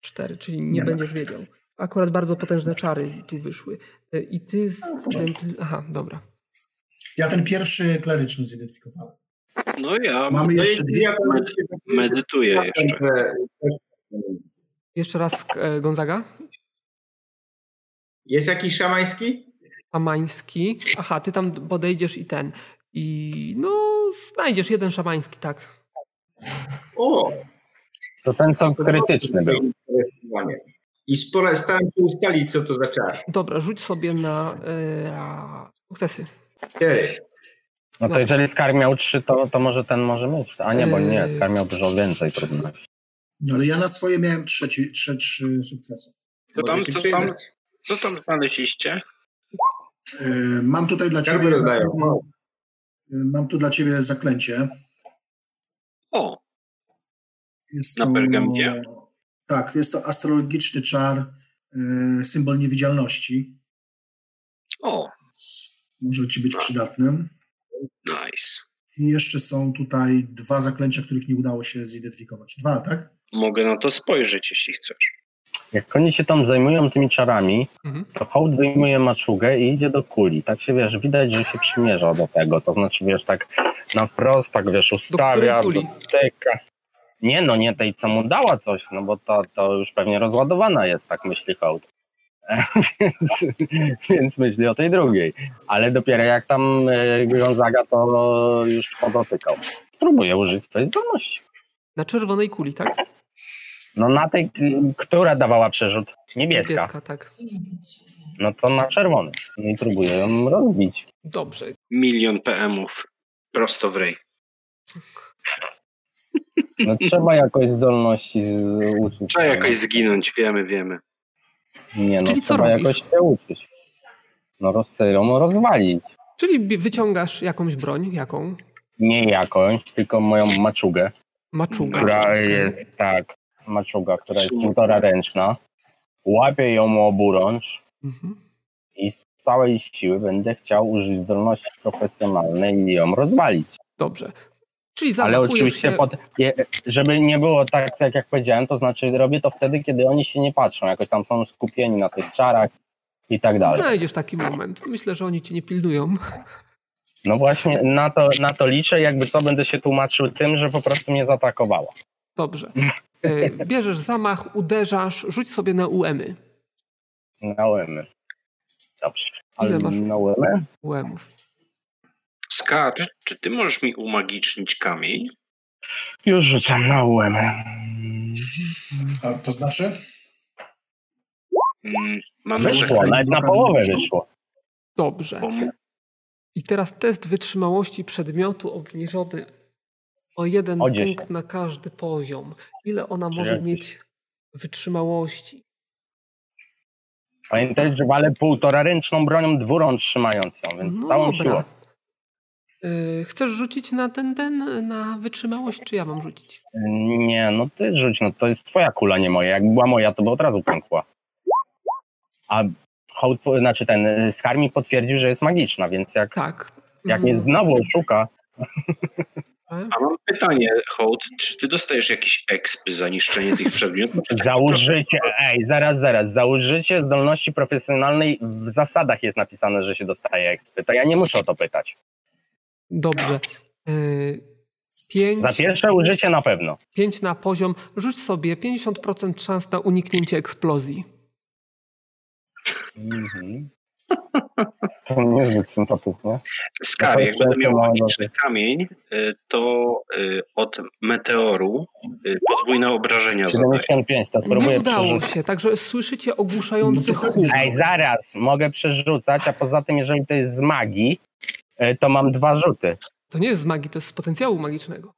4, czyli nie, ma. będziesz wiedział. Akurat bardzo potężne czary tu wyszły. Y, I ty z. No, w porządku. Aha, dobra. Ja ten pierwszy kleryczny zidentyfikowałem. No ja Mamy No jeszcze jeśli dwie. ja to myślę, medytuję jeszcze. że- Jeszcze raz y, Gonzaga. Jest jakiś szamański? szamański. Aha, ty tam podejdziesz i ten. I no, znajdziesz jeden szamański, tak. O! To ten co krytyczny był. I spora, staram się ustalić, co to za czar. Dobra, rzuć sobie na e, a, sukcesy. Cztery. No to jeżeli Skar miał trzy, to, to może ten może mieć. A nie, bo nie, Yy. Skar miał dużo więcej trudności. No, ale ja na swoje miałem trzeci, trze, trzy sukcesy. Co tam, Może się co tam, przydać. co tam znaleźliście? Yy, mam tutaj dla Skarby ciebie. rozdają. O, Yy, Mam tu dla ciebie zaklęcie. O, Jest Na to, pergaminie? Tak, jest to astrologiczny czar, yy, symbol niewidzialności. o, więc może ci być przydatnym. nice. I jeszcze są tutaj dwa zaklęcia, których nie udało się zidentyfikować. Dwa, tak? Mogę na to spojrzeć, jeśli chcesz. Jak oni się tam zajmują tymi czarami, Mhm. to hołd wyjmuje maczugę i idzie do kuli. Tak się wiesz, widać, że się przymierza do tego. To znaczy, wiesz, tak na wprost, tak wiesz, ustawia, której kuli? dotyka. Nie no, nie tej, co mu dała coś, no bo to, to już pewnie rozładowana jest, tak myśli hołd. [laughs] więc, więc myśli o tej drugiej. Ale dopiero jak tam e, Gonzaga to już podotykał. Próbuje użyć swojej zdolności. Na czerwonej kuli, tak? No na tej, k- która dawała przerzut? Niebieska. tak. No to na czerwony. No i próbuję ją rozbić. Dobrze. Milion PM-ów prosto w rej. No trzeba jakoś zdolności z- uczyć. Trzeba jakoś zginąć, wiemy, wiemy. Nie no, Czyli co trzeba robisz? jakoś się uczyć. No rozsyrą rozwalić. Czyli bi- wyciągasz jakąś broń, jaką? Nie jakąś, tylko moją maczugę, Maczugę. która Okej. jest tak, maczuga, która jest Czyli- półtora ręczna. Łapię ją oburącz Mhm. i z całej siły będę chciał użyć zdolności profesjonalnej i ją rozwalić. Dobrze. Czyli Ale zamachujesz oczywiście, się... pod, je, żeby nie było tak, tak jak powiedziałem, to znaczy robię to wtedy, kiedy oni się nie patrzą, jakoś tam są skupieni na tych czarach i tak dalej. Znajdziesz taki moment. Myślę, że oni cię nie pilnują. [laughs] No właśnie, na to, na to liczę, jakby to będę się tłumaczył tym, że po prostu mnie zaatakowała. Dobrze. E, Bierzesz zamach, uderzasz, rzuć sobie na UEMy. Na łymy. Dobrze. Ale Ile masz? na łymy? UEMów. Skar, czy ty możesz mi umagicznić kamień? Już rzucam na łymy. A to znaczy? Mm, Mamy Wyszło, rzekę. nawet na połowę wyszło. Dobrze. I teraz test wytrzymałości przedmiotu obniżony o jeden O 10. punkt na każdy poziom. Ile ona może Jakieś. mieć wytrzymałości? Pamiętaj, że walę półtora ręczną bronią dwurącz trzymając ją, więc No całą siłą. dobra. Y, chcesz rzucić na ten, ten, na wytrzymałość, czy ja mam rzucić? Nie, no ty rzuć, no to jest twoja kula, nie moja. Jak była moja, to by od razu pękła. A hołd, znaczy ten y, Skar mi potwierdził, że jest magiczna, więc jak, Tak. jak Mm, mnie znowu oszuka, A mam pytanie, Hołd, czy ty dostajesz jakieś ekspy za niszczenie tych przedmiotów? [laughs] Czy tak Założycie, ej, zaraz, zaraz, założycie zdolności profesjonalnej w zasadach jest napisane, że się dostaje ekspy. To ja nie muszę o to pytać. Dobrze. Yy, pięć, Za pierwsze użycie na pewno. pięć na poziom. Rzuć sobie 50% szans na uniknięcie eksplozji. Mhm. To nie rzuć sympatów, nie? Skar, jak To będę miał to magiczny kamień, y, to y, od meteoru y, podwójne obrażenia zadaje. 75, to Nie spróbuję No udało przerzucić. się, także słyszycie ogłuszający No to- chór. Ej, zaraz, mogę przerzucać, a poza tym, jeżeli to jest z magii, e, to mam dwa rzuty. To nie jest z magii, to jest z potencjału magicznego.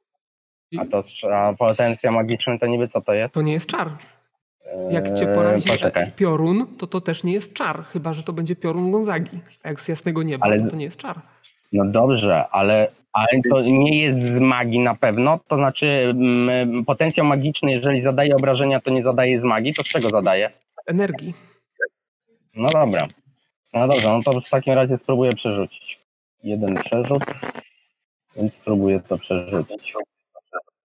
I A to a potencja magiczny to niby co to jest? to nie jest czar. Jak cię Eee, porazi e, Poczekaj. piorun, to to też nie jest czar, chyba że to będzie piorun Gonzagi. A jak z jasnego nieba, Ale- to, to nie jest czar. No dobrze, ale, ale to nie jest z magii na pewno, to znaczy mm, potencjał magiczny, jeżeli zadaje obrażenia, to nie zadaje z magii, to z czego zadaje? Energii. No dobra. No dobrze, no to w takim razie spróbuję przerzucić. Jeden przerzut, więc spróbuję to przerzucić.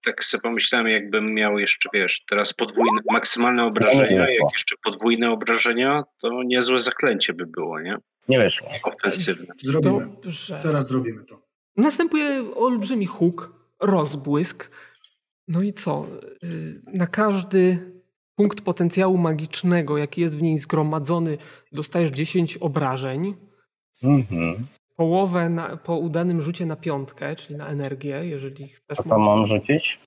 Tak sobie pomyślałem, jakbym miał jeszcze, wiesz, teraz podwójne, maksymalne nie obrażenia, wyszło. jak jeszcze podwójne obrażenia, to niezłe zaklęcie by było, nie? Nie wyszło. Ofensywne. Zrobimy. Dobrze. Zaraz zrobimy to. Następuje olbrzymi huk, rozbłysk. No i co? Yy, Na każdy punkt potencjału magicznego, jaki jest w niej zgromadzony, dostajesz 10 obrażeń. Mhm. Połowę na, po udanym rzucie na piątkę, czyli na energię, jeżeli chcesz To, to możesz mam rzucić?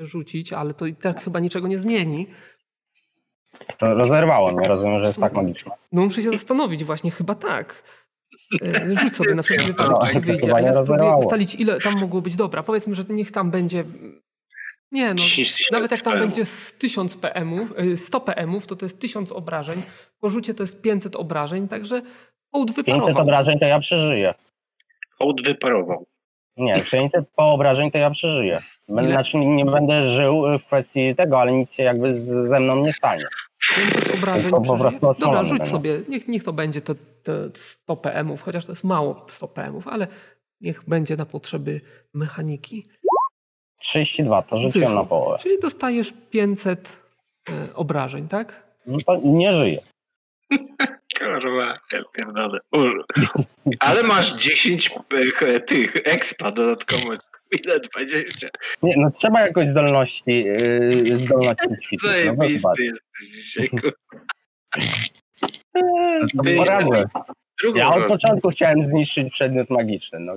rzucić, ale to i tak chyba niczego nie zmieni. To rozerwało mnie, rozumiem, że jest tak magiczne. No muszę się zastanowić właśnie, chyba tak. E, Rzuć sobie na wszelki wypadek, No, czy wyjdzie, chyba a ja nie spróbuję rozerwało. ustalić, ile tam mogło być. Dobra, powiedzmy, że niech tam będzie... Nie no, 10 tysięcy nawet jak tam PM. będzie z 1000 PM-ów, y, 100 PM-ów, to to jest 1000 obrażeń. Po rzucie to jest 500 obrażeń, także hołd 500 wyparował. obrażeń to ja przeżyję. Hołd wyparował. Nie, 600 po obrażeń to ja przeżyję. Będę, Ile? znaczy nie będę żył y, w kwestii tego, ale nic się jakby z- ze mną nie stanie. 500 obrażeń Tylko po przeżyje. prostu Dobra, odstrzelony rzuć będę. sobie, niech, niech to będzie to, to 100 PM-ów, chociaż to jest mało 100 PM-ów, ale niech będzie na potrzeby mechaniki. 32, to rzuciłem Wyszło. na połowę. Czyli dostajesz 500 e, obrażeń, tak? No to nie żyję. Kurwa, ja pierdolę. Ur- Ale masz 10 p- tych expa dodatkowo. Ile 20? Nie, no trzeba jakoś zdolności, yy, zdolności ćwiczyć. No, bo zobacz. Zajebisty jesteś dzisiaj. kurwa. No, poradzę. Drugą Ja tak- od ja początku chciałem zniszczyć przedmiot magiczny. No.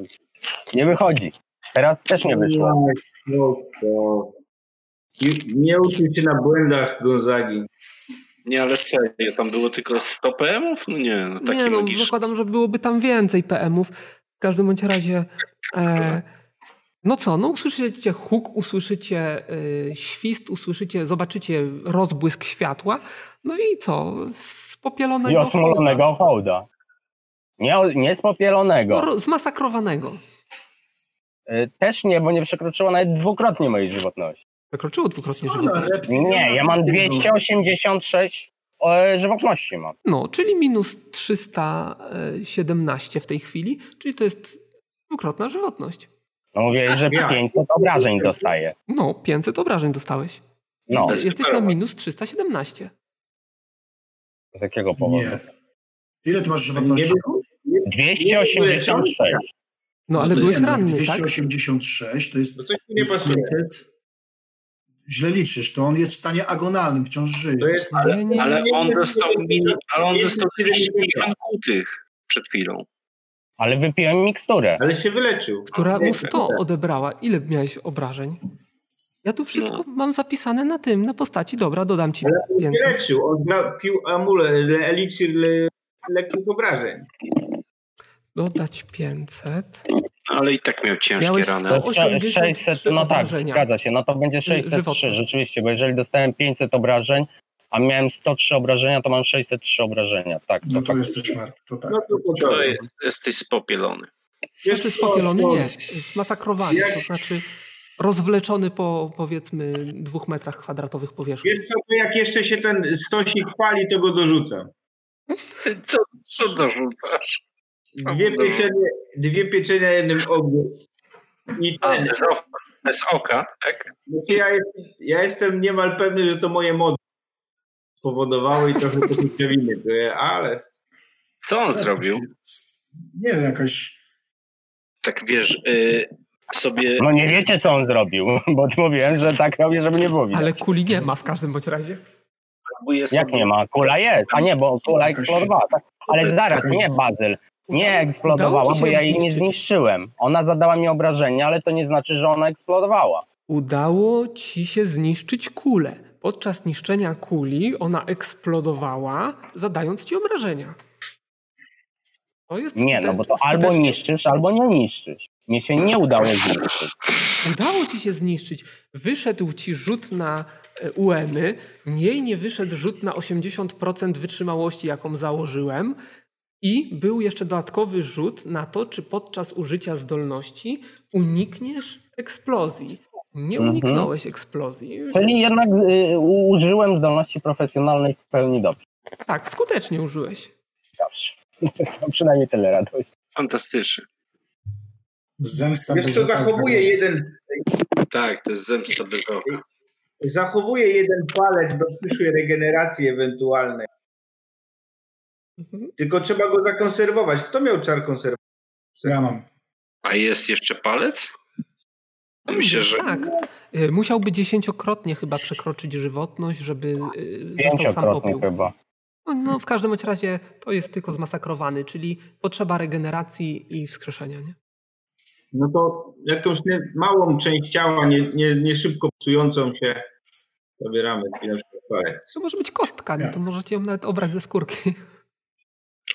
Nie wychodzi. Teraz też nie wyszło. No, no, to... Nie- Nie uczył się na błędach Gonzagi. Nie, ale serio, tam było tylko 100 PM-ów? No nie, no taki Nie, no magiczny. zakładam, że byłoby tam więcej PM-ów. W każdym bądź razie. E, no co, no usłyszycie huk, usłyszycie y, świst, usłyszycie, zobaczycie rozbłysk światła. No i co? Z I popielonego. hołda. osmolonego hołda. Nie, o- nie No, spopielonego. ro- Zmasakrowanego. Y, Też nie, bo nie przekroczyło nawet dwukrotnie mojej żywotności. Przekroczyło dwukrotnie Co żywota. na reptil- Nie, ja mam 286 e, żywotności mam. No, czyli minus 317 w tej chwili, czyli to jest dwukrotna żywotność. No mówię, że Ja. 500 obrażeń dostaję. No, 500 obrażeń dostałeś. No, Bez Jesteś na wyparowań. minus 317. z jakiego powodu? Nie. Ile ty masz Nie żywotności? był, 286. No, No ale to byłeś jest ranny, tak? 286 to jest no coś mi nie jest pasuje. 500. Źle liczysz, to on jest w stanie agonalnym, wciąż żyje. To jest Ale nie, Ale on Nie, dostał nie, minut, ale on nie, dostał nie, nie, nie, 30 milionów kutych przed chwilą. Ale wypiłem miksturę. Ale się wyleczył. która no mu Nie, 100 odebrała. Ile miałeś obrażeń? Ja tu wszystko mam zapisane na tym, na postaci. Dobra, dodam ci Ale on się więcej. leczył. On brał- pił amulet, le- eliksir le, lekkich obrażeń. Dodać 500. Ale i tak miał ciężkie Miałeś rany. sto- To sze- 83 no tak, obrażenia. zgadza się, no to będzie 603 żywotność. rzeczywiście, bo jeżeli dostałem 500 obrażeń, a miałem 103 obrażenia, to mam 603 obrażenia, tak. No to tak. jesteś martwy, to tak. No to To podobnie. jest- Jesteś spopielony. Jeszcze spokielony? no, Nie. Zmasakrowany, to znaczy rozwleczony po powiedzmy dwóch metrach kwadratowych powierzchni. Wiesz co, to jak jeszcze się ten stosik pali, to go dorzucam. Co, co dorzucasz? Dwie pieczenie, dwie pieczenia jednym ogniu. I A, ten, bez oka, bez oka tak? Znaczy Ja, jest- ja jestem niemal pewny, że to moje mody spowodowały i trochę to [laughs] winy były, ale Co on zrobił? Nie wiem, jakoś... Tak wiesz, y, sobie No nie wiecie, co on zrobił, [laughs] bo ci mówiłem, że tak robię, żeby nie było widać. Ale kuli nie ma w każdym bądź razie. próbuje sobie... Jak nie ma? Kula jest, a nie, bo kula Jakaś- eksplodowała. tak? Ale zaraz, jakaś- nie Bazyl, nie udało eksplodowała, ci się bo ja ją jej nie zniszczyć. zniszczyłem. Ona zadała mi obrażenia, ale to nie znaczy, że ona eksplodowała. Udało ci się zniszczyć kulę. Podczas niszczenia kuli ona eksplodowała, zadając ci obrażenia. To jest Nie, no skute- bo to albo skutecznie- niszczysz, albo nie niszczysz. Mnie się nie udało zniszczyć. Udało ci się zniszczyć. Wyszedł ci rzut na e, UEMy. Jej nie wyszedł rzut na 80% wytrzymałości, jaką założyłem. I był jeszcze dodatkowy rzut na to, czy podczas użycia zdolności unikniesz eksplozji. Nie Mhm. uniknąłeś eksplozji. Czyli jednak y, u- użyłem zdolności profesjonalnej w pełni dobrze. Tak, skutecznie użyłeś. Dobrze. [laughs] Mam przynajmniej tyle radość. Fantastycznie. Zemsta wiesz co, zachowuje jeden, Tak, to jest zemsta bez oka. zachowuje jeden palec do przyszłej regeneracji ewentualnej. Mhm. Tylko trzeba go zakonserwować. Kto miał czar konserwacji? Ja mam. A jest jeszcze palec? No Myślę, że Tak. Y, Musiałby dziesięciokrotnie chyba przekroczyć żywotność, żeby y, został sam Pięciokrotnie popiół. chyba. No, No, w każdym bądź razie to jest tylko zmasakrowany, czyli potrzeba regeneracji i wskrzeszenia, nie? No to jakąś nie, małą część ciała, nie, nie, nie szybko psującą się, zabieramy i na przykład palec. To może być kostka, nie? To możecie ją nawet obrać ze skórki.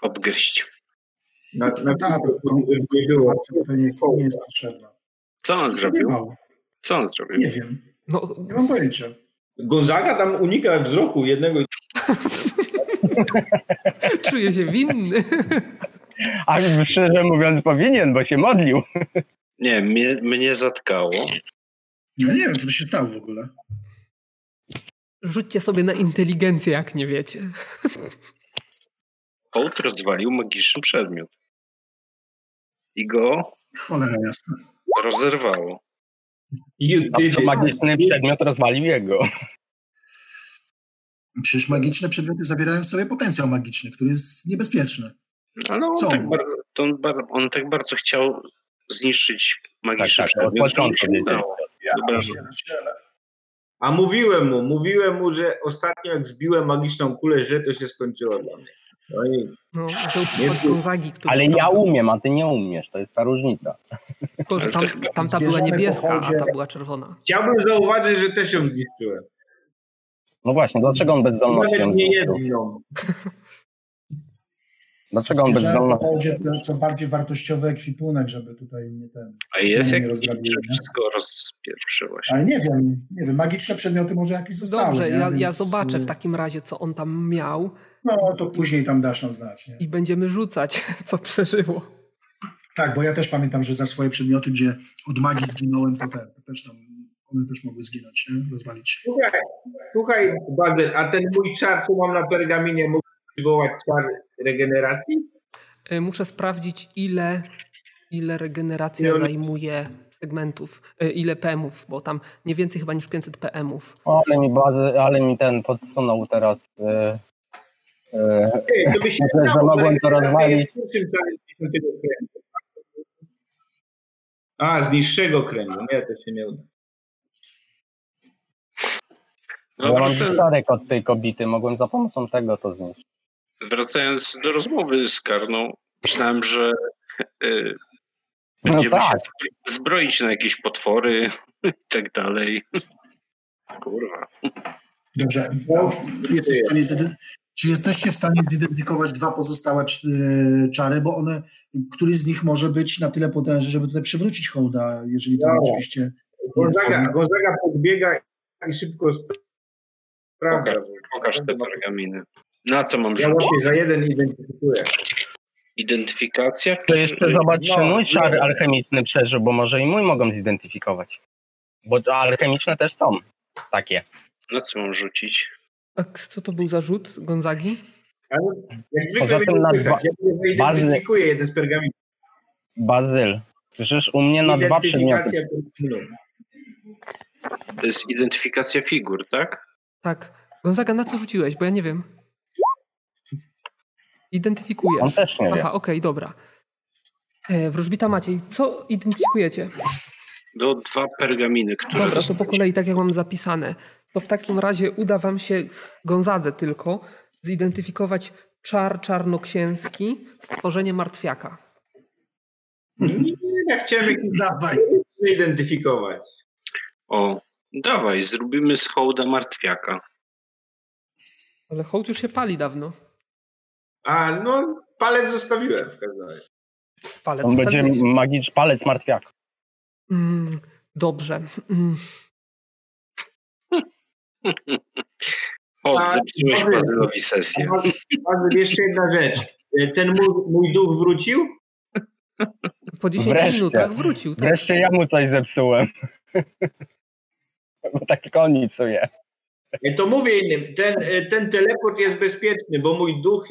obgryźć. Na, na, No tak, nie było. to nie jest, nie jest potrzebna. Co on zrobił? Zajebał. Co on zrobił? Nie wiem. No, [laughs] Nie mam pojęcia. Gonzaga tam unika wzroku jednego i czuję się winny. Aż szczerze mówiąc powinien, bo się modlił. Nie, mnie, mnie zatkało. Ja No nie wiem, co tu się stało w ogóle. Rzućcie sobie na inteligencję, jak nie wiecie. Hołd rozwalił magiczny przedmiot. I go Cholera jasna. rozerwało. You A did to it. magiczny przedmiot rozwalił jego. Przecież magiczne przedmioty zawierają w sobie potencjał magiczny, który jest niebezpieczny. Ale on, Co? tak bardzo, to on, bar, on tak bardzo chciał zniszczyć Tak, magiczny tak, od przedmiot. że mu początku się wiedziałem. udało. Dobra, A mówiłem mu, mówiłem mu, że ostatnio jak zbiłem magiczną kulę źle, to się skończyło dla mnie. No i No, to Nie od wiem. Gonzagi, który Ale ja sprawdzał. umiem, a ty nie umiesz. To jest ta różnica. Tylko, że tam, Ale to tamta była zwierzamy niebieska, a pochodzie. ta była czerwona. chciałbym zauważyć, że też ją zniszczyłem. No właśnie, dlaczego on bezdomnością Nawet nie zniszczył? jedną. Dlaczego on tak Zwierzę bezdomnością? pochodzie to co bardziej wartościowy ekwipunek, żeby tutaj nie ten. A jest Nie jakiś, rozgrabiłem, czy nie? wszystko rozpieprzyłaś? Ale nie wiem, nie wiem, magiczne przedmioty może jakieś zostały. Dobrze, nie? ja, ja Więc, zobaczę y, w tak- takim razie, co on tam miał No to później tam dasz nam znać. Nie? i będziemy rzucać, [laughs] co przeżyło. Tak, bo ja też pamiętam, że za swoje przedmioty, gdzie od magii zginąłem, to te, to też tam, one też mogły zginąć, nie? rozwalić się. Słuchaj, słuchaj Badyl, a ten mój czar, co mam na pergaminie, mógł przywołać czar regeneracji? Y, Muszę sprawdzić, ile, ile regeneracja Ile- zajmuje segmentów, y, ile PM-ów, bo tam nie więcej chyba niż 500 PM-ów. Ale mi, bazy, ale mi ten podsunął teraz. E, e, Ej, to by się Myślę, że dało, bo mogłem to regeneracja rozwalić. jest krótszym czarem niż tego kręgu. A, z niższego kręgu. Nie, to się nie uda. ja Dobra, mam to- starek od tej kobiety, mogłem za pomocą tego to zniszczyć. wracając do rozmowy z Karną, myślałem, że y, No będziemy tak. się zbroić na jakieś potwory [laughs] i tak dalej. Kurwa. Dobrze. No, Jesteś w stanie zide- czy jesteście w stanie zidentyfikować dwa pozostałe cz- y, czary, bo one, któryś z nich może być na tyle potężny, żeby tutaj przywrócić hołda, jeżeli tam Dobra. oczywiście No Gonzaga, Gonzaga podbiega i szybko sp- sprawdza. Pokaż te pergaminy. Na co mam Ja rzucić? właśnie za jeden identyfikuję. Identyfikacja? To jeszcze zobacz, czy no, mój czar nie. alchemiczny przeżył, bo może i mój mogą zidentyfikować. Bo to alchemiczne też są takie. Na co mam rzucić? A k- Tak, co to był za rzut Gonzagi? Ale jak Poza zwykle tym mnie na słychać. dwa- Ja identyfikuję jeden z pergaminów. Bazyl, Krzyż u mnie na dwa przedmioty. Identyfikacja podwójna. To jest identyfikacja figur, tak? Tak. Gonzaga, na co rzuciłeś? Bo ja nie wiem. Identyfikujesz. On też nie wie. Aha, okej, dobra. E, wróżbita Maciej, co identyfikujecie? Do dwa pergaminy, które... Dobra, to po kolei, tak jak mam zapisane. To w takim razie uda wam się Gonzadze tylko zidentyfikować czar czarnoksięski, stworzenie martwiaka. Jak chciałem jakiś Dawaj. identyfikować. O, dawaj, zrobimy z hołda martwiaka. Ale hołd już się pali dawno. A, no, palec zostawiłem w każdym razie. Palec On będzie zostawiłeś. magicz palec martwiaka. Mm, Dobrze. Mm, O, A, zepsułeś dobry. Bazylowi A sesję. Bazyl, Bazyl, jeszcze jedna rzecz. E, Ten mój, mój duch wrócił? Po 10 Wreszcie. minutach wrócił. Tak? Wreszcie ja mu coś zepsułem. [laughs] Bo tak tylko on mi psuje. E, To mówię innym, ten, e, ten teleport jest bezpieczny, bo mój duch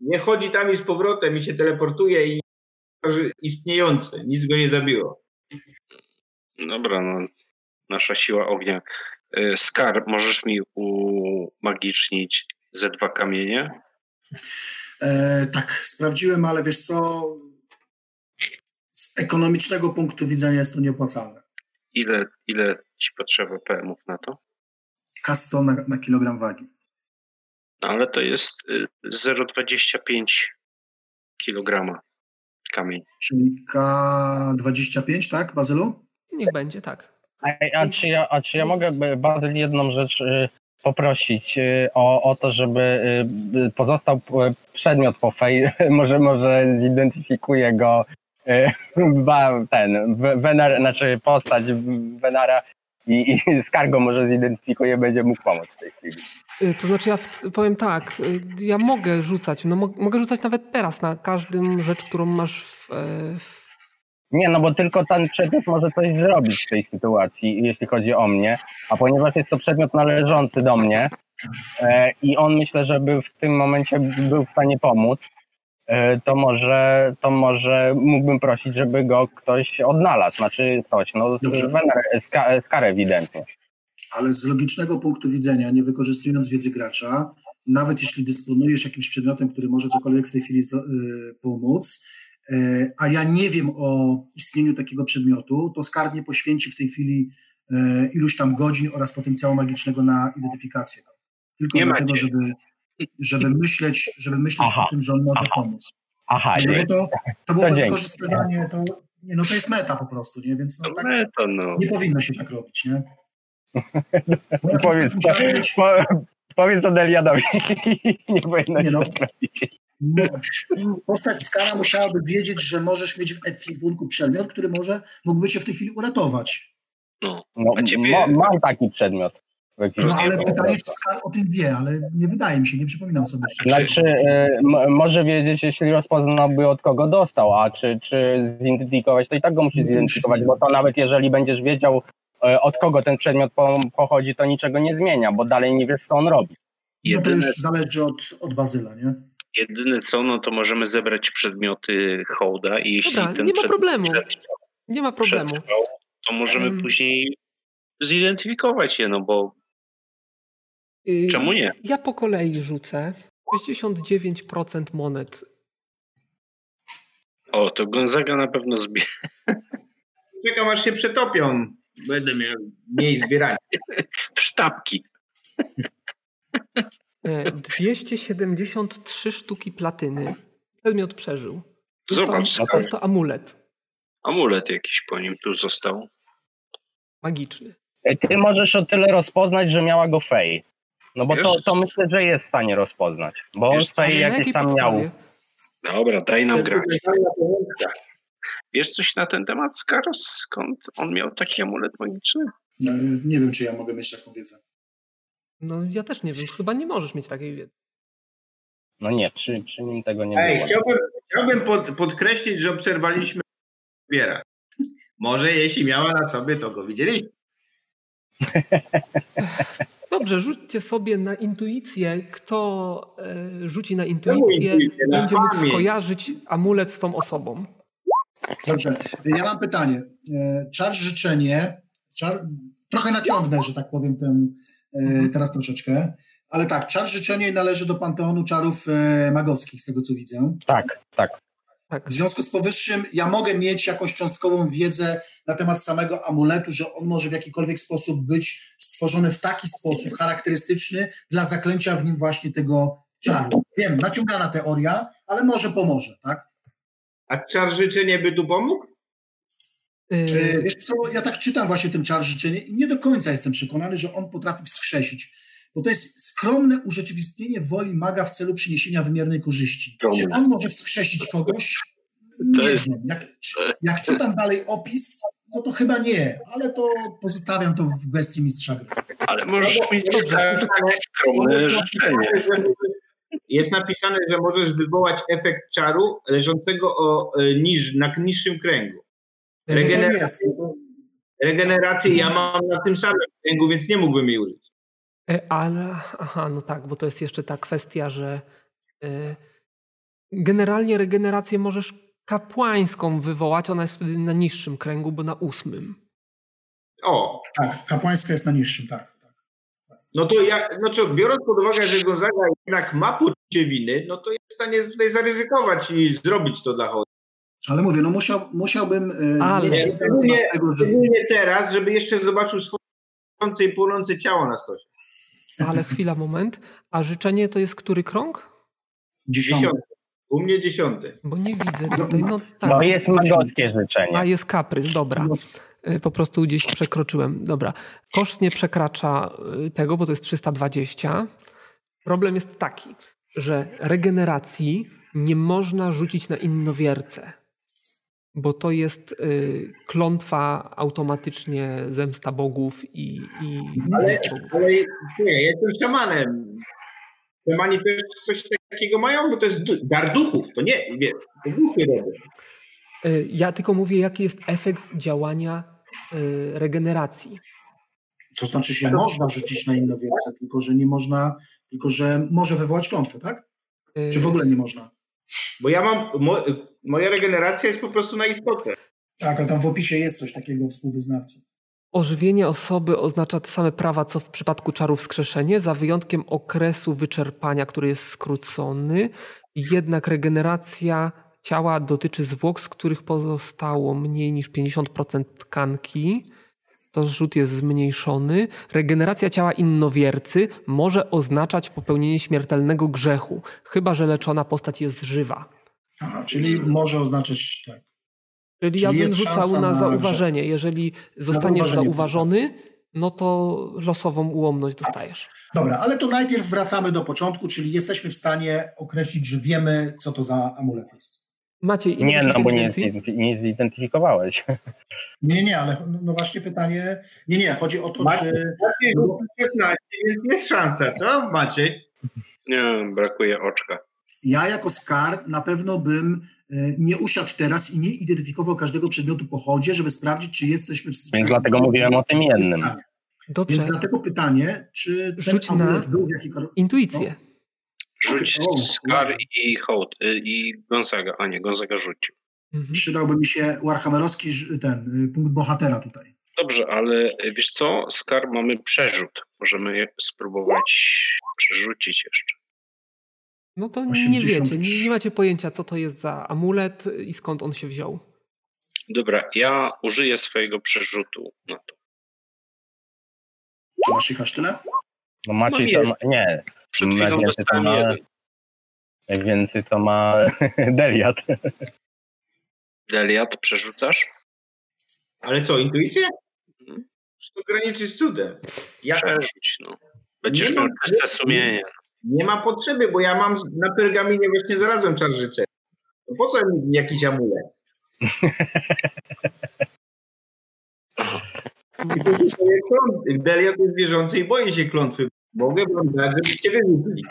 nie chodzi tam i z powrotem i się teleportuje i istniejący, nic go nie zabiło. Dobra, no, nasza siła ognia. Y, Skar, możesz mi umagicznić ze dwa kamienie? E, tak, sprawdziłem, ale wiesz co, z ekonomicznego punktu widzenia jest to nieopłacalne. Ile, ile ci potrzeba PM-ów na to? Kasto na, na kilogram wagi. No, ale to jest y, 0,25 kg kamień. Czyli K25, tak, Bazylu? Niech będzie, tak. Ej, A czy ja, a czy ja mogę by- Bazyl jedną rzecz y, poprosić y, o, o to, żeby y, y, pozostał p- przedmiot po fej, [laughs] może może zidentyfikuje go y, [laughs] ba- ten w- Wener, znaczy postać Wenara i, i Skargo może zidentyfikuje, będzie mógł pomóc w tej chwili. Y, To znaczy ja w, powiem tak, y, ja mogę rzucać, no mo, mogę rzucać nawet teraz na każdą rzecz, którą masz w, e, w... Nie, no bo tylko ten przedmiot może coś zrobić w tej sytuacji, jeśli chodzi o mnie, a ponieważ jest to przedmiot należący do mnie e, i on myślę, że by w tym momencie był w stanie pomóc, e, to może, to może mógłbym prosić, żeby go ktoś odnalazł, znaczy ktoś, no Dobrze. Wener- Ska- Skar ewidentnie. Ale z logicznego punktu widzenia, nie wykorzystując wiedzy gracza, nawet jeśli dysponujesz jakimś przedmiotem, który może cokolwiek w tej chwili z- y, pomóc, y, a ja nie wiem o istnieniu takiego przedmiotu, to skarbnie poświęci w tej chwili y, iluś tam godzin oraz potencjału magicznego na identyfikację. Tylko Nie dlatego, macie. żeby, żeby myśleć, żeby myśleć Aha. o tym, że on może Aha. pomóc. Aha, No, bo nie. to, to byłoby dzięki. wykorzystywanie, to, nie, no to jest meta po prostu, nie? więc no, No, tak, to no. nie powinno się tak robić. Nie? [laughs] powiedz, to, po, powiedz to Deliadowi, [laughs] nie powinno Nie się no. tak robić. No, Postać Skara musiałaby wiedzieć, że możesz mieć w e- ekwipunku przedmiot, który może mógłby cię w tej chwili uratować. No, A ciebie- ma, mam taki przedmiot. w No ekwipunku. ale pytanie, czy Skar o tym wie, ale nie wydaje mi się, nie przypominam sobie jeszcze. Znaczy, e, m- może wiedzieć, jeśli rozpoznałby od kogo dostał, a czy, czy zidentyfikować, to i tak go musi zidentyfikować, bo to nawet jeżeli będziesz wiedział, e, od kogo ten przedmiot po, pochodzi, to niczego nie zmienia, bo dalej nie wiesz, co on robi. No to Jedyne, już zależy od, od Bazyla, nie? jedyne co, no to możemy zebrać przedmioty hołda i jeśli Dobra, ten nie ma przed- problemu. przed- Nie ma problemu. przetrwał, to możemy Em. później zidentyfikować je, no bo Y, czemu nie? Ja po kolei rzucę 69% monet. O, to Gonzaga na pewno zbie. [laughs] Czekam aż się przetopią. Będę miał mniej zbierania. w sztabki. Y, 273 sztuki platyny. Przedmiot przeżył. Jest to, Zobacz, to jest to amulet amulet jakiś po nim tu został. magiczny. E, Ty możesz o tyle rozpoznać, że miała go Fej. No bo to, Wiesz? to myślę, że jest w stanie rozpoznać, bo on Wiesz, Ale na Fej jakieś jakiej tam miał. podstawie? Dobra, daj nam grać. Fajna pamiątka. Wiesz coś na ten temat, Skaros? Skąd on miał taki amulet magiczny? No, Nie wiem, czy ja mogę mieć taką wiedzę. No ja też nie wiem, chyba nie możesz mieć takiej wiedzy. No nie, przy, przy nim tego nie Ej, było. chciałbym, chciałbym pod, podkreślić, że obserwaliśmy zbiera. Może jeśli miała na sobie, to go widzieliśmy. Dobrze, rzućcie sobie na intuicję. Kto e, rzuci na Czemu intuicję, intuicję? Na będzie mógł pamięć. skojarzyć amulet z tą osobą. Dobrze. Ja mam pytanie. E, Czar życzenie, czar, trochę naciągnę, że tak powiem, ten, e, teraz troszeczkę, ale tak, czar życzenie należy do panteonu czarów e, magowskich, z tego co widzę. Tak, tak. Tak. W związku z powyższym, ja mogę mieć jakąś cząstkową wiedzę na temat samego amuletu, że on może w jakikolwiek sposób być stworzony w taki sposób charakterystyczny dla zaklęcia w nim właśnie tego czaru. Wiem, naciągana teoria, ale może pomoże, tak? A czar życzenie by tu pomógł? Yy, Czy, Y, wiesz co, ja tak czytam właśnie ten czar życzenie i nie do końca jestem przekonany, że on potrafi wskrzesić. Bo to jest skromne urzeczywistnienie woli maga w celu przyniesienia wymiernej korzyści. Czy on może wskrzesić kogoś? To Nie jest- wiem. Jak, czy- jak czytam dalej opis, no to chyba nie, ale to pozostawiam to w gestii mistrza gry. Ale możesz mieć skromne skromne życzenie. Jest napisane, że możesz wywołać efekt czaru leżącego o, y, niż, na niższym kręgu. y, No to Regener- jest. Regenerację ja mam na tym samym kręgu, więc nie mógłbym jej użyć. E, Ale, aha, no tak, bo to jest jeszcze ta kwestia, że e, generalnie regenerację możesz kapłańską wywołać, ona jest wtedy na niższym kręgu, bo na ósmym. O, Tak, kapłańska jest na niższym, tak. tak. no to ja, no czy biorąc pod uwagę, że Gonzaga jednak ma poczucie winy, no to jest w stanie tutaj zaryzykować i zrobić to dla Hołdy. Ale mówię, no musiał, musiałbym e, Ale- mieć wiedzę na temat tego, że... Szczególnie teraz, żeby jeszcze zobaczył swoje płonące i płonące ciało na stosie. Ale chwila, moment. A życzenie to jest który krąg? Dziesiąty. Dziesiąty. U mnie dziesiąty. Bo nie widzę tutaj. No tak. No jest magowskie A życzenie. jest kaprys, dobra. E, Po prostu gdzieś przekroczyłem. Dobra. Koszt nie przekracza e, tego, bo to jest 320. Problem jest taki, że regeneracji nie można rzucić na innowierce, bo to jest e, klątwa automatycznie zemsta bogów i, i Mhm. Ale- zemsta bogów. Ale nie, ja jestem szamanem. Szamani też coś takiego mają, bo to jest du- dar duchów, to nie, wiesz, to duchy robią. E, Ja tylko mówię, jaki jest efekt działania e, regeneracji. To znaczy się można rzucić na inną wiedzę, tylko że nie można, tylko że może wywołać klątwę, tak? E, Czy w ogóle nie można? Bo ja mam, mo, moja regeneracja jest po prostu na istotę. Tak, ale tam w opisie jest coś takiego o współwyznawcy. Ożywienie osoby oznacza te same prawa, co w przypadku czarów skrzeszenie, za wyjątkiem okresu wyczerpania, który jest skrócony. Jednak regeneracja ciała dotyczy zwłok, z których pozostało mniej niż 50% tkanki. To rzut jest zmniejszony. Regeneracja ciała innowiercy może oznaczać popełnienie śmiertelnego grzechu, chyba że leczona postać jest żywa. Aha, czyli może oznaczać tak. Czyli, Czyli ja bym jest rzucał szansa na, na- zauważenie. Jeżeli zostaniesz zauważenie. zauważony, no to losową ułomność dostajesz. Dobra, ale to najpierw wracamy do początku, czyli jesteśmy w stanie określić, że wiemy, co to za amulet jest. Macie ile Nie, masz no bo nie, inteligencji? zidenty- nie zidentyfikowałeś. [laughs] Nie, nie, ale no właśnie pytanie. Nie, nie, chodzi o to, Macie- czy. Maciej rzucił 16, więc jest szansa, co Maciej? Nie, brakuje oczka. Ja jako skar na pewno bym e, nie usiadł teraz i nie identyfikował każdego przedmiotu po chodzie, żeby sprawdzić, czy jesteśmy w Tak. stanie. Więc dlatego mówiłem o tym jednym. Dobrze, Więc dlatego pytanie, czy ten Rzuć na- Mhm. amulet był w jakikolwiek. intuicję. Rzuć O, Skar i Hołd, y, i Gonzaga. A nie, Gonzaga rzucił. No. Mhm. Przydałby mi się Warhammerowski ż- ten y, punkt bohatera tutaj. Dobrze, ale y, wiesz co? Skar mamy przerzut. Możemy je spróbować przerzucić jeszcze. No to nie 83. wiecie, nie, nie macie pojęcia, co to jest za amulet i skąd on się wziął. Dobra, ja użyję swojego przerzutu na to. Czy masz ich aż tyle? No Maciej No to ma... Nie, Przed Ma chwilą więcej dostałem tam, ale- jeden. więcej to ma [laughs] Deliat. Deliat, przerzucasz? Ale co, intuicja? Mhm. Czy To graniczy z cudem. Ja, Przerzuć, no. Będziesz Nie miał mam- czyste sumienie. nie ma potrzeby, bo ja mam na pergaminie właśnie znalazłem czar życzeń. No po co mi jakiś amulet? I to jest moje klątwy. Delia to jest wierzący i boję się klątwy. Mogę wam dać, żebyście wyrzucili.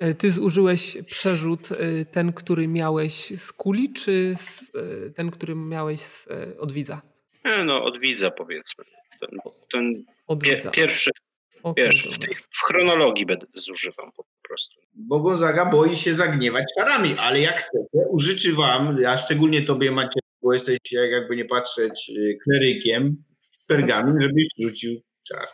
E, Ty zużyłeś przerzut e, ten, który miałeś z kuli, czy z, e, ten, który miałeś z e, odwidza? Nie, no, od widza powiedzmy. Ten, ten Odwidza. pie, pierwszy, No Okej, wiesz, w, dobra. tej, w chronologii będę zużywam po prostu. Bo Gonzaga boi się zagniewać czarami, ale jak chcecie, użyczy wam, a szczególnie tobie macie, bo jesteś, jak jakby nie patrzeć, y, klerykiem, pergamin, żebyś rzucił czar.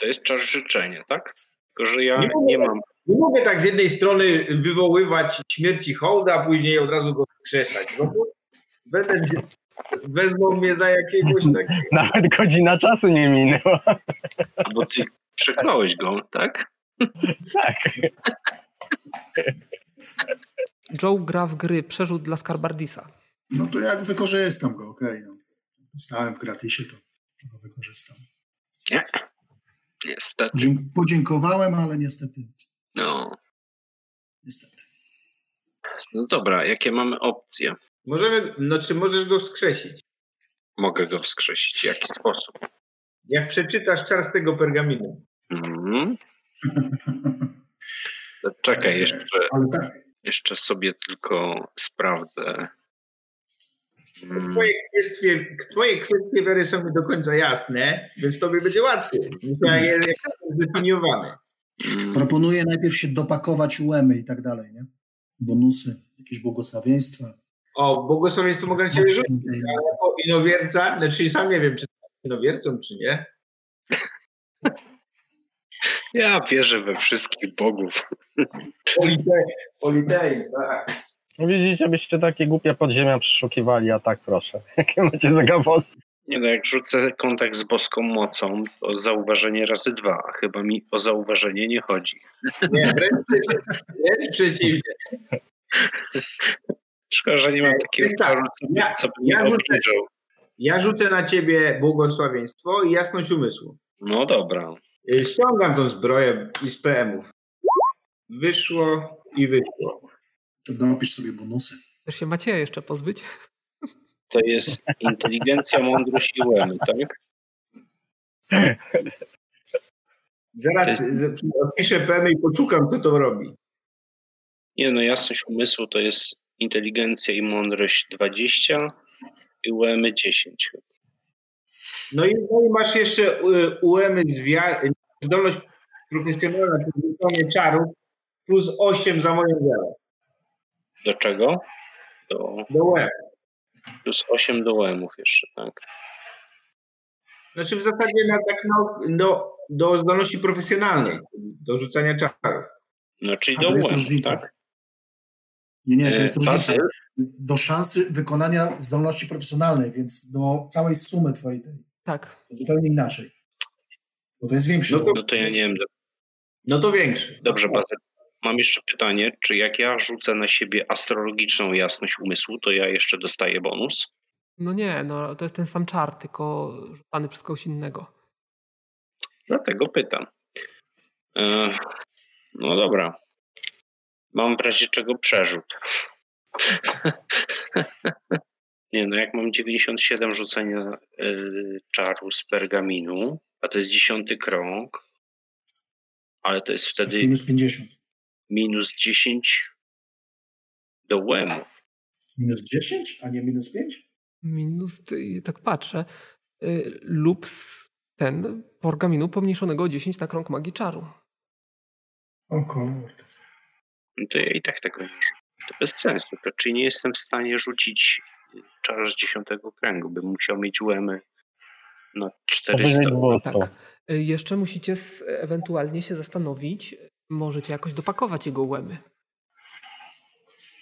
To jest czas życzenia, tak? Tylko, że ja Nie nie, mogę. mam. Nie mogę tak z jednej strony wywoływać śmierci hołda, a później od razu go wskrzeszać. No bo będę, wezmą mnie za jakiegoś tak- takiego. Nawet godzina czasu nie minęła. A bo ty przekląłeś go, tak? Tak. Joe gra w gry, przerzut dla Skarbardisa. No to jak wykorzystam go, okej. no. Stałem w gratisie, to go wykorzystam. Niestety. Dzie- podziękowałem, ale niestety, No. niestety. no dobra, jakie mamy opcje? Możemy, no czy możesz go wskrzesić? Mogę go wskrzesić. W jaki sposób? Jak przeczytasz czar z tego pergaminu. [laughs] Mhm. To Czekaj, jeszcze, Ale tak, jeszcze sobie tylko sprawdzę. Mm, Twoje kwestie, twoje kwestie Wery są mi do końca jasne, więc tobie będzie łatwiej. Ja je- jak jestem zdefiniowany. mm. proponuję najpierw się dopakować łemy i tak dalej, nie? Bonusy, jakieś błogosławieństwa. O, błogosławieństwo mogę na ciebie rzucić. Jako inowierca, znaczy sam nie wiem, czy jestem inowiercą, czy nie. Ja wierzę we wszystkich bogów. Politei, politei, tak. Widzicie, byście No takie głupie podziemia przeszukiwali, a tak proszę. [laughs] Jakie macie zagawosy? Nie no, jak rzucę kontakt z boską mocą, to zauważenie razy dwa. Chyba mi o zauważenie nie chodzi. Nie, wręcz przeciwnie. Wręcz przeciwnie. Szkoda, że nie mam Ej, takiego tak, toru, co, ja- by- co by ja mnie rzucę. obniżał. Ja rzucę na ciebie błogosławieństwo i jasność umysłu. No dobra. Y, Ściągam tą zbroję i z PM-ów. Wyszło i wyszło. To napisz sobie bonusy. Też się Macieja jeszcze pozbyć. To jest inteligencja, mądrość i łemy, tak? Zaraz z- odpiszę PM i poszukam, co to robi. Nie no, jasność umysłu to jest inteligencja i mądrość 20 i łemy 10. chyba. No i, no i masz jeszcze y, UEM z wiary, zdolność profesjonalna, czyli wykonanie czarów, plus 8 za moją wiarę. Do czego? Do Do UEM. plus 8 do łemów jeszcze, tak? Znaczy w zasadzie na, tak na, do, do zdolności profesjonalnej, do rzucania czarów. No czyli A do to jest łemów, różnica. tak? Nie, nie, to jest E, różnica. Bazyl, Do szansy wykonania zdolności profesjonalnej, więc do całej sumy twojej tej. Tak. Zupełnie inaczej. Bo to jest większe. No to- No to ja nie wiem, No to większy. Dobrze, Bazyl. Mam jeszcze pytanie, czy jak ja rzucę na siebie astrologiczną jasność umysłu, to ja jeszcze dostaję bonus? No nie, no to jest ten sam czar, tylko rzucany przez kogoś innego. Dlatego pytam. E, no dobra. Mam w razie czego przerzut. [laughs] Nie no, jak mam 97 rzucenia y, czaru z pergaminu, a to jest dziesiąty krąg, ale to jest To jest wtedy minus 50. minus 10 do łemu. Minus 10, a nie minus 5? Minus, ty- tak patrzę, y, lub z ten pergaminu pomniejszonego o 10 na krąg magii czaru. O kurde. No to ja i tak tego nie rzucę. To bez sensu. To czy nie jestem w stanie rzucić czar z dziesiątego kręgu? Bym musiał mieć łemy na 400. Powyżej 200. Tak. Y, Jeszcze musicie s- ewentualnie się zastanowić, możecie jakoś dopakować jego łemy.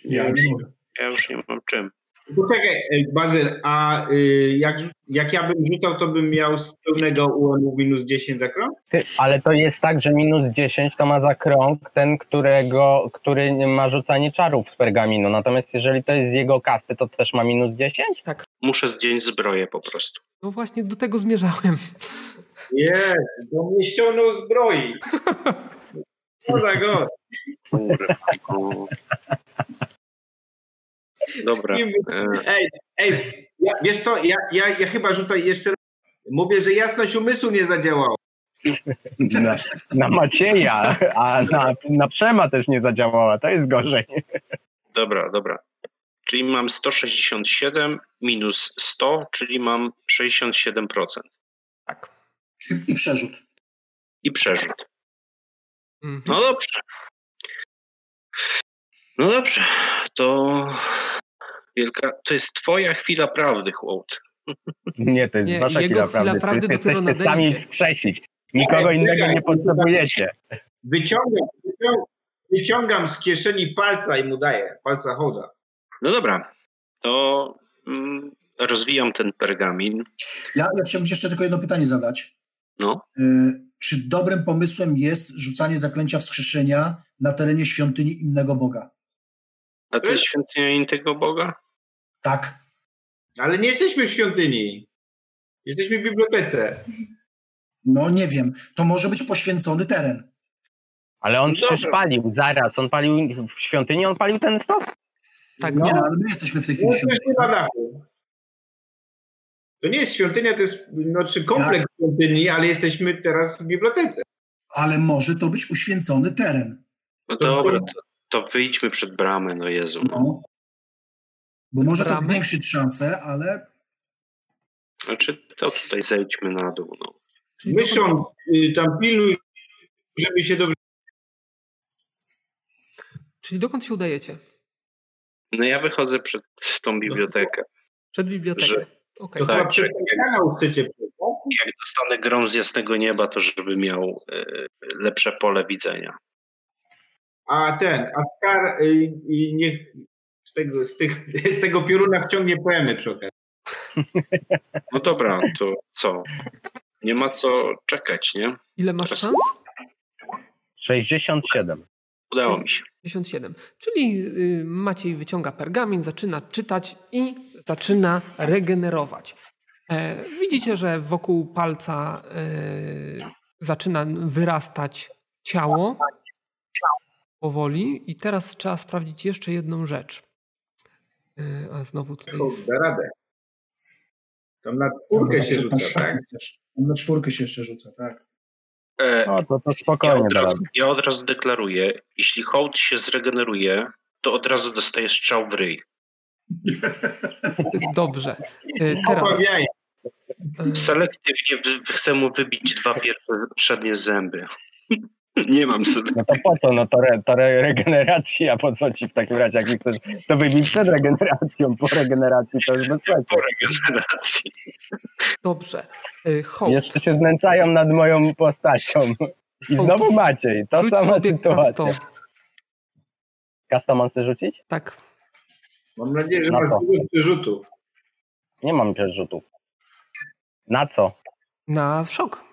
Ja nie mogę. Ja już nie mam czym. No czekaj, ej, Bazyl, a y, jak, rzu- jak ja bym rzucał, to bym miał z pełnego UEM minus 10 za krąg? Ty, ale to jest tak, że minus 10 to ma za krąg ten, którego, który nie ma rzucanie czarów z pergaminu. Natomiast jeżeli to jest z jego kasy, to też ma minus 10? Muszę zdjąć zbroję po prostu. No właśnie do tego zmierzałem. [laughs] Nie, bo mnie ściągnął zbroi. Co za go? Kurwa. no. Dobra. e, Ej, ej, ja, wiesz co, ja, ja, ja chyba rzucę jeszcze raz. Mówię, że jasność umysłu nie zadziałała. Na, na Macieja, a na, na Przema też nie zadziałała. To jest gorzej. Dobra, dobra. Czyli mam 167 minus 100, czyli mam 67%. Tak. I przerzut. I przerzut. Mhm. No dobrze. No dobrze, to Wielka, to jest twoja chwila prawdy, chłopcze. Nie, to jest Nie, wasza jego chwila chwila prawdy prawdy. Prawdy dopiero jesteście sami nadejdzie. wskrzesić. Nikogo Ale innego czekaj, nie potrzebujecie. Wyciągam, wycią- wyciągam z kieszeni palca i mu daję. Palca hoda. No dobra, to mm, rozwijam ten pergamin. Ja, ja chciałbym jeszcze tylko jedno pytanie zadać. No. Y, Czy dobrym pomysłem jest rzucanie zaklęcia wskrzeszenia na terenie świątyni innego Boga? A to jest świątynia innego Boga? Tak. Ale nie jesteśmy w świątyni. Jesteśmy w bibliotece. No nie wiem. To może być poświęcony teren. Ale on Dobra. przecież palił zaraz, on palił w świątyni, on palił ten stos. Tak, Nie, no. no, ale my jesteśmy w tej chwili w świątyni. Jesteśmy na dachu. To nie jest świątynia, to jest znaczy kompleks świątyni, ale jesteśmy teraz w bibliotece. Ale może to być uświęcony teren. No To dobra, znowu- to, to wyjdźmy przed bramę, no Jezu. No. No. Bo może to Bramy? zwiększyć szanse, ale Znaczy, to tutaj zejdźmy na dół. No. Czyli Myszą y, tam pilnuj, żeby się dobrze... Czyli dokąd się udajecie? no ja wychodzę przed tą bibliotekę. Przed bibliotekę. Że- Okej. To Tak, chyba przez czekaj. kanał chcecie przejść, tak? Jak dostanę grom z jasnego nieba, to żeby miał e, lepsze pole widzenia. A ten, a Skar y, y, niech z tego, z, tych, [laughs] z tego pioruna wciągnie poemy przy okazji. No dobra, to co? Nie ma co czekać, nie? Ile masz Teraz- szans? 67. Udało mi się. 57. Czyli y, Maciej wyciąga pergamin, zaczyna czytać i zaczyna regenerować. E, widzicie, że wokół palca e, zaczyna wyrastać ciało powoli. I teraz trzeba sprawdzić jeszcze jedną rzecz. E, a znowu tutaj. To Da radę. Tam na czwórkę się Na rzuca, czwórkę tak? też. Na czwórkę się jeszcze rzuca, tak. E, No to, to ja, spokojnie od teraz. razu, ja od razu deklaruję, jeśli hołd się zregeneruje, to od razu dostaję strzał w ryj. Dobrze. E, teraz. Obawiaj, e, Selektywnie w- chcę mu wybić dwa pierwsze przednie zęby. [laughs] Nie mam selekcji. No to po co, no to, re, to re, regeneracji, a po co ci w takim razie, jak nie chcesz, to wybij przed regeneracją, po regeneracji to już bez sensu. regeneracji. Dobrze. E, hołd. Jeszcze się znęcają nad moją postacią. I Hołd. znowu Maciej, to Rzuć sama sobie kasto. sytuacja. Kasta mam chce rzucić? Tak. Mam nadzieję, że Na masz to. dużo przerzutów. Nie mam przerzutów. Na co? Na szok.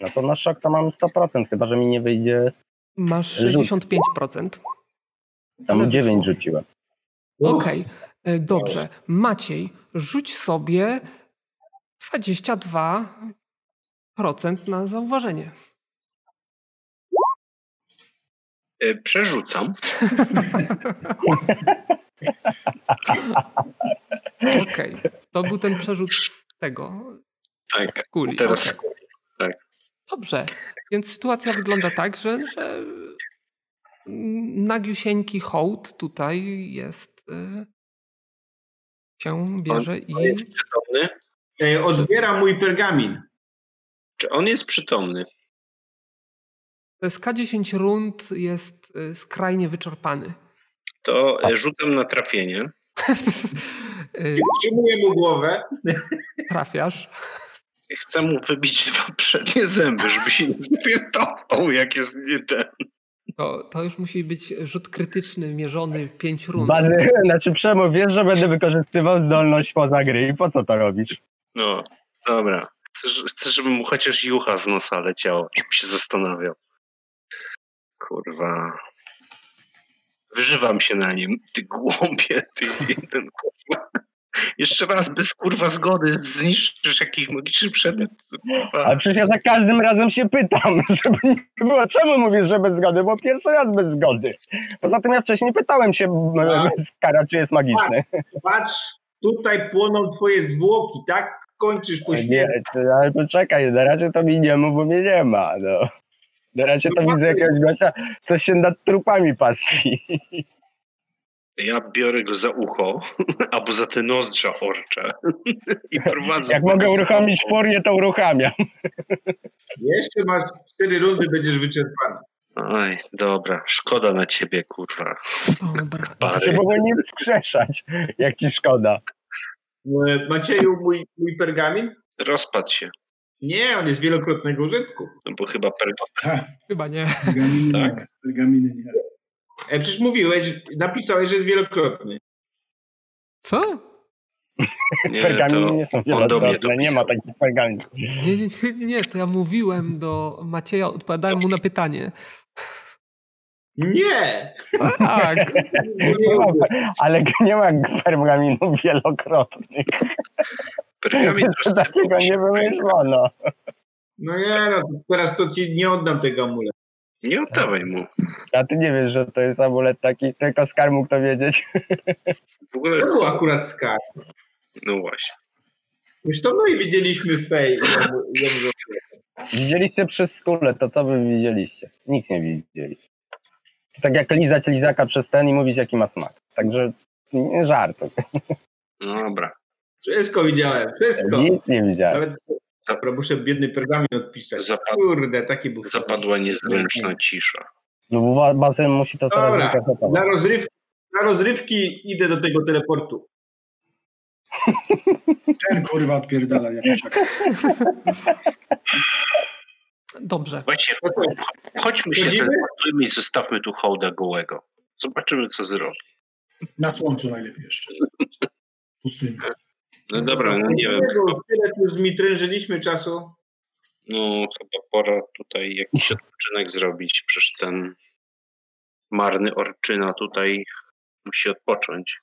No to na szok to mam 100%, chyba że mi nie wyjdzie, Masz Rzut. 65%. Ale tam wyszło. 9 rzuciłem. Okej, e, dobrze. Maciej, rzuć sobie 22% na zauważenie. E, Przerzucam. Okej, to był ten przerzut tego Tak, kuli. teraz Okej. Dobrze, więc sytuacja wygląda tak, że, że nagiusieńki hołd tutaj jest... y, się bierze i... on jest przytomny. E, Odbiera mój pergamin. Czy on jest przytomny? To jest K10 rund, jest y, skrajnie wyczerpany. [laughs] E, To e, rzucam na trafienie. Y, Trzymuję mu głowę. Trafiasz. Chcę mu wybić dwa przednie zęby, żeby się nie zorientował, jak jest nie ten. To, to już musi być rzut krytyczny, mierzony w 5 rund. Bazy, [laughs] znaczy Przemo, wiesz, że będę wykorzystywał zdolność poza gry i po co to robisz? No, dobra. Chcę, ż- chcę, żeby mu chociaż jucha z nosa leciało, [laughs] jak się zastanawiał. Kurwa. Wyżywam się na nim, ty głąbie, ty jeden kurwa. Jeszcze raz bez kurwa zgody zniszczysz jakiś magiczny przedmiot. to kurwa. Ale przecież ja za każdym razem się pytam, [laughs] żeby nie było, czemu mówisz, że bez zgody, bo pierwszy raz bez zgody. Poza tym ja wcześniej pytałem się A. m, [laughs] kara, czy jest magiczny. Patrz, tutaj płoną twoje zwłoki, tak? Kończysz po Nie, śmierci. ty, ale poczekaj, na razie to mi nie mów, bo mnie nie ma, no. Na razie to widzę jakiegoś gościa, co się nad trupami pastwi. Ja biorę go za ucho, [laughs] albo za te nozdrza orcze [laughs] i prowadzę. Jak go mogę za uruchomić sobą. furię, to uruchamiam. Jeszcze masz cztery rundy, będziesz wyczerpany. Oj, dobra, szkoda na ciebie, kurwa. Dobra. Się Bary. powinien wskrzeszać, jak ci szkoda. E, Macieju, mój, mój pergamin? Rozpadł się, Nie, on jest wielokrotnego użytku. no bo chyba pergamin. Tak. Chyba nie. Pergaminy Tak. nie. Pergaminy nie. E, przecież mówiłeś, że- napisałeś, że jest wielokrotny. Co? Nie, Pergaminy to nie są on do mnie wielokrotne, nie ma takich pergamin. Nie, nie, nie, nie, to ja mówiłem do Macieja, odpowiadałem mu na pytanie. Nie! Tak. Ale [laughs] nie ma pergaminów wielokrotnych. pergamin [laughs] Takiego nie wymyślono. No nie, no to teraz to ci nie oddam tego amuletu. Nie oddawaj mu. A ty nie wiesz, że to jest amulet taki, tylko Skar mógł to wiedzieć. W To ogóle, był akurat skarb. no właśnie. Zresztą my widzieliśmy fej. jemu- jemu go- Widzieliście przez skórę, to co wy widzieliście? Nikt nie widzieliście. To Tak jak lizać lizaka przez ten i mówić jaki ma smak. Także nie żart. No dobra. Wszystko widziałem, wszystko. Nic nie widziałem. Nawet dobra, muszę biedny pergamin odpisać. Zapadł- Kurde, taki był. Zapadła niezręczna cisza. No bo wa- basen musi to teraz Dobra. wykasetować. Dla rozrywki, dla rozrywki idę do tego teleportu. Ten kurwa odpierdala jak tak czeka. Dobrze. Właśnie, No to chodźmy się Chodzimy? teleportujmy i zostawmy tu hołda gołego. Zobaczymy, co zrobi. Na słońcu najlepiej jeszcze. Pustyni. No dobra, no nie wiem. Jezu, Tyle tu zmitrężyliśmy czasu. No chyba pora tutaj jakiś odpoczynek zrobić. Przecież ten marny orczyna tutaj musi odpocząć.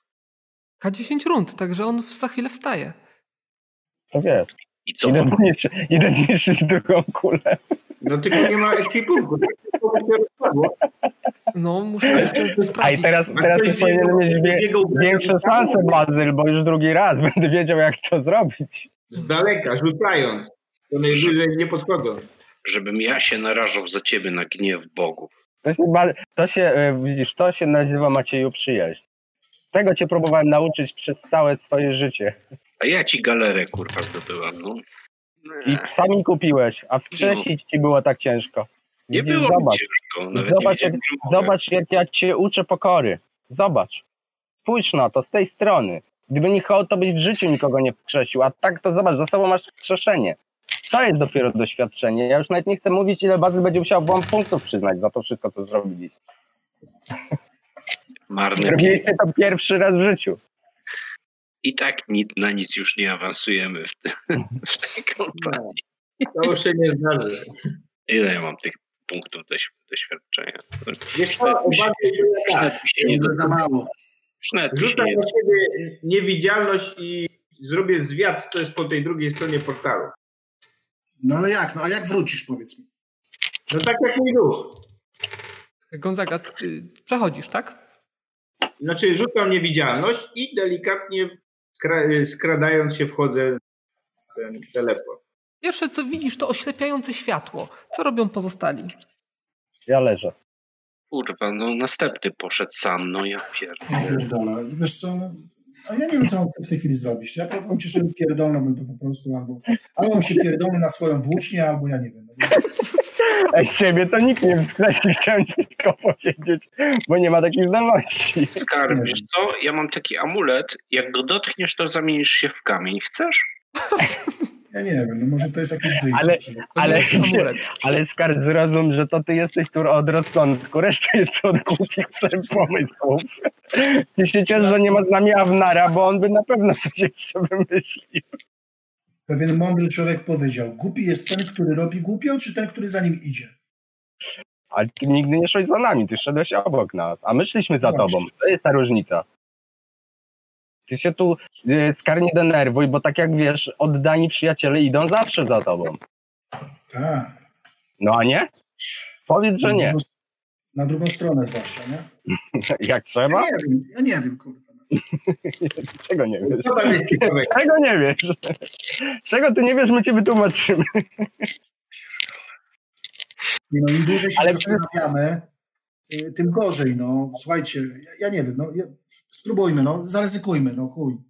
K10 rund, także on w- za chwilę wstaje. To wiesz. I co? Idę zniszczyć, idę zniszczyć drugą kulę. No tylko nie ma Tak escape'u. No, muszę jeszcze A i sprawdzić. teraz, teraz już powinienem mieć wie, większe szanse, Bazyl, bo już drugi raz [laughs] będę wiedział, jak to zrobić. Z daleka, rzucając. To najwyżej nie podchodzą. Żebym ja się narażał za ciebie na gniew bogów. To się, ba- to się e, widzisz, to się nazywa Macieju przyjaźń. Tego cię próbowałem nauczyć przez całe swoje życie. A ja ci galerę kurwa zdobyłam, no. I sam mi kupiłeś, a wskrzesić ci było tak ciężko. Nie Widzisz, było mi zobacz, ciężko. Nawet Zobacz, nie jak- wiedziałem, że mogę. zobacz jak ja cię uczę pokory. Zobacz. Spójrz na to z tej strony. Gdyby nie hołd, to byś w życiu nikogo nie wskrzesił, a tak to zobacz, za sobą masz wskrzeszenie. To jest dopiero doświadczenie. Ja już nawet nie chcę mówić, ile bazy będzie musiał wam punktów przyznać za to wszystko, co zrobiliście. Marny. Zrobiliście to pierwszy raz w życiu. I tak ni- na nic już nie awansujemy w, [laughs] te, w tej kampanii. To już się nie zdarzy. Ile ja mam tych punktów doś- doświadczenia? Wiesz co, obawiam się, że tak. Przynajmniej się nie To za dostałem. mało. Przynajmniej się Rzucam nie na siebie niewidzialność i zrobię zwiat, co jest po tej drugiej stronie portalu. No ale jak? No a jak wrócisz powiedz mi? No tak jak mój duch. Gonzaga, ty przechodzisz, tak? Znaczy rzucam niewidzialność i delikatnie skra- skradając się wchodzę w ten teleport. Pierwsze, co widzisz, to oślepiające światło. Co robią pozostali? Ja leżę. Kurwa, no następny poszedł sam, no ja pierdolę. [laughs] Pierdolę. Wiesz co, no, a ja nie wiem, co mam w tej chwili zrobić. Ja powiem ci, że pierdolnąłbym to po prostu albo, albo on się pierdolny na swoją włócznię, albo ja nie wiem. No, Ej, ciebie to nikt nie wskrzesił, chciałem ci tylko powiedzieć, bo nie ma takich zdolności. Skarb, wiesz co? Ja mam taki amulet, jak go dotkniesz, to zamienisz się w kamień. Chcesz? Ja nie wiem, no może to jest jakieś wyjście. Ale- przed- To Ale- jest amulet. Ale Skarb, zrozum, że to ty jesteś tu od rozsądku, reszta jest tu od głupich pomysłów. Ty się ciesz, że nie ma z nami Awnara, bo on by na pewno coś jeszcze wymyślił. Pewien mądry człowiek powiedział, głupi jest ten, który robi głupią, czy ten, który za nim idzie? Ale ty nigdy nie szłeś za nami, ty szedłeś obok nas, a my szliśmy za tobą. To jest ta różnica. Ty się tu, y, Skar, nie denerwuj, bo tak jak wiesz, oddani przyjaciele idą zawsze za tobą. Tak. No a nie? Powiedz, że Na nie. drugą- Na drugą stronę zwłaszcza, nie? Jak Ja trzeba? nie wiem, ja nie wiem, kurwa. Czego nie wiesz? Co tam No tak jest ciekawego? Czego nie wiesz? Czego ty nie wiesz, my ci wytłumaczymy. Nie, No, Im dłużej się Ale zastanawiamy, y, tym gorzej, no. Słuchajcie, ja, ja nie wiem, no. Ja, spróbujmy, no. Zaryzykujmy, no. Chuj.